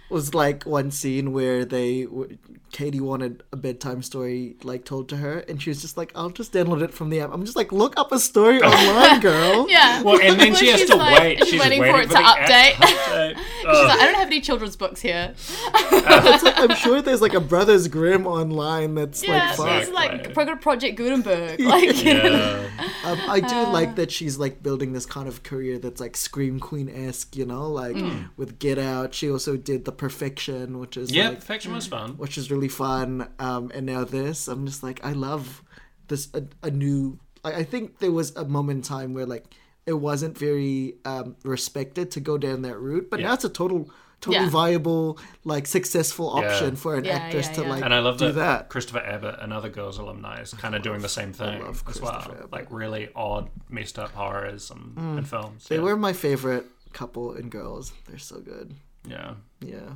[SPEAKER 2] was like one scene where they w- Katie wanted a bedtime story like told to her, and she was just like, "I'll just download it from the app." I'm just like, "Look up a story online, girl."
[SPEAKER 1] Yeah.
[SPEAKER 3] Well, and then
[SPEAKER 1] Well,
[SPEAKER 3] she has
[SPEAKER 1] she's
[SPEAKER 3] to
[SPEAKER 1] like-
[SPEAKER 3] wait.
[SPEAKER 1] she's
[SPEAKER 3] She's
[SPEAKER 1] waiting
[SPEAKER 3] waiting,
[SPEAKER 1] for it
[SPEAKER 3] the
[SPEAKER 1] to
[SPEAKER 3] app
[SPEAKER 1] update.
[SPEAKER 3] update.
[SPEAKER 1] She's
[SPEAKER 3] Ugh.
[SPEAKER 1] like, I don't have any children's books here.
[SPEAKER 2] It's like, I'm sure there's like a Brothers Grimm online that's
[SPEAKER 1] Yeah,
[SPEAKER 2] like fun.
[SPEAKER 1] it's like
[SPEAKER 3] Exactly.
[SPEAKER 1] Pro- Project Gutenberg. Like,
[SPEAKER 3] Oh, yeah.
[SPEAKER 2] Um, I do
[SPEAKER 1] Uh.
[SPEAKER 2] like that she's like building this kind of career that's like Scream Queen esque, you know, like
[SPEAKER 3] Hmm.
[SPEAKER 2] with Get Out. She also did The Perfection, which is
[SPEAKER 3] yeah,
[SPEAKER 2] like,
[SPEAKER 3] perfection was fun.
[SPEAKER 2] which is really fun. Um, and now this, I'm just like, I love this a, a new. I, I think there was a moment in time where like it wasn't very um, respected to go down that route, but now
[SPEAKER 3] Yeah.
[SPEAKER 2] it's a total, totally
[SPEAKER 1] Yeah.
[SPEAKER 2] viable, like successful option for an
[SPEAKER 1] Yeah,
[SPEAKER 2] actress
[SPEAKER 1] yeah,
[SPEAKER 2] to
[SPEAKER 1] yeah.
[SPEAKER 2] like
[SPEAKER 3] And I love
[SPEAKER 2] do
[SPEAKER 3] that,
[SPEAKER 2] that.
[SPEAKER 3] Christopher Abbott and other girls alumni is kind of doing the same thing
[SPEAKER 2] love
[SPEAKER 3] as well.
[SPEAKER 2] Christopher Abbott. Hmm.
[SPEAKER 3] Like really odd, messed up horrors and, and films.
[SPEAKER 2] They
[SPEAKER 3] yeah.
[SPEAKER 2] were my favorite couple in girls. They're so good.
[SPEAKER 3] Yeah.
[SPEAKER 2] Yeah.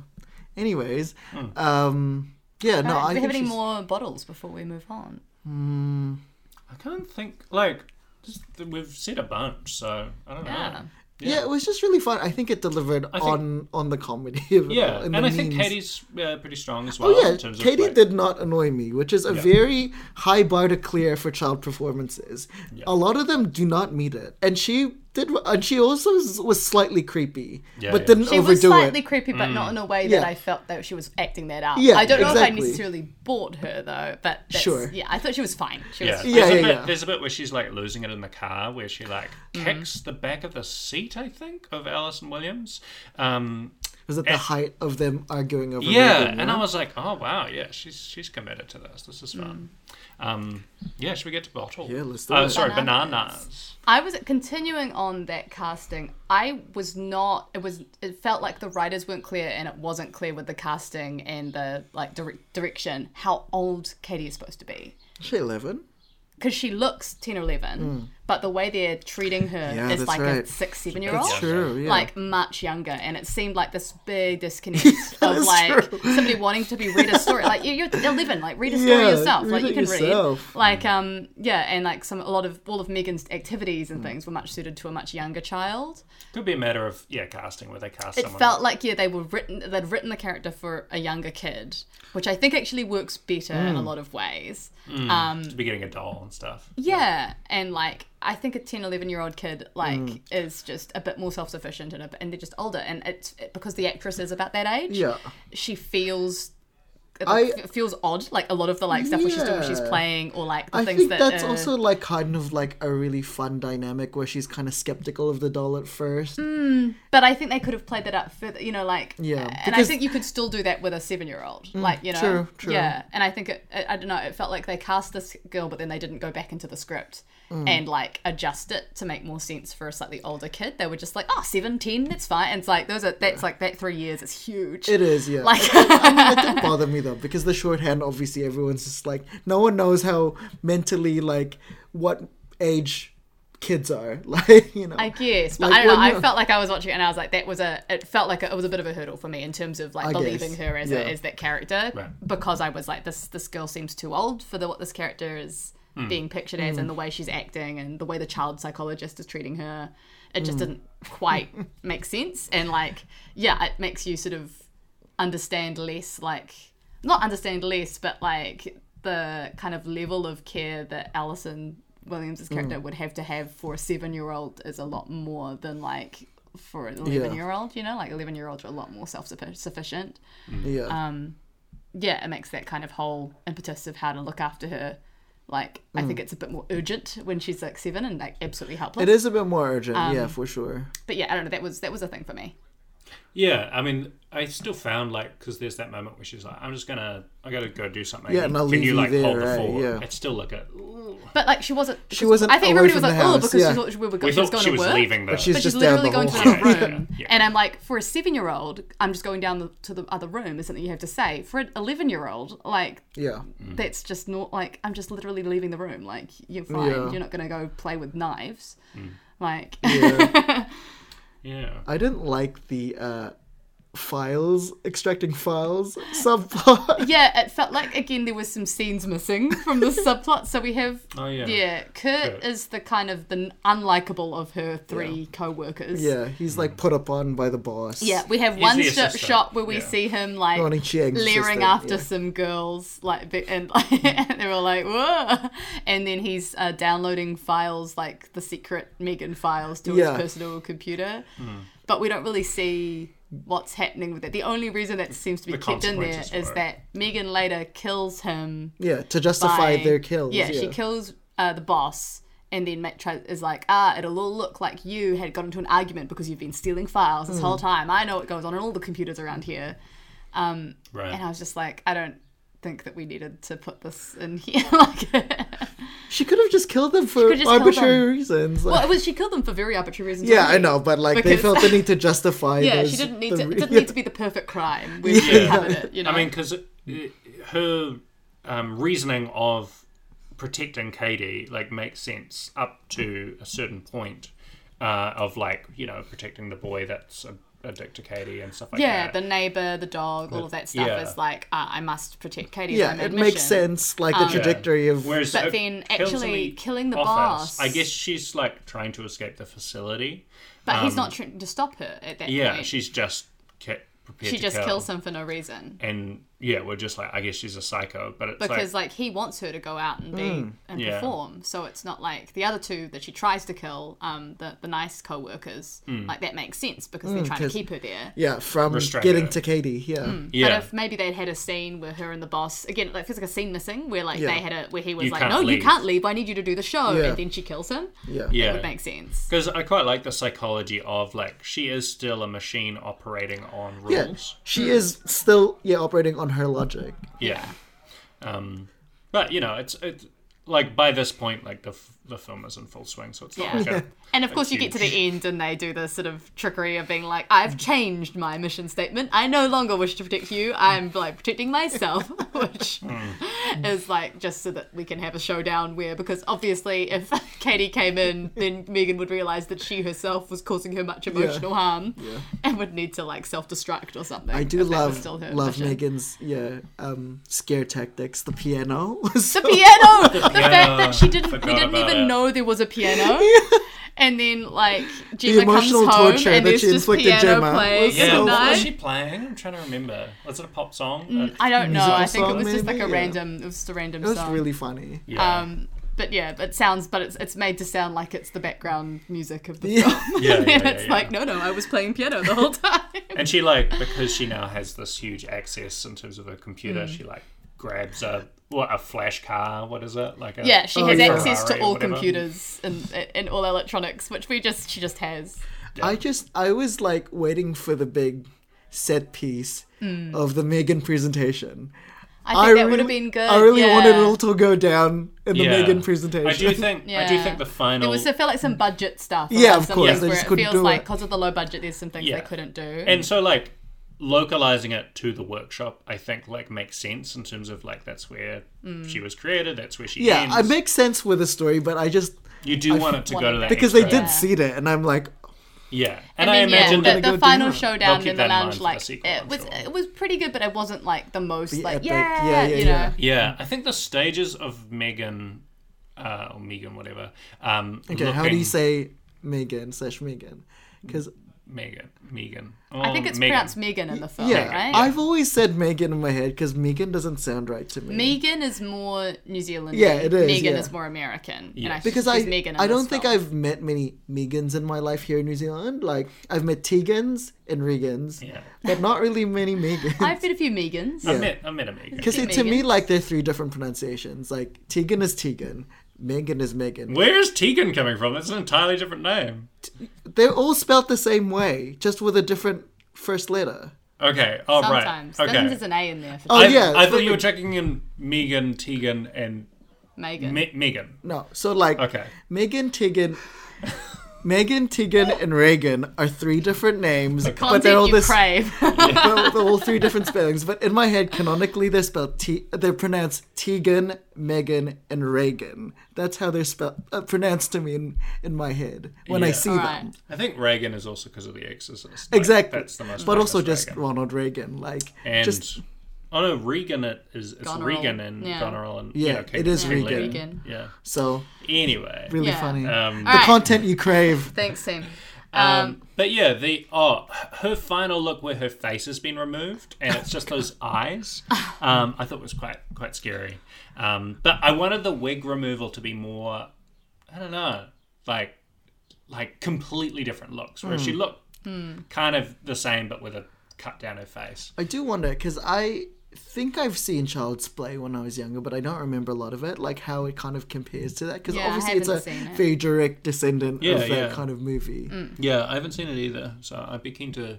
[SPEAKER 2] Anyways,
[SPEAKER 3] Hmm.
[SPEAKER 2] um, yeah, no,
[SPEAKER 1] Right,
[SPEAKER 2] I
[SPEAKER 1] do we
[SPEAKER 2] think
[SPEAKER 1] have any
[SPEAKER 2] she's-
[SPEAKER 1] more bottles before we move on?
[SPEAKER 3] I can't think. Like, just, we've said a bunch, so I don't
[SPEAKER 1] Yeah.
[SPEAKER 3] know.
[SPEAKER 2] Yeah. it was just really fun. I think it delivered
[SPEAKER 3] think-
[SPEAKER 2] on on the comedy. of it all,
[SPEAKER 3] Yeah, and
[SPEAKER 2] the
[SPEAKER 3] I think
[SPEAKER 2] memes.
[SPEAKER 3] Katie's uh, pretty strong as well.
[SPEAKER 2] Oh yeah,
[SPEAKER 3] in terms
[SPEAKER 2] Katie
[SPEAKER 3] of, like,
[SPEAKER 2] did not annoy me, which is a very high bar to clear for child performances. A lot of them do not meet it, and she did. And she also was- was slightly creepy,
[SPEAKER 3] Yeah,
[SPEAKER 2] but
[SPEAKER 3] yeah.
[SPEAKER 2] didn't
[SPEAKER 1] She was
[SPEAKER 2] overdo
[SPEAKER 1] slightly
[SPEAKER 2] it. Mm.
[SPEAKER 1] creepy, but not in a way
[SPEAKER 2] Yeah.
[SPEAKER 1] that I felt that she was acting that out.
[SPEAKER 2] Yeah,
[SPEAKER 1] I don't know if I
[SPEAKER 2] exactly.
[SPEAKER 1] necessarily bought her though, but that's,
[SPEAKER 2] Sure.
[SPEAKER 1] Yeah, I thought she was fine. She
[SPEAKER 3] Yeah,
[SPEAKER 1] was
[SPEAKER 2] Yeah,
[SPEAKER 3] there's, a
[SPEAKER 2] yeah,
[SPEAKER 3] bit,
[SPEAKER 2] yeah.
[SPEAKER 3] there's a bit where she's like losing it in the car, where she like
[SPEAKER 1] Mm-hmm.
[SPEAKER 3] kicks the back of the seat, I think, of Alison Williams. Um,
[SPEAKER 2] Was at the height of them arguing over?
[SPEAKER 3] yeah,
[SPEAKER 2] Megan,
[SPEAKER 3] and
[SPEAKER 2] no?
[SPEAKER 3] I was like, oh wow, yeah, she's she's committed to this. This is fun. Um, yeah, should we get to bottle?
[SPEAKER 2] Yeah, let's do
[SPEAKER 3] Uh,
[SPEAKER 2] it.
[SPEAKER 3] Sorry,
[SPEAKER 1] Mm. Bananas.
[SPEAKER 3] bananas.
[SPEAKER 1] I was continuing on that casting. I was not. It was. It felt like the writers weren't clear, and it wasn't clear with the casting and the like dire- direction how old Katie is supposed to be
[SPEAKER 2] she eleven.
[SPEAKER 1] because she looks ten or eleven, but the way they're treating her
[SPEAKER 2] Hmm. Yeah,
[SPEAKER 1] is
[SPEAKER 2] that's
[SPEAKER 1] like a
[SPEAKER 2] right.
[SPEAKER 1] six, seven year
[SPEAKER 2] That's
[SPEAKER 1] old.
[SPEAKER 2] true. Yeah.
[SPEAKER 1] Like much younger, and it seemed like this big disconnect of
[SPEAKER 2] is
[SPEAKER 1] like
[SPEAKER 2] true.
[SPEAKER 1] somebody wanting to be read a story. Like you- you're 11, like read a story
[SPEAKER 2] Yeah,
[SPEAKER 1] yourself. like
[SPEAKER 2] read
[SPEAKER 1] you
[SPEAKER 2] it
[SPEAKER 1] can
[SPEAKER 2] yourself.
[SPEAKER 1] read. Like um yeah, and like some a lot of all of Megan's activities
[SPEAKER 2] Hmm.
[SPEAKER 1] and things were much suited to a much younger child.
[SPEAKER 3] Could be a matter of yeah, casting where they cast
[SPEAKER 1] It
[SPEAKER 3] someone.
[SPEAKER 1] felt like yeah they were written they'd written the character for a younger kid, which I think actually works better
[SPEAKER 2] Hmm.
[SPEAKER 1] in a lot of ways. Um,
[SPEAKER 3] to be getting a doll and stuff.
[SPEAKER 1] yeah, and like I think a 10, 11 year old kid like
[SPEAKER 2] Mm.
[SPEAKER 1] is just a bit more self sufficient and a bit, and they're just older, and it's it, because the actress is about that age.
[SPEAKER 2] Yeah.
[SPEAKER 1] she feels. It
[SPEAKER 2] I-
[SPEAKER 1] f- feels odd, like a lot of the like stuff which she's doing, when she's
[SPEAKER 2] Yeah.
[SPEAKER 1] playing, or like the
[SPEAKER 2] I
[SPEAKER 1] things
[SPEAKER 2] think
[SPEAKER 1] that.
[SPEAKER 2] that's
[SPEAKER 1] uh,
[SPEAKER 2] also like kind of like a really fun dynamic where she's kind of skeptical of the doll at first.
[SPEAKER 1] But I think they could have played that up further, you know, like.
[SPEAKER 2] Yeah,
[SPEAKER 1] And I
[SPEAKER 2] because- Mm,
[SPEAKER 1] think you could still do that with a seven-year-old, like you know.
[SPEAKER 2] true, true.
[SPEAKER 1] Yeah, and I think it, I I don't know. It felt like they cast this girl, but then they didn't go back into the script
[SPEAKER 2] Mm.
[SPEAKER 1] and like adjust it to make more sense for a slightly older kid. They were just like, oh, seven, ten, that's fine. And it's like those are that's like that three years is huge.
[SPEAKER 2] It is, yeah.
[SPEAKER 1] Like-
[SPEAKER 2] I mean, it didn't bother me though because the shorthand, obviously, everyone's just like no one knows how mentally like what age kids are, like you know.
[SPEAKER 1] I guess, but
[SPEAKER 2] Like,
[SPEAKER 1] I don't know.
[SPEAKER 2] when
[SPEAKER 1] I
[SPEAKER 2] you're-
[SPEAKER 1] felt like I was watching it, and I was like, that was a. It felt like it was a bit of a hurdle for me in terms of like
[SPEAKER 2] I guess,
[SPEAKER 1] believing her as
[SPEAKER 2] yeah.
[SPEAKER 1] a, as that character,
[SPEAKER 3] Right.
[SPEAKER 1] because I was like, this this girl seems too old for the what this character is being pictured
[SPEAKER 2] Hmm.
[SPEAKER 1] as, and the way she's acting, and the way the child psychologist is treating her. It just
[SPEAKER 2] Hmm.
[SPEAKER 1] didn't quite make sense, and like, yeah, it makes you sort of understand less, like not understand less, but like the kind of level of care that Alison Williams'
[SPEAKER 2] Mm.
[SPEAKER 1] character would have to have for a seven year old is a lot more than like for an eleven year old, you know, like eleven year olds are a lot more self sufficient.
[SPEAKER 2] yeah.
[SPEAKER 1] um, Yeah, it makes that kind of whole impetus of how to look after her. Like I think it's a bit more urgent when she's like seven and like absolutely helpless.
[SPEAKER 2] Mm. it is a bit more urgent,
[SPEAKER 1] um,
[SPEAKER 2] yeah, for sure.
[SPEAKER 1] But yeah, I don't know. That was that was a thing for me.
[SPEAKER 3] Yeah, I mean, I still found like because there's that moment where she's like, "I'm just gonna, I gotta go do something."
[SPEAKER 2] Yeah, and I'll
[SPEAKER 3] Can
[SPEAKER 2] leave
[SPEAKER 3] you
[SPEAKER 2] you
[SPEAKER 3] like hold
[SPEAKER 2] there,
[SPEAKER 3] the
[SPEAKER 2] right,
[SPEAKER 3] fort?
[SPEAKER 2] yeah.
[SPEAKER 3] It's still like a.
[SPEAKER 1] But like she wasn't. She
[SPEAKER 2] wasn't
[SPEAKER 1] I think
[SPEAKER 2] away
[SPEAKER 1] everybody was
[SPEAKER 2] from
[SPEAKER 1] like,
[SPEAKER 2] the
[SPEAKER 1] oh,
[SPEAKER 2] house,
[SPEAKER 1] because
[SPEAKER 2] yeah.
[SPEAKER 1] she thought she, we were, go-
[SPEAKER 3] We
[SPEAKER 1] she was
[SPEAKER 3] thought
[SPEAKER 1] going
[SPEAKER 3] she
[SPEAKER 1] to
[SPEAKER 3] was
[SPEAKER 1] work.
[SPEAKER 3] leaving though.
[SPEAKER 2] But she's
[SPEAKER 1] but she's
[SPEAKER 2] just
[SPEAKER 1] literally
[SPEAKER 2] down
[SPEAKER 1] going
[SPEAKER 2] the
[SPEAKER 1] to
[SPEAKER 2] hall.
[SPEAKER 1] another
[SPEAKER 3] Yeah,
[SPEAKER 1] room.
[SPEAKER 3] yeah, yeah.
[SPEAKER 1] And I'm like, for a seven year old, I'm just going down the, to the other room is something you have to say. For an 11 year old, like,
[SPEAKER 2] Yeah,
[SPEAKER 3] Mm.
[SPEAKER 1] that's just not like, I'm just literally leaving the room. Like, you're fine.
[SPEAKER 2] Yeah.
[SPEAKER 1] You're not going to go play with knives.
[SPEAKER 3] Mm.
[SPEAKER 1] Like,
[SPEAKER 2] yeah.
[SPEAKER 3] yeah.
[SPEAKER 2] I didn't like the uh, files, extracting files, subplot.
[SPEAKER 1] yeah, it felt like again there was some scenes missing from the subplot. So we have
[SPEAKER 3] Oh, yeah.
[SPEAKER 1] Kurt,
[SPEAKER 3] Kurt.
[SPEAKER 1] is the kind of the unlikable of her three co-workers.
[SPEAKER 2] yeah, he's like put upon by the boss.
[SPEAKER 1] Yeah, we have one
[SPEAKER 3] the
[SPEAKER 1] shot,
[SPEAKER 3] assistant,
[SPEAKER 1] shot where we
[SPEAKER 3] yeah.
[SPEAKER 1] see him like
[SPEAKER 2] Ronnie Chiang's assistant,
[SPEAKER 1] leering after
[SPEAKER 2] yeah.
[SPEAKER 1] some girls, like be- and, and they were like, "Whoa!" And then he's uh, downloading files, like the secret Megan files, to
[SPEAKER 2] Yeah.
[SPEAKER 1] his personal computer.
[SPEAKER 3] Hmm.
[SPEAKER 1] But we don't really see what's happening with it. The only reason that seems to be
[SPEAKER 3] The
[SPEAKER 1] kept in there
[SPEAKER 3] consequences
[SPEAKER 1] is
[SPEAKER 3] for it.
[SPEAKER 1] that Megan later kills him
[SPEAKER 2] Yeah, to justify
[SPEAKER 1] by-
[SPEAKER 2] their kills.
[SPEAKER 1] Yeah, she kills uh, the boss, and then make, tries, is like, ah, it'll all look like you had gotten into an argument because you've been stealing files this
[SPEAKER 2] Hmm.
[SPEAKER 1] whole time. I know what goes on on all the computers around here.
[SPEAKER 3] Right.
[SPEAKER 1] And I was just like, I don't think that we needed to put this in here. like,
[SPEAKER 2] She could have just killed them for
[SPEAKER 1] could've just killed
[SPEAKER 2] arbitrary
[SPEAKER 1] them.
[SPEAKER 2] reasons.
[SPEAKER 1] well, it was she killed them for very arbitrary reasons.
[SPEAKER 2] yeah, I
[SPEAKER 1] already.
[SPEAKER 2] know, but like they
[SPEAKER 1] Because-
[SPEAKER 2] felt the need to justify.
[SPEAKER 1] Yeah,
[SPEAKER 2] those,
[SPEAKER 1] she didn't need
[SPEAKER 2] the
[SPEAKER 1] to. It
[SPEAKER 2] re-
[SPEAKER 1] didn't need to be the perfect crime. We've yeah. covered it. You know.
[SPEAKER 3] I mean, because her um, reasoning of protecting Katie like makes sense up to a certain point uh, of like you know protecting the boy that's a, addicted to Katie and stuff like
[SPEAKER 1] yeah,
[SPEAKER 3] that.
[SPEAKER 1] the neighbor, the dog, all of that stuff
[SPEAKER 3] yeah.
[SPEAKER 1] is like, uh, I must protect Katie.
[SPEAKER 2] Yeah,
[SPEAKER 1] from
[SPEAKER 2] it
[SPEAKER 1] admission. Um,
[SPEAKER 2] makes sense, like the trajectory of.
[SPEAKER 3] Whereas
[SPEAKER 1] But
[SPEAKER 3] it
[SPEAKER 1] then
[SPEAKER 3] kills
[SPEAKER 1] actually killing the
[SPEAKER 3] office.
[SPEAKER 1] boss.
[SPEAKER 3] I guess she's like trying to escape the facility.
[SPEAKER 1] But he's not trying to stop her at that
[SPEAKER 3] Um, Yeah,
[SPEAKER 1] point.
[SPEAKER 3] she's just ca- prepared.
[SPEAKER 1] she
[SPEAKER 3] to
[SPEAKER 1] just
[SPEAKER 3] kill.
[SPEAKER 1] kills him for no reason
[SPEAKER 3] and yeah, we're just like I guess she's a psycho, but it's
[SPEAKER 1] because
[SPEAKER 3] like,
[SPEAKER 1] like, he wants her to go out and be
[SPEAKER 2] Hmm,
[SPEAKER 1] and
[SPEAKER 3] yeah.
[SPEAKER 1] perform so it's not like the other two that she tries to kill um the, the nice co-workers
[SPEAKER 3] Hmm.
[SPEAKER 1] like that makes sense because they're trying
[SPEAKER 2] Hmm,
[SPEAKER 1] to
[SPEAKER 2] 'cause-
[SPEAKER 1] keep her there
[SPEAKER 2] yeah, from
[SPEAKER 3] Restrain
[SPEAKER 2] getting
[SPEAKER 3] her.
[SPEAKER 2] to Katie. Yeah.
[SPEAKER 3] yeah,
[SPEAKER 1] But if maybe they'd had a scene where her and the boss again, like there's like a scene missing where like
[SPEAKER 2] Yeah.
[SPEAKER 1] they had a where he was
[SPEAKER 3] You
[SPEAKER 1] like,
[SPEAKER 3] can't
[SPEAKER 1] "No, you
[SPEAKER 3] leave."
[SPEAKER 1] can't leave. I need you to do the show,"
[SPEAKER 2] Yeah.
[SPEAKER 1] and then she kills him.
[SPEAKER 2] Yeah.
[SPEAKER 1] That
[SPEAKER 3] yeah,
[SPEAKER 1] would make sense.
[SPEAKER 3] Because I quite like the psychology of like she is still a machine operating on
[SPEAKER 2] Yeah,
[SPEAKER 3] rules.
[SPEAKER 2] she
[SPEAKER 1] Hmm.
[SPEAKER 2] is still yeah operating on her logic.
[SPEAKER 3] Yeah. Um, but you know, it's it's like by this point, like the f- the film is in full swing, so it's not
[SPEAKER 1] Yeah.
[SPEAKER 3] like a,
[SPEAKER 1] And of course, you get to the end, and they do the sort of trickery of being like, "I've changed my mission statement. I no longer wish to protect you. I'm like protecting myself," which
[SPEAKER 2] Hmm.
[SPEAKER 1] is like just so that we can have a showdown where, because obviously, if Katie came in, then Megan would realize that she herself was causing her much emotional harm and would need to like self-destruct or something.
[SPEAKER 2] I do
[SPEAKER 1] if that was
[SPEAKER 2] love
[SPEAKER 1] still her
[SPEAKER 2] love
[SPEAKER 1] mission.
[SPEAKER 2] Megan's yeah um scare tactics. The piano was
[SPEAKER 1] The piano. the fact
[SPEAKER 3] piano.
[SPEAKER 1] that she didn't, we
[SPEAKER 3] Forgot
[SPEAKER 1] didn't
[SPEAKER 3] about
[SPEAKER 1] even
[SPEAKER 3] it.
[SPEAKER 1] know there was a piano. And then like
[SPEAKER 2] The
[SPEAKER 1] Gemma comes
[SPEAKER 2] emotional
[SPEAKER 1] home
[SPEAKER 2] torture
[SPEAKER 1] and
[SPEAKER 2] that
[SPEAKER 1] there's
[SPEAKER 2] she
[SPEAKER 1] just
[SPEAKER 2] inflicted
[SPEAKER 1] piano
[SPEAKER 2] Gemma
[SPEAKER 1] playing.
[SPEAKER 2] was
[SPEAKER 1] at
[SPEAKER 3] yeah.
[SPEAKER 2] so
[SPEAKER 1] night.
[SPEAKER 3] What was she playing? I'm trying to remember. Was it a pop song? Uh,
[SPEAKER 1] Mm, I don't know. I
[SPEAKER 2] Musical
[SPEAKER 1] think it was
[SPEAKER 2] song,
[SPEAKER 1] just like a
[SPEAKER 2] maybe? Yeah.
[SPEAKER 1] random. It was just a random
[SPEAKER 2] it was
[SPEAKER 1] song.
[SPEAKER 2] really funny.
[SPEAKER 3] yeah.
[SPEAKER 1] Um, but yeah, it sounds. But it's it's made to sound like it's the background music of the
[SPEAKER 2] Yeah.
[SPEAKER 1] film.
[SPEAKER 3] Yeah,
[SPEAKER 1] and
[SPEAKER 3] yeah, yeah,
[SPEAKER 1] it's
[SPEAKER 3] yeah.
[SPEAKER 1] like no, no, I was playing piano the whole time.
[SPEAKER 3] and uh, she like because she now has this huge access in terms of her computer.
[SPEAKER 1] Mm.
[SPEAKER 3] She like grabs a what a flash car. What is it like? A,
[SPEAKER 1] yeah, she
[SPEAKER 2] Oh,
[SPEAKER 1] has
[SPEAKER 2] yeah.
[SPEAKER 1] access to
[SPEAKER 3] Ferrari or
[SPEAKER 1] all
[SPEAKER 3] whatever.
[SPEAKER 1] computers and and all electronics, which we just she just has.
[SPEAKER 2] I just I was like waiting for the big set piece of the Megan presentation.
[SPEAKER 1] I Hmm. think that would have been good.
[SPEAKER 2] I really
[SPEAKER 1] yeah.
[SPEAKER 2] wanted it all to go down in the
[SPEAKER 3] Yeah.
[SPEAKER 2] Megan presentation.
[SPEAKER 3] I do think. I do
[SPEAKER 1] Yeah.
[SPEAKER 3] think the
[SPEAKER 1] It
[SPEAKER 3] final.
[SPEAKER 1] was. I feel like some budget stuff. or
[SPEAKER 2] Yeah,
[SPEAKER 1] like
[SPEAKER 2] of
[SPEAKER 1] some
[SPEAKER 2] course,
[SPEAKER 1] things
[SPEAKER 2] they
[SPEAKER 1] where
[SPEAKER 2] just
[SPEAKER 1] it
[SPEAKER 2] couldn't
[SPEAKER 1] feels
[SPEAKER 2] do
[SPEAKER 1] like
[SPEAKER 2] it.
[SPEAKER 1] because of the low budget, there's some things
[SPEAKER 3] Yeah.
[SPEAKER 1] they couldn't do.
[SPEAKER 3] and so like localizing it to the workshop i think like makes sense in terms of like that's where
[SPEAKER 1] Mm.
[SPEAKER 3] she was created that's where she
[SPEAKER 2] yeah,
[SPEAKER 3] ends.
[SPEAKER 2] it makes sense with the story, but I just
[SPEAKER 3] you do want it to go to that
[SPEAKER 2] because they
[SPEAKER 3] extra-
[SPEAKER 2] did seed it, and I'm like,
[SPEAKER 3] yeah and
[SPEAKER 1] I
[SPEAKER 3] i,
[SPEAKER 1] mean,
[SPEAKER 3] imagine
[SPEAKER 2] that-
[SPEAKER 1] yeah, the,
[SPEAKER 2] Gonna
[SPEAKER 1] the
[SPEAKER 2] go
[SPEAKER 1] final
[SPEAKER 2] down.
[SPEAKER 3] They'll
[SPEAKER 1] showdown
[SPEAKER 3] keep
[SPEAKER 1] in
[SPEAKER 3] that
[SPEAKER 1] the
[SPEAKER 3] in mind
[SPEAKER 1] lounge,
[SPEAKER 3] for the
[SPEAKER 1] like
[SPEAKER 3] sequel,
[SPEAKER 1] it
[SPEAKER 3] I'm
[SPEAKER 1] was,
[SPEAKER 3] sure.
[SPEAKER 1] it was pretty good, but it wasn't like the most like
[SPEAKER 2] epic.
[SPEAKER 1] yeah,
[SPEAKER 2] Yeah, yeah,
[SPEAKER 1] you
[SPEAKER 2] yeah.
[SPEAKER 1] know.
[SPEAKER 3] yeah i think the stages of megan uh, or megan whatever um
[SPEAKER 2] okay, how do you say Megan slash Megan? Because
[SPEAKER 3] megan Um, megan
[SPEAKER 1] I think it's pronounced Megan in the film,
[SPEAKER 2] yeah,
[SPEAKER 1] Oh, right?
[SPEAKER 2] I've always said Megan in my head because Megan doesn't sound right to me.
[SPEAKER 1] Megan is more New Zealand.
[SPEAKER 2] Yeah, it is,
[SPEAKER 1] Megan
[SPEAKER 2] yeah.
[SPEAKER 1] is more American. And
[SPEAKER 3] Yeah.
[SPEAKER 1] I,
[SPEAKER 2] because
[SPEAKER 1] she's
[SPEAKER 2] I
[SPEAKER 1] Megan in
[SPEAKER 2] I
[SPEAKER 1] this
[SPEAKER 2] don't think
[SPEAKER 1] film.
[SPEAKER 2] I've met many Megans in my life here in New Zealand. Like I've met Tegans and Regans,
[SPEAKER 3] yeah
[SPEAKER 2] but not really many Megans.
[SPEAKER 1] I've met a few Megans.
[SPEAKER 3] i met i met a megan
[SPEAKER 2] Because
[SPEAKER 1] Two
[SPEAKER 2] to me,
[SPEAKER 1] Megans.
[SPEAKER 2] like they're three different pronunciations. Like Tegan is Tegan, Megan is Megan.
[SPEAKER 3] where's tegan coming from that's an entirely different name
[SPEAKER 2] They're all spelled the same way, just with a different first letter.
[SPEAKER 3] okay all Uh, right.
[SPEAKER 1] Sometimes. That means
[SPEAKER 3] okay
[SPEAKER 1] there's an A in there for
[SPEAKER 2] Oh
[SPEAKER 3] I,
[SPEAKER 2] yeah,
[SPEAKER 3] I
[SPEAKER 2] but-
[SPEAKER 3] thought you were checking in Megan, Tegan, and
[SPEAKER 1] Megan.
[SPEAKER 3] Me- Megan.
[SPEAKER 2] no. So like
[SPEAKER 3] Okay.
[SPEAKER 2] Megan Tegan, Megan, Tegan, and Reagan are three different names, but
[SPEAKER 1] Content
[SPEAKER 2] they're all
[SPEAKER 1] you
[SPEAKER 2] this.
[SPEAKER 1] crave.
[SPEAKER 2] they're, they're all three different spellings, but in my head, canonically, they're spelled T. They're pronounced Tegan, Megan, and Reagan. That's how they're spelled, uh, pronounced to me in, in my head when I
[SPEAKER 3] Yeah.
[SPEAKER 2] see
[SPEAKER 1] Right.
[SPEAKER 2] them.
[SPEAKER 3] I think Reagan is also because of The Exorcist. Like,
[SPEAKER 2] Exactly,
[SPEAKER 3] That's the most.
[SPEAKER 2] but also
[SPEAKER 3] famous
[SPEAKER 2] just
[SPEAKER 3] Reagan.
[SPEAKER 2] Ronald Reagan, like
[SPEAKER 3] and
[SPEAKER 2] just
[SPEAKER 3] oh no, Regan it is it's
[SPEAKER 1] Goneril.
[SPEAKER 3] Regan and
[SPEAKER 1] Yeah.
[SPEAKER 3] Goneril and
[SPEAKER 2] Yeah,
[SPEAKER 3] you know, King-
[SPEAKER 2] it is
[SPEAKER 3] King
[SPEAKER 2] Regan.
[SPEAKER 3] Lear.
[SPEAKER 1] Regan.
[SPEAKER 3] Yeah.
[SPEAKER 2] so
[SPEAKER 3] Anyway.
[SPEAKER 2] really
[SPEAKER 1] Yeah.
[SPEAKER 2] funny.
[SPEAKER 3] Um,
[SPEAKER 2] the
[SPEAKER 1] All right.
[SPEAKER 2] content you crave.
[SPEAKER 1] Thanks, Sam. Um,
[SPEAKER 3] but yeah, the oh, her final look where her face has been removed and it's just those eyes. Um, I thought was quite quite scary. Um, but I wanted the wig removal to be more, I don't know, like like completely different looks where she looked kind of the same but with a cut down her face.
[SPEAKER 2] I do wonder because I think I've seen Child's Play when I was younger, but I don't remember a lot of it, like how it kind of compares to that. Because
[SPEAKER 1] Yeah, I
[SPEAKER 2] obviously, it's a
[SPEAKER 1] haven't seen it. Mm.
[SPEAKER 2] very direct descendant
[SPEAKER 3] Yeah,
[SPEAKER 2] of that
[SPEAKER 3] yeah.
[SPEAKER 2] kind of movie.
[SPEAKER 3] Yeah, I haven't seen it either, so I'd be keen to.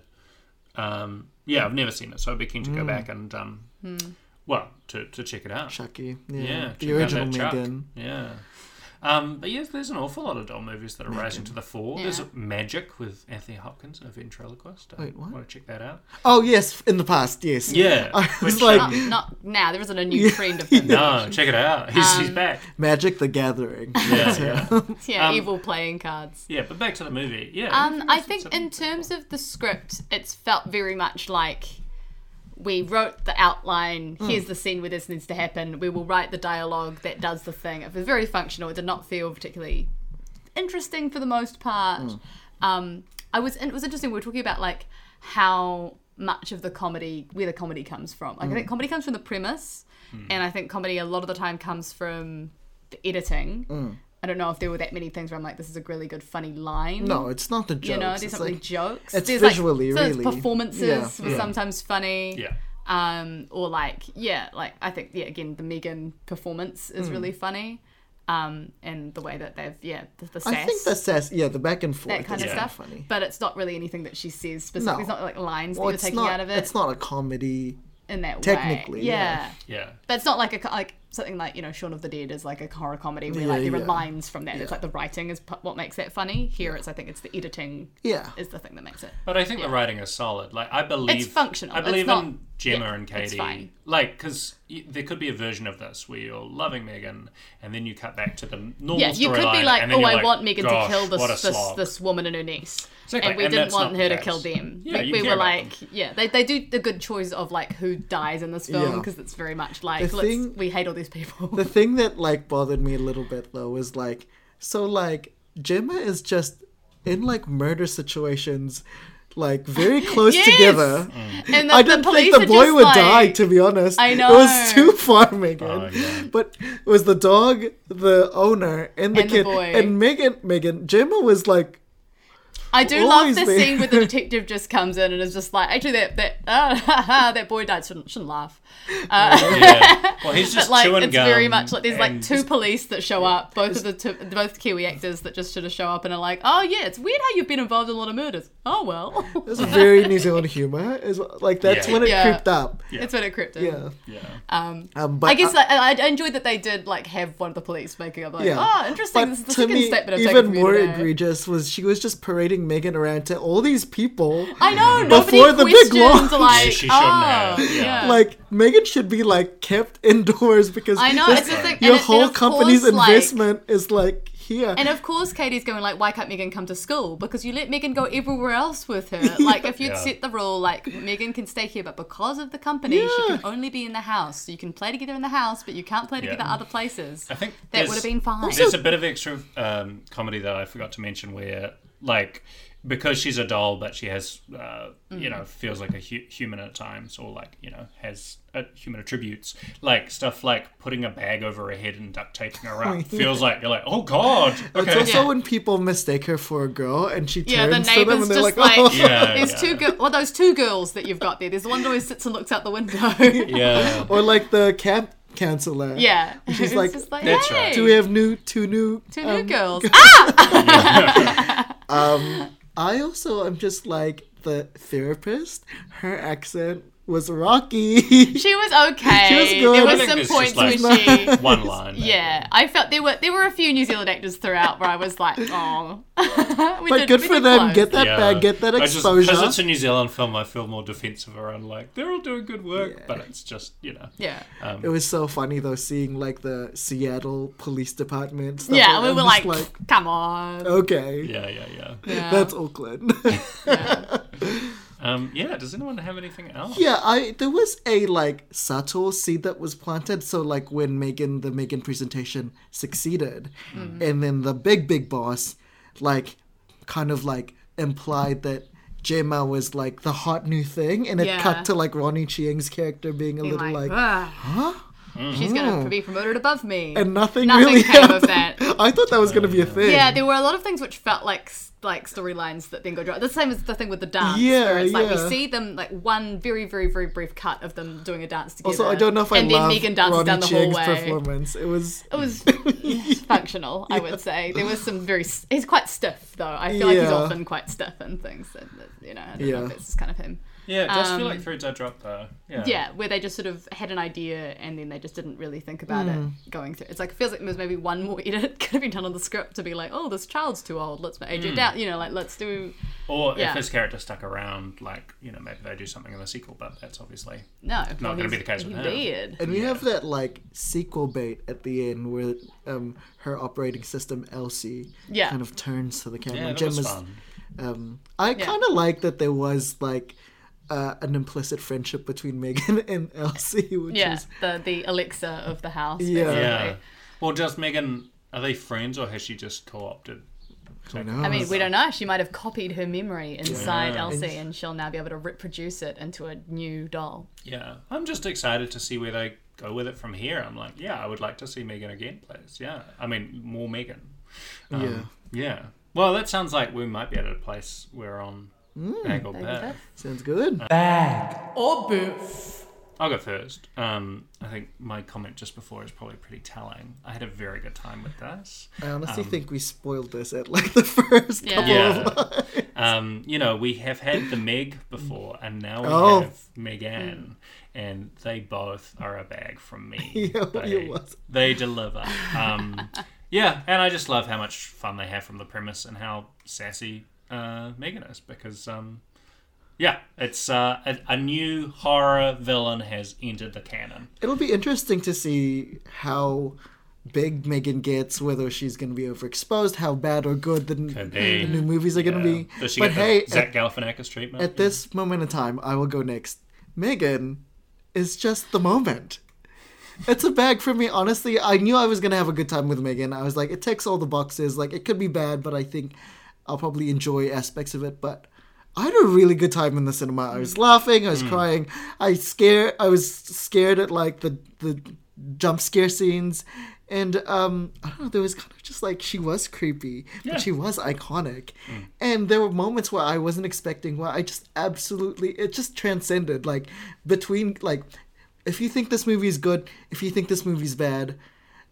[SPEAKER 3] Um, yeah, I've never seen it, so I'd be keen to go back and um, well, to, to check it out.
[SPEAKER 2] Chucky,
[SPEAKER 3] yeah,
[SPEAKER 2] yeah,
[SPEAKER 3] check
[SPEAKER 2] the
[SPEAKER 3] out
[SPEAKER 2] original
[SPEAKER 3] that Chuck.
[SPEAKER 2] Megan.
[SPEAKER 3] Yeah. Um, but yes, there's an awful lot of doll movies that are rising to the fore. There's
[SPEAKER 1] Yeah.
[SPEAKER 3] Magic with Anthony Hopkins, a ventriloquist. I
[SPEAKER 2] Wait, what?
[SPEAKER 3] Want to check that out?
[SPEAKER 2] Oh yes, in the past, yes.
[SPEAKER 3] Yeah,
[SPEAKER 2] I was
[SPEAKER 3] which,
[SPEAKER 2] like-
[SPEAKER 3] um,
[SPEAKER 1] not, not now. There isn't a new trend of them.
[SPEAKER 3] no, check it out. He's,
[SPEAKER 1] Um,
[SPEAKER 3] he's back.
[SPEAKER 2] Magic the Gathering.
[SPEAKER 3] Yeah, yeah,
[SPEAKER 1] Yeah, evil playing cards.
[SPEAKER 3] yeah. But back to the movie. Yeah.
[SPEAKER 1] Um, I think in terms of the script, it's felt very much like we wrote the outline. Here's the scene where this needs to happen. We will write the dialogue that does the thing. It was very functional. It did not feel particularly interesting for the most part. Um, I was. It was interesting. We were talking about like how much of the comedy, where the comedy comes from. Like I think comedy comes from the premise, and I think comedy a lot of the time comes from the editing. I don't know if there were that many things where I'm like, this is a really good funny line
[SPEAKER 2] No, it's not the jokes.
[SPEAKER 1] you know, there's
[SPEAKER 2] it's
[SPEAKER 1] not really
[SPEAKER 2] like
[SPEAKER 1] jokes.
[SPEAKER 2] it's
[SPEAKER 1] there's
[SPEAKER 2] visually,
[SPEAKER 1] like, so
[SPEAKER 2] really.
[SPEAKER 1] There's performances
[SPEAKER 2] Yeah.
[SPEAKER 1] were sometimes funny.
[SPEAKER 3] yeah.
[SPEAKER 1] Um, or like yeah, like I think yeah, again the Megan performance
[SPEAKER 2] Hmm.
[SPEAKER 1] is really funny. Um, and the way that they've yeah, the, the sass,
[SPEAKER 2] I think the sass, yeah, the back and forth.
[SPEAKER 1] that kind
[SPEAKER 2] is
[SPEAKER 1] of
[SPEAKER 3] yeah.
[SPEAKER 1] stuff.
[SPEAKER 2] Funny.
[SPEAKER 1] But it's not really anything that she says specifically.
[SPEAKER 2] No.
[SPEAKER 1] It's not like lines
[SPEAKER 2] Well,
[SPEAKER 1] that you're
[SPEAKER 2] it's
[SPEAKER 1] taking
[SPEAKER 2] not.
[SPEAKER 1] out of it
[SPEAKER 2] It's not a comedy.
[SPEAKER 1] in that
[SPEAKER 2] technically,
[SPEAKER 1] way.
[SPEAKER 2] yeah.
[SPEAKER 1] yeah.
[SPEAKER 3] Yeah.
[SPEAKER 1] But it's not like a co- like something like you know Shaun of the Dead is like a horror comedy where like
[SPEAKER 2] Yeah,
[SPEAKER 1] there are
[SPEAKER 2] yeah.
[SPEAKER 1] lines from that. It's like the writing is p- what makes that funny. Here it's I think it's the editing
[SPEAKER 2] Yeah.
[SPEAKER 1] is the thing that makes it.
[SPEAKER 3] But I think the writing is solid. Like I believe
[SPEAKER 1] It's functional.
[SPEAKER 3] I
[SPEAKER 1] It's
[SPEAKER 3] believe
[SPEAKER 1] not-
[SPEAKER 3] in Gemma
[SPEAKER 1] yeah,
[SPEAKER 3] and Katie.
[SPEAKER 1] it's fine.
[SPEAKER 3] Like because there could be a version of this where you're loving Megan and then you cut back to the normal
[SPEAKER 1] Yeah, you could be
[SPEAKER 3] storyline,
[SPEAKER 1] like,
[SPEAKER 3] and then
[SPEAKER 1] oh,
[SPEAKER 3] you're
[SPEAKER 1] I want Megan to
[SPEAKER 3] "Gosh,
[SPEAKER 1] kill
[SPEAKER 3] what a
[SPEAKER 1] this this,
[SPEAKER 3] slog."
[SPEAKER 1] this woman and her niece,
[SPEAKER 3] Exactly,
[SPEAKER 1] and we
[SPEAKER 3] and
[SPEAKER 1] didn't
[SPEAKER 3] that's
[SPEAKER 1] want
[SPEAKER 3] not
[SPEAKER 1] her
[SPEAKER 3] the
[SPEAKER 1] to kill
[SPEAKER 3] case.
[SPEAKER 1] them.
[SPEAKER 3] Yeah,
[SPEAKER 1] we
[SPEAKER 3] you
[SPEAKER 1] we
[SPEAKER 3] care
[SPEAKER 1] were
[SPEAKER 3] about them.
[SPEAKER 1] like, yeah, they, they do the good choice of like who dies in this film
[SPEAKER 2] Yeah.
[SPEAKER 1] because it's very much like
[SPEAKER 2] The
[SPEAKER 1] let's,
[SPEAKER 2] thing-
[SPEAKER 1] we hate all these people.
[SPEAKER 2] The thing that like bothered me a little bit though was like, so like Gemma is just in like murder situations, like very close
[SPEAKER 1] Yes!
[SPEAKER 2] together.
[SPEAKER 1] and the,
[SPEAKER 2] I didn't
[SPEAKER 1] police
[SPEAKER 2] think the
[SPEAKER 1] are
[SPEAKER 2] boy
[SPEAKER 1] just
[SPEAKER 2] would
[SPEAKER 1] like,
[SPEAKER 2] die. To be honest,
[SPEAKER 1] I
[SPEAKER 2] it was
[SPEAKER 1] know.
[SPEAKER 2] too far, Megan.
[SPEAKER 3] Oh, yeah.
[SPEAKER 2] But it was the dog, the owner, and the
[SPEAKER 1] And the
[SPEAKER 2] kid,
[SPEAKER 1] boy.
[SPEAKER 2] and Megan. Megan Gemma was like,
[SPEAKER 1] I do love
[SPEAKER 2] Always
[SPEAKER 1] this
[SPEAKER 2] there.
[SPEAKER 1] scene where the detective just comes in and is just like, actually that that uh, that boy died. Shouldn't, shouldn't laugh. Uh,
[SPEAKER 3] yeah. Well, he's just
[SPEAKER 1] But like
[SPEAKER 3] chewing
[SPEAKER 1] it's
[SPEAKER 3] gum.
[SPEAKER 1] very much like there's like
[SPEAKER 3] and-
[SPEAKER 1] two police that show up, both of the two, both Kiwi actors that just sort of show up and are like, oh yeah, it's weird how you've been involved in a lot of murders. Oh well,
[SPEAKER 2] "This is very New Zealand humor." Is what- like that's
[SPEAKER 3] Yeah.
[SPEAKER 2] when it
[SPEAKER 1] Yeah.
[SPEAKER 2] creeped up.
[SPEAKER 1] it's been a cryptid.
[SPEAKER 2] Yeah.
[SPEAKER 3] Yeah.
[SPEAKER 2] Um, but
[SPEAKER 1] I guess like, I, I enjoyed that they did like have one of the police making up like, oh
[SPEAKER 2] But
[SPEAKER 1] interesting. this is the
[SPEAKER 2] to
[SPEAKER 1] second
[SPEAKER 2] me,
[SPEAKER 1] statement I've taken
[SPEAKER 2] even
[SPEAKER 1] from you
[SPEAKER 2] more
[SPEAKER 1] today."
[SPEAKER 2] egregious was she was just parading Megan around to all these people.
[SPEAKER 1] I know nobody
[SPEAKER 2] Before the big launch.
[SPEAKER 1] questions like,
[SPEAKER 3] She shouldn't
[SPEAKER 1] oh,
[SPEAKER 3] have, yeah.
[SPEAKER 1] yeah.
[SPEAKER 2] Like Megan should be like kept indoors because
[SPEAKER 1] I know,
[SPEAKER 2] this-
[SPEAKER 1] it's just like- and
[SPEAKER 2] your
[SPEAKER 1] it- and
[SPEAKER 2] whole
[SPEAKER 1] of
[SPEAKER 2] company's
[SPEAKER 1] course, like-
[SPEAKER 2] investment is like here.
[SPEAKER 1] And of course, Katie's going like, "Why can't Megan come to school? Because you let Megan go everywhere else with her. Like, if you'd
[SPEAKER 3] Yeah.
[SPEAKER 1] set the rule, like Megan can stay here, but because of the company, she can only be in the house. So you can play together in the house, but you can't play together other places.
[SPEAKER 3] I think
[SPEAKER 1] that
[SPEAKER 3] there's-
[SPEAKER 1] would have been fine.
[SPEAKER 3] There's a bit of extra um, comedy that I forgot to mention where, like, because she's a doll, but she has, uh,
[SPEAKER 1] Mm.
[SPEAKER 3] you know, feels like a hu- human at times, or like, you know, has uh, human attributes, like stuff like putting a bag over her head and duct taping her up. Feels like you're like, oh god,
[SPEAKER 2] it's
[SPEAKER 3] okay,
[SPEAKER 2] also
[SPEAKER 1] Yeah.
[SPEAKER 2] when people mistake her for a girl and she
[SPEAKER 1] yeah, the
[SPEAKER 2] turns to them
[SPEAKER 1] neighbors
[SPEAKER 2] and they're
[SPEAKER 1] just
[SPEAKER 2] like,
[SPEAKER 1] like,
[SPEAKER 2] oh.
[SPEAKER 3] Yeah,
[SPEAKER 1] there's
[SPEAKER 3] yeah.
[SPEAKER 1] two girls. Well, those two girls that you've got there. There's the one that always sits and looks out the window. yeah,
[SPEAKER 3] yeah.
[SPEAKER 2] or like the camp counselor.
[SPEAKER 1] It's
[SPEAKER 2] She's like,
[SPEAKER 1] just like,
[SPEAKER 3] That's right. Um,
[SPEAKER 1] "Hey,
[SPEAKER 2] Do we have new two new
[SPEAKER 1] two new girls? Ah!
[SPEAKER 2] I also am just like the therapist. Her accent was rocky.
[SPEAKER 1] She was okay.
[SPEAKER 2] She was good.
[SPEAKER 3] I
[SPEAKER 2] There
[SPEAKER 3] think
[SPEAKER 1] There were some
[SPEAKER 3] there's
[SPEAKER 1] points
[SPEAKER 3] just, like,
[SPEAKER 1] where she.
[SPEAKER 3] one line. maybe.
[SPEAKER 1] Yeah, I felt there were there were a few New Zealand actors throughout where I was like, oh, we
[SPEAKER 2] but
[SPEAKER 1] did-
[SPEAKER 2] good
[SPEAKER 1] we
[SPEAKER 2] for
[SPEAKER 1] did
[SPEAKER 2] them.
[SPEAKER 1] close.
[SPEAKER 2] Get that
[SPEAKER 3] Yeah.
[SPEAKER 2] back. Get that
[SPEAKER 3] I just- 'cause
[SPEAKER 2] exposure.
[SPEAKER 3] it's a New Zealand film, I feel more defensive around like they're all doing good work, but it's just you know.
[SPEAKER 1] yeah.
[SPEAKER 3] Um,
[SPEAKER 2] it was so funny though, seeing like the Seattle Police Department. Stuff
[SPEAKER 1] Yeah,
[SPEAKER 2] and
[SPEAKER 1] we
[SPEAKER 2] I'm
[SPEAKER 1] were
[SPEAKER 2] just
[SPEAKER 1] like, come on.
[SPEAKER 2] okay,
[SPEAKER 3] yeah, yeah, yeah.
[SPEAKER 1] Yeah.
[SPEAKER 2] that's Oakland.
[SPEAKER 3] Um, yeah. Does anyone have anything else?
[SPEAKER 2] Yeah, I there was a like subtle seed that was planted. So like when Megan the Megan presentation succeeded,
[SPEAKER 1] Mm-hmm.
[SPEAKER 2] and then the big big boss, like, kind of like implied that Gemma was like the hot new thing, and it
[SPEAKER 1] Yeah.
[SPEAKER 2] cut to like Ronnie Chiang's character being a
[SPEAKER 1] Being
[SPEAKER 2] little like. "Hmm,"
[SPEAKER 1] "Ugh, she's "Ah, gonna be promoted above me.
[SPEAKER 2] and nothing,
[SPEAKER 1] Nothing
[SPEAKER 2] really
[SPEAKER 1] came of
[SPEAKER 2] happened.
[SPEAKER 1] that.
[SPEAKER 2] I thought that was going to be a thing.
[SPEAKER 1] yeah, there were a lot of things which felt like s- like storylines that then go dry. The same as the thing with the dance.
[SPEAKER 2] Yeah,
[SPEAKER 1] where it's like
[SPEAKER 2] yeah.
[SPEAKER 1] we see them like one very very very brief cut of them doing a dance together.
[SPEAKER 2] Also, I don't know if I
[SPEAKER 1] and
[SPEAKER 2] love
[SPEAKER 1] then Megan dances
[SPEAKER 2] Ronnie
[SPEAKER 1] down the
[SPEAKER 2] Chiang's
[SPEAKER 1] hallway.
[SPEAKER 2] performance. It was
[SPEAKER 1] It was functional, I would say. There was some very. s- He's quite stiff though. I feel like he's
[SPEAKER 2] Yeah.
[SPEAKER 1] often quite stiff and things. And, that- you know, I don't know
[SPEAKER 2] Yeah.
[SPEAKER 1] if it's just kind of him.
[SPEAKER 3] Yeah, it does feel like
[SPEAKER 1] Um,
[SPEAKER 3] Three Dead Drop though. Yeah.
[SPEAKER 1] Yeah, where they just sort of had an idea and then they just didn't really think about
[SPEAKER 2] Mm.
[SPEAKER 1] it going through. It's like it feels like there was maybe one more edit could have been done on the script to be like, oh, this child's too old. Let's age
[SPEAKER 3] Mm.
[SPEAKER 1] it out. You know, like let's do.
[SPEAKER 3] Or
[SPEAKER 1] Yeah.
[SPEAKER 3] if his character stuck around, like you know, maybe they do something in the sequel, but that's obviously
[SPEAKER 1] No, not
[SPEAKER 3] gonna be the case with him.
[SPEAKER 1] Weird.
[SPEAKER 2] And we have that like sequel bait at the end where um, her operating system Elsie
[SPEAKER 1] Yeah.
[SPEAKER 2] kind of turns to the camera.
[SPEAKER 3] yeah, that was
[SPEAKER 2] Mm, Gemma's-
[SPEAKER 3] fun.
[SPEAKER 2] um, I kind of like that there was like uh, an implicit friendship between Megan and Elsie, which
[SPEAKER 1] Yeah,
[SPEAKER 2] is
[SPEAKER 1] the the elixir of the house.
[SPEAKER 2] Yeah.
[SPEAKER 1] Basically.
[SPEAKER 3] Yeah. Well, does Megan are they friends or has she just co-opted?
[SPEAKER 2] I, don't know.
[SPEAKER 1] I mean, we don't know. She might have copied her memory inside Elsie, and she'll now be able to reproduce it into a new doll.
[SPEAKER 3] Yeah, I'm just excited to see where they go with it from here. I'm like, yeah, I would like to see Megan again, please. Yeah, I mean, more Megan. Um,
[SPEAKER 2] Yeah.
[SPEAKER 3] Yeah. Well, that sounds like we might be at a place we're on. Bag or
[SPEAKER 1] Bag.
[SPEAKER 3] Bag.
[SPEAKER 2] sounds good.
[SPEAKER 3] I'll go first. Um, I think my comment just before is probably pretty telling. I had a very good time with this.
[SPEAKER 2] I honestly
[SPEAKER 3] Um,
[SPEAKER 2] think we spoiled this at like the first
[SPEAKER 1] Yeah.
[SPEAKER 2] couple of
[SPEAKER 3] Yeah. Um, you know, we have had the Meg before, and now we
[SPEAKER 2] Oh.
[SPEAKER 3] have Megan, and they both are a bag from me.
[SPEAKER 2] Yeah, what
[SPEAKER 3] they,
[SPEAKER 2] you want.
[SPEAKER 3] they deliver. Um, yeah, and I just love how much fun they have from the premise and how sassy uh, Megan is because. Um, yeah, it's uh, a, a new horror villain has entered the canon.
[SPEAKER 2] It'll be interesting to see how big Megan gets, whether she's going to be overexposed, how bad or good the, n-
[SPEAKER 3] be.
[SPEAKER 2] the new movies are going to
[SPEAKER 3] Yeah.
[SPEAKER 2] be.
[SPEAKER 3] Does she
[SPEAKER 2] but
[SPEAKER 3] get
[SPEAKER 2] hey,
[SPEAKER 3] the
[SPEAKER 2] at-
[SPEAKER 3] Zach Galifianakis treatment?
[SPEAKER 2] at this moment in time, I will go next. Megan is just the moment. It's a bag for me, honestly. I knew I was gonna have a good time with Megan. I was like, it ticks all the boxes. Like, it could be bad, but I think I'll probably enjoy aspects of it. But I had a really good time in the cinema. I was laughing. I was crying. I scare. I was scared at like the the jump scare scenes, and um, I don't know. There was kind of just like she was creepy, but she was iconic, and there were moments where I wasn't expecting. Where I just absolutely it just transcended like between like if you think this movie is good, if you think this movie's bad,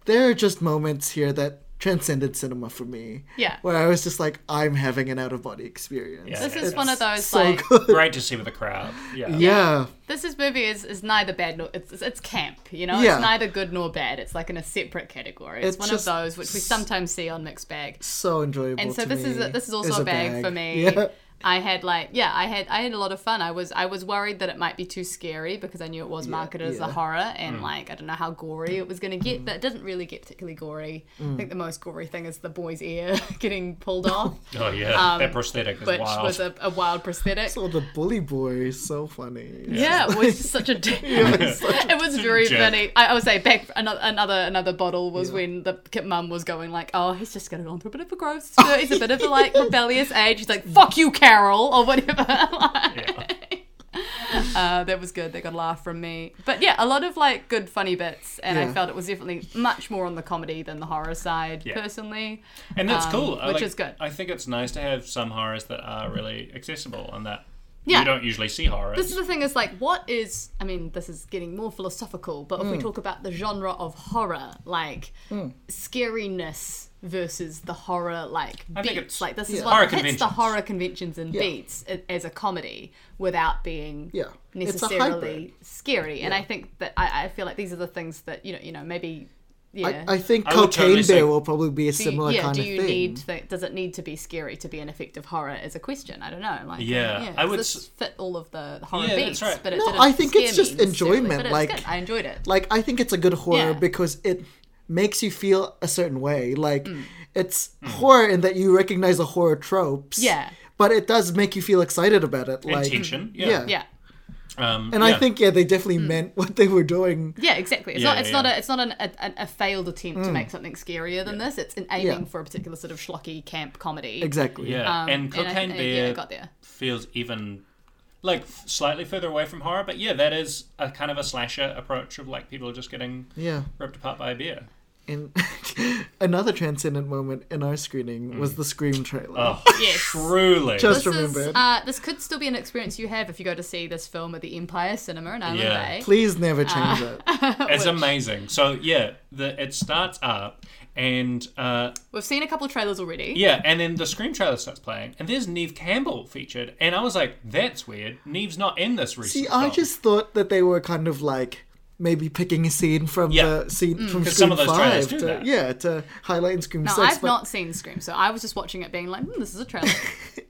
[SPEAKER 2] there are just moments here that transcended cinema for me.
[SPEAKER 1] Yeah.
[SPEAKER 2] Where I was just like, I'm having an out of body experience.
[SPEAKER 3] Yeah.
[SPEAKER 1] This is
[SPEAKER 3] It's
[SPEAKER 1] one of those
[SPEAKER 2] So
[SPEAKER 1] like
[SPEAKER 2] good.
[SPEAKER 3] Great to see with the crowd. Yeah.
[SPEAKER 2] Yeah.
[SPEAKER 1] this is movie is, is neither bad nor it's, it's, it's camp you know
[SPEAKER 2] Yeah.
[SPEAKER 1] it's neither good nor bad it's like in a separate category it's,
[SPEAKER 2] It's
[SPEAKER 1] one
[SPEAKER 2] just
[SPEAKER 1] of those which we sometimes see on mixed bag
[SPEAKER 2] So enjoyable.
[SPEAKER 1] and so
[SPEAKER 2] to
[SPEAKER 1] this
[SPEAKER 2] me
[SPEAKER 1] is a, this is also a, bag, for me
[SPEAKER 2] Yeah.
[SPEAKER 1] i had like yeah i had i had a lot of fun i was i was worried that it might be too scary because i knew it was marketed as a
[SPEAKER 2] yeah. Mm.
[SPEAKER 1] horror and like i don't know how gory it was going to get but it didn't really get particularly gory i think the most gory thing is the boy's ear getting pulled off
[SPEAKER 3] Oh yeah, that prosthetic is
[SPEAKER 1] which
[SPEAKER 3] wild.
[SPEAKER 1] was uh, a, a wild prosthetic
[SPEAKER 2] So the bully boy is so funny.
[SPEAKER 1] yeah, it was just such a. it was very
[SPEAKER 3] jerk.
[SPEAKER 1] funny. I, I would say back another another another bottle was when the kid mum was going like, "Oh, he's just going on through a bit of a growth spurt. He's a bit of a like rebellious age. He's like, fuck you, Carol, or whatever." Like, Uh, that was good. They got a laugh from me. But yeah, a lot of like good funny bits, and I
[SPEAKER 2] Yeah.
[SPEAKER 1] felt it was definitely much more on the comedy than the horror side,
[SPEAKER 3] Yeah.
[SPEAKER 1] personally.
[SPEAKER 3] And that's
[SPEAKER 1] um,
[SPEAKER 3] cool. I
[SPEAKER 1] which
[SPEAKER 3] like-
[SPEAKER 1] is good.
[SPEAKER 3] I think it's nice to have some horrors that are really accessible and that
[SPEAKER 1] Yeah.
[SPEAKER 3] You don't usually see horror.
[SPEAKER 1] This is the thing is like, what is, I mean, this is getting more philosophical, but
[SPEAKER 2] Hmm.
[SPEAKER 1] if we talk about the genre of horror, like scariness versus the horror, like
[SPEAKER 3] I think
[SPEAKER 1] beats,
[SPEAKER 3] it's-
[SPEAKER 1] like this is
[SPEAKER 2] yeah.
[SPEAKER 1] what
[SPEAKER 3] Horror
[SPEAKER 1] hits the
[SPEAKER 3] conventions.
[SPEAKER 1] horror conventions and beats a- as a comedy without being
[SPEAKER 2] Yeah. It's a
[SPEAKER 1] necessarily
[SPEAKER 2] hybrid.
[SPEAKER 1] scary. And I think that, I, I feel like these are the things that, you know, you know, maybe, yeah.
[SPEAKER 2] I, I think
[SPEAKER 3] I
[SPEAKER 2] Cocaine
[SPEAKER 3] would totally say-
[SPEAKER 2] Bear will probably be a
[SPEAKER 1] Do you-
[SPEAKER 2] similar
[SPEAKER 1] yeah,
[SPEAKER 2] kind
[SPEAKER 1] do
[SPEAKER 2] of
[SPEAKER 1] you
[SPEAKER 2] thing.
[SPEAKER 1] need th- does it need to be scary to be an effective horror is a question. I don't know. Like
[SPEAKER 3] Yeah, I
[SPEAKER 1] does
[SPEAKER 3] would
[SPEAKER 1] this
[SPEAKER 3] s-
[SPEAKER 1] fit all of the horror
[SPEAKER 3] Yeah, that's
[SPEAKER 1] beats,
[SPEAKER 3] right.
[SPEAKER 1] but it
[SPEAKER 2] No,
[SPEAKER 1] didn't
[SPEAKER 2] I think
[SPEAKER 1] scare
[SPEAKER 2] it's just
[SPEAKER 1] me necessarily,
[SPEAKER 2] enjoyment,
[SPEAKER 1] but it's
[SPEAKER 2] like-
[SPEAKER 1] good. I enjoyed it.
[SPEAKER 2] like I think it's a good horror
[SPEAKER 1] Yeah.
[SPEAKER 2] because it makes you feel a certain way. Like
[SPEAKER 1] Mm.
[SPEAKER 2] it's horror in that you recognize the horror tropes.
[SPEAKER 1] Yeah.
[SPEAKER 2] But it does make you feel excited about it. Like
[SPEAKER 3] tension, yeah.
[SPEAKER 1] yeah.
[SPEAKER 3] um,
[SPEAKER 2] And
[SPEAKER 3] yeah.
[SPEAKER 2] I think yeah, they definitely
[SPEAKER 1] Mm.
[SPEAKER 2] meant what they were doing.
[SPEAKER 1] Yeah, exactly. It's
[SPEAKER 3] Yeah,
[SPEAKER 1] not. It's
[SPEAKER 3] yeah.
[SPEAKER 1] not a. It's not an, a, an- a failed attempt to make something scarier than this. It's an aiming
[SPEAKER 2] Mm. Yeah.
[SPEAKER 1] for a particular sort of schlocky camp comedy.
[SPEAKER 2] Exactly.
[SPEAKER 3] Yeah,
[SPEAKER 1] Um,
[SPEAKER 3] and
[SPEAKER 1] and I-
[SPEAKER 3] Cocaine
[SPEAKER 1] I- yeah,
[SPEAKER 3] Bear
[SPEAKER 1] I got there.
[SPEAKER 3] feels even like slightly further away from horror, but yeah, that is a kind of a slasher approach of like people are just getting
[SPEAKER 2] Yeah.
[SPEAKER 3] ripped apart by a beer.
[SPEAKER 2] And another transcendent moment in our screening was the Scream trailer.
[SPEAKER 3] Mm. Oh,
[SPEAKER 1] Yes.
[SPEAKER 3] truly.
[SPEAKER 2] Just-
[SPEAKER 1] This is.
[SPEAKER 2] remembered.
[SPEAKER 1] Uh, this could still be an experience you have if you go to see this film at the Empire Cinema in Island
[SPEAKER 3] Yeah.
[SPEAKER 1] Bay.
[SPEAKER 2] Please never change
[SPEAKER 1] Uh.
[SPEAKER 2] it.
[SPEAKER 3] it's amazing. So yeah, the it starts up and uh,
[SPEAKER 1] We've seen a couple of trailers already.
[SPEAKER 3] yeah, and then the Scream trailer starts playing, and there's Neve Campbell featured, and I was like, that's weird. Neve's not in this recent
[SPEAKER 2] See, I
[SPEAKER 3] film.
[SPEAKER 2] just thought that they were kind of like maybe picking a scene from
[SPEAKER 3] Yeah.
[SPEAKER 2] the scene from Scream
[SPEAKER 3] 'Cause some of those trailers
[SPEAKER 2] Five.
[SPEAKER 3] do
[SPEAKER 2] to-
[SPEAKER 3] that.
[SPEAKER 2] Yeah, to highlight in Scream
[SPEAKER 1] Mm. No,
[SPEAKER 2] Six.
[SPEAKER 1] I've
[SPEAKER 2] but
[SPEAKER 1] not seen Scream, so I was just watching it, being like, hmm, "This is a trailer."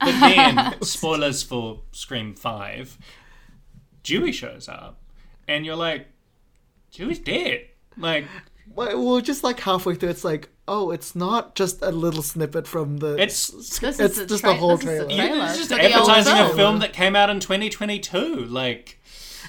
[SPEAKER 3] But then, spoilers for Scream 5, Dewey shows up, and you're like, Dewey's dead. Like,
[SPEAKER 2] Well, well, just like halfway through, it's like, oh, it's not just a little snippet from the.
[SPEAKER 3] it's.
[SPEAKER 1] This
[SPEAKER 2] It's
[SPEAKER 1] is a
[SPEAKER 2] just
[SPEAKER 1] tra-
[SPEAKER 2] the whole
[SPEAKER 1] this is a
[SPEAKER 2] trailer.
[SPEAKER 1] trailer
[SPEAKER 3] it's just
[SPEAKER 1] for the old
[SPEAKER 3] advertising a
[SPEAKER 1] film.
[SPEAKER 3] film that came out in 2022. Like,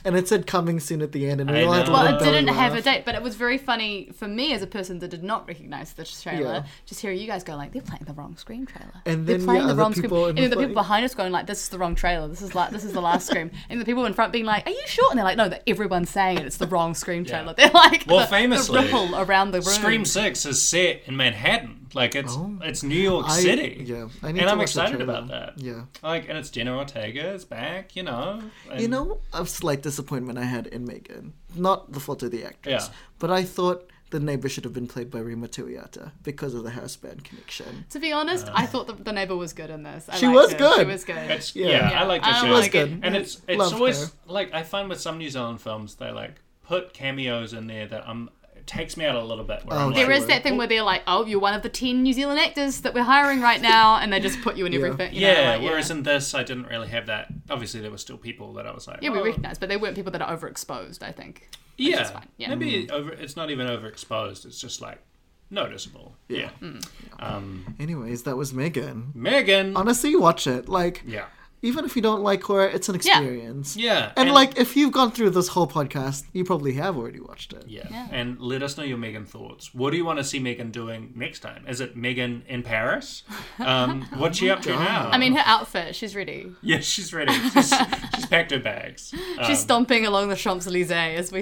[SPEAKER 2] and it said coming soon at the end, and we
[SPEAKER 3] I
[SPEAKER 2] all had
[SPEAKER 3] know.
[SPEAKER 2] to
[SPEAKER 3] Well,
[SPEAKER 1] Well,
[SPEAKER 3] Don't
[SPEAKER 1] it
[SPEAKER 2] belly
[SPEAKER 1] didn't have a
[SPEAKER 2] laugh.
[SPEAKER 1] date, but it was very funny for me as a person that did not recognize the trailer.
[SPEAKER 2] Yeah.
[SPEAKER 1] Just hearing you guys go like, "They're playing the wrong Scream trailer,"
[SPEAKER 2] And
[SPEAKER 1] they're
[SPEAKER 2] then
[SPEAKER 1] playing
[SPEAKER 2] the
[SPEAKER 1] the
[SPEAKER 2] other
[SPEAKER 1] wrong
[SPEAKER 2] people in
[SPEAKER 1] Scream, and
[SPEAKER 2] the
[SPEAKER 1] then the people
[SPEAKER 2] front-
[SPEAKER 1] behind us going like, "This is the wrong trailer. This is like this is the last Scream," and the people in front being like, "Are you sure?" And they're like, "No, that everyone's saying it. It's the wrong Scream
[SPEAKER 3] Yeah.
[SPEAKER 1] trailer." They're like,
[SPEAKER 3] Well,
[SPEAKER 1] the,
[SPEAKER 3] famously,
[SPEAKER 1] the ripple around the Oh, room.
[SPEAKER 3] Scream 6 is set in Manhattan. Like, it's it's New York
[SPEAKER 2] I-
[SPEAKER 3] City.
[SPEAKER 2] yeah, I need
[SPEAKER 3] And
[SPEAKER 2] to
[SPEAKER 3] I'm
[SPEAKER 2] watch the
[SPEAKER 3] excited
[SPEAKER 2] trailer.
[SPEAKER 3] about that.
[SPEAKER 2] Yeah.
[SPEAKER 3] Like, and it's Jenna Ortega is back, you know. and-
[SPEAKER 2] You know, a slight disappointment I had in Megan. Not the fault of the actress,
[SPEAKER 3] Yeah.
[SPEAKER 2] but I thought the neighbor should have been played by Rima Tuiata because of the house band connection.
[SPEAKER 1] To be honest,
[SPEAKER 3] Uh.
[SPEAKER 1] I thought the, the neighbor was good in this. I
[SPEAKER 2] She
[SPEAKER 1] liked
[SPEAKER 2] was
[SPEAKER 1] her.
[SPEAKER 2] good.
[SPEAKER 1] She was good.
[SPEAKER 3] It's,
[SPEAKER 2] Yeah.
[SPEAKER 3] yeah.
[SPEAKER 1] Yeah.
[SPEAKER 3] I like
[SPEAKER 1] I
[SPEAKER 3] the show.
[SPEAKER 1] like It
[SPEAKER 2] was it. good.
[SPEAKER 3] And it's it's
[SPEAKER 2] Loved
[SPEAKER 3] always
[SPEAKER 2] her.
[SPEAKER 3] like I find with some New Zealand films they like put cameos in there that um it takes me out a little bit. Where I'm
[SPEAKER 2] Oh,
[SPEAKER 3] like,
[SPEAKER 1] There
[SPEAKER 2] Sure.
[SPEAKER 1] is that thing where they're like, "Oh, you're one of the ten New Zealand actors that we're hiring right now," and they just put you in everything. You know,
[SPEAKER 3] yeah,
[SPEAKER 1] like,
[SPEAKER 3] whereas in this I didn't really have that. Obviously there were still people that I was like,
[SPEAKER 1] yeah, we
[SPEAKER 3] oh,
[SPEAKER 1] recognise, but they weren't people that are overexposed. I think.
[SPEAKER 3] yeah,
[SPEAKER 1] is fine, yeah.
[SPEAKER 3] maybe over. It's not even overexposed. It's just like noticeable. Yeah.
[SPEAKER 1] Mm.
[SPEAKER 3] Um,
[SPEAKER 2] Anyways, that was Megan.
[SPEAKER 3] Megan.
[SPEAKER 2] Honestly, watch it. Like,
[SPEAKER 3] yeah.
[SPEAKER 2] even if you don't like horror, it's an experience.
[SPEAKER 3] Yeah.
[SPEAKER 2] And, like, if you've gone through this whole podcast, you probably have already watched it.
[SPEAKER 3] Yeah. And let us know your Megan thoughts. What do you want to see Megan doing next time? Is it Megan in Paris? Um, what's she up to now?
[SPEAKER 1] Oh I mean, her outfit, she's ready.
[SPEAKER 3] Yeah, she's ready. She's, she's packed her bags. Um,
[SPEAKER 1] She's stomping along the Champs Elysees as we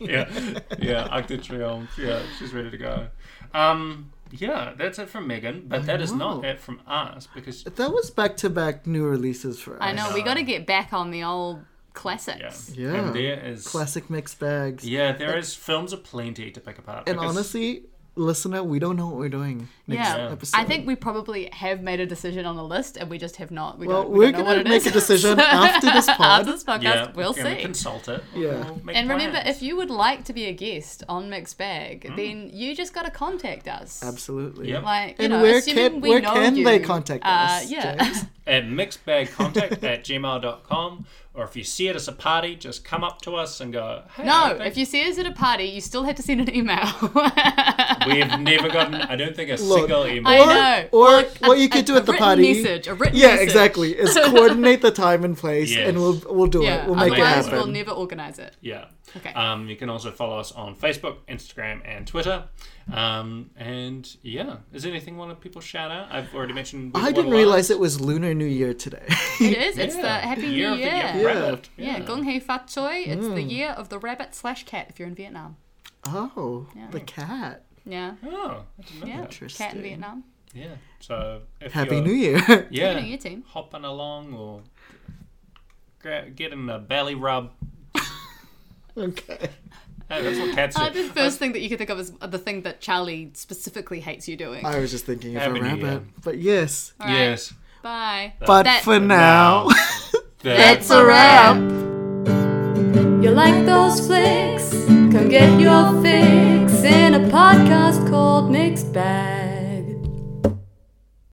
[SPEAKER 3] Yeah, yeah, Arc de Triomphe. Yeah, she's ready to go. Um, yeah, that's it from Megan, but that is not
[SPEAKER 1] Oh.
[SPEAKER 2] know.
[SPEAKER 3] it from us because
[SPEAKER 2] That was back to back new releases for us.
[SPEAKER 1] I know, we got to
[SPEAKER 3] Um,
[SPEAKER 1] get back on the old classics.
[SPEAKER 3] yeah,
[SPEAKER 2] Yeah.
[SPEAKER 3] and there is
[SPEAKER 2] Classic mixed bags.
[SPEAKER 3] yeah, there is films aplenty to pick apart.
[SPEAKER 2] And
[SPEAKER 3] because-
[SPEAKER 2] honestly, listener, we don't know what we're doing next
[SPEAKER 1] Yeah.
[SPEAKER 2] episode.
[SPEAKER 1] I think we probably have made a decision on the list, and we just have not. We
[SPEAKER 2] Well,
[SPEAKER 1] don't, we
[SPEAKER 2] we're
[SPEAKER 1] don't know
[SPEAKER 2] gonna
[SPEAKER 1] what it
[SPEAKER 2] make
[SPEAKER 1] is.
[SPEAKER 2] a decision after this pod.
[SPEAKER 1] after this podcast,
[SPEAKER 3] yeah,
[SPEAKER 1] we'll
[SPEAKER 3] we're gonna
[SPEAKER 1] see.
[SPEAKER 3] Consult it.
[SPEAKER 2] Yeah.
[SPEAKER 3] We'll make
[SPEAKER 1] And remember,
[SPEAKER 3] plans. Hmm.
[SPEAKER 1] if you would like to be a guest on Mixed Bag, then you just got to contact us.
[SPEAKER 2] Absolutely.
[SPEAKER 3] Yep.
[SPEAKER 1] Like, you
[SPEAKER 2] And
[SPEAKER 1] know,
[SPEAKER 2] where
[SPEAKER 1] assuming
[SPEAKER 2] can-
[SPEAKER 1] we
[SPEAKER 2] where
[SPEAKER 1] know
[SPEAKER 2] can
[SPEAKER 1] you,
[SPEAKER 2] they contact us,
[SPEAKER 1] Uh, yeah.
[SPEAKER 3] at mixbagcontact at gmail.com or if you see it as a party, just come up to us and go. Hey, I
[SPEAKER 1] No,
[SPEAKER 3] think
[SPEAKER 1] if you see us at a party, you still have to send an email.
[SPEAKER 3] we have never gotten. I don't think a
[SPEAKER 2] Look,
[SPEAKER 3] single email.
[SPEAKER 1] I know.
[SPEAKER 2] Or
[SPEAKER 1] Well, a-
[SPEAKER 2] what you
[SPEAKER 1] a-
[SPEAKER 2] could do
[SPEAKER 1] a
[SPEAKER 2] at the
[SPEAKER 1] written
[SPEAKER 2] party.
[SPEAKER 1] message, a written
[SPEAKER 2] yeah,
[SPEAKER 1] message.
[SPEAKER 2] exactly. Is coordinate the time and place,
[SPEAKER 3] Yes.
[SPEAKER 2] and we'll we'll do
[SPEAKER 1] yeah,
[SPEAKER 2] it. We'll make it
[SPEAKER 1] otherwise
[SPEAKER 2] happen.
[SPEAKER 1] we'll never organize it.
[SPEAKER 3] Yeah.
[SPEAKER 1] Okay.
[SPEAKER 3] Um, you can also follow us on Facebook, Instagram, and Twitter. Um, and yeah, is there anything one of people shout out? I've already mentioned.
[SPEAKER 2] I didn't realize it was Lunar New Year today.
[SPEAKER 1] It is. It's the Happy New Year.
[SPEAKER 3] Yeah.
[SPEAKER 1] yeah.
[SPEAKER 3] rabbit.
[SPEAKER 1] Gung Hei Fat Choi. It's
[SPEAKER 2] Mm.
[SPEAKER 1] the year of the rabbit slash cat if you're in Vietnam.
[SPEAKER 2] oh, the cat.
[SPEAKER 1] Yeah.
[SPEAKER 3] Oh, I didn't know that.
[SPEAKER 1] Yeah. Cat in
[SPEAKER 2] Interesting.
[SPEAKER 1] Vietnam.
[SPEAKER 3] Yeah. So if
[SPEAKER 2] Happy
[SPEAKER 3] you're-
[SPEAKER 2] New Year.
[SPEAKER 3] Yeah.
[SPEAKER 1] New Year, team.
[SPEAKER 3] Hopping along or gra- get in a belly rub.
[SPEAKER 2] Okay.
[SPEAKER 3] Hey, that's what cats
[SPEAKER 1] Uh, the
[SPEAKER 3] do.
[SPEAKER 1] first thing that you could think of is the thing that Charlie specifically hates you doing.
[SPEAKER 2] I was just thinking of
[SPEAKER 3] Happy
[SPEAKER 2] a
[SPEAKER 3] New Year.
[SPEAKER 2] rabbit. But yes.
[SPEAKER 1] All right, Bye.
[SPEAKER 2] But
[SPEAKER 1] That-
[SPEAKER 2] for now.
[SPEAKER 3] That's
[SPEAKER 1] a wrap.
[SPEAKER 6] You like those flicks? Come get your fix in a podcast called Mixed Bag.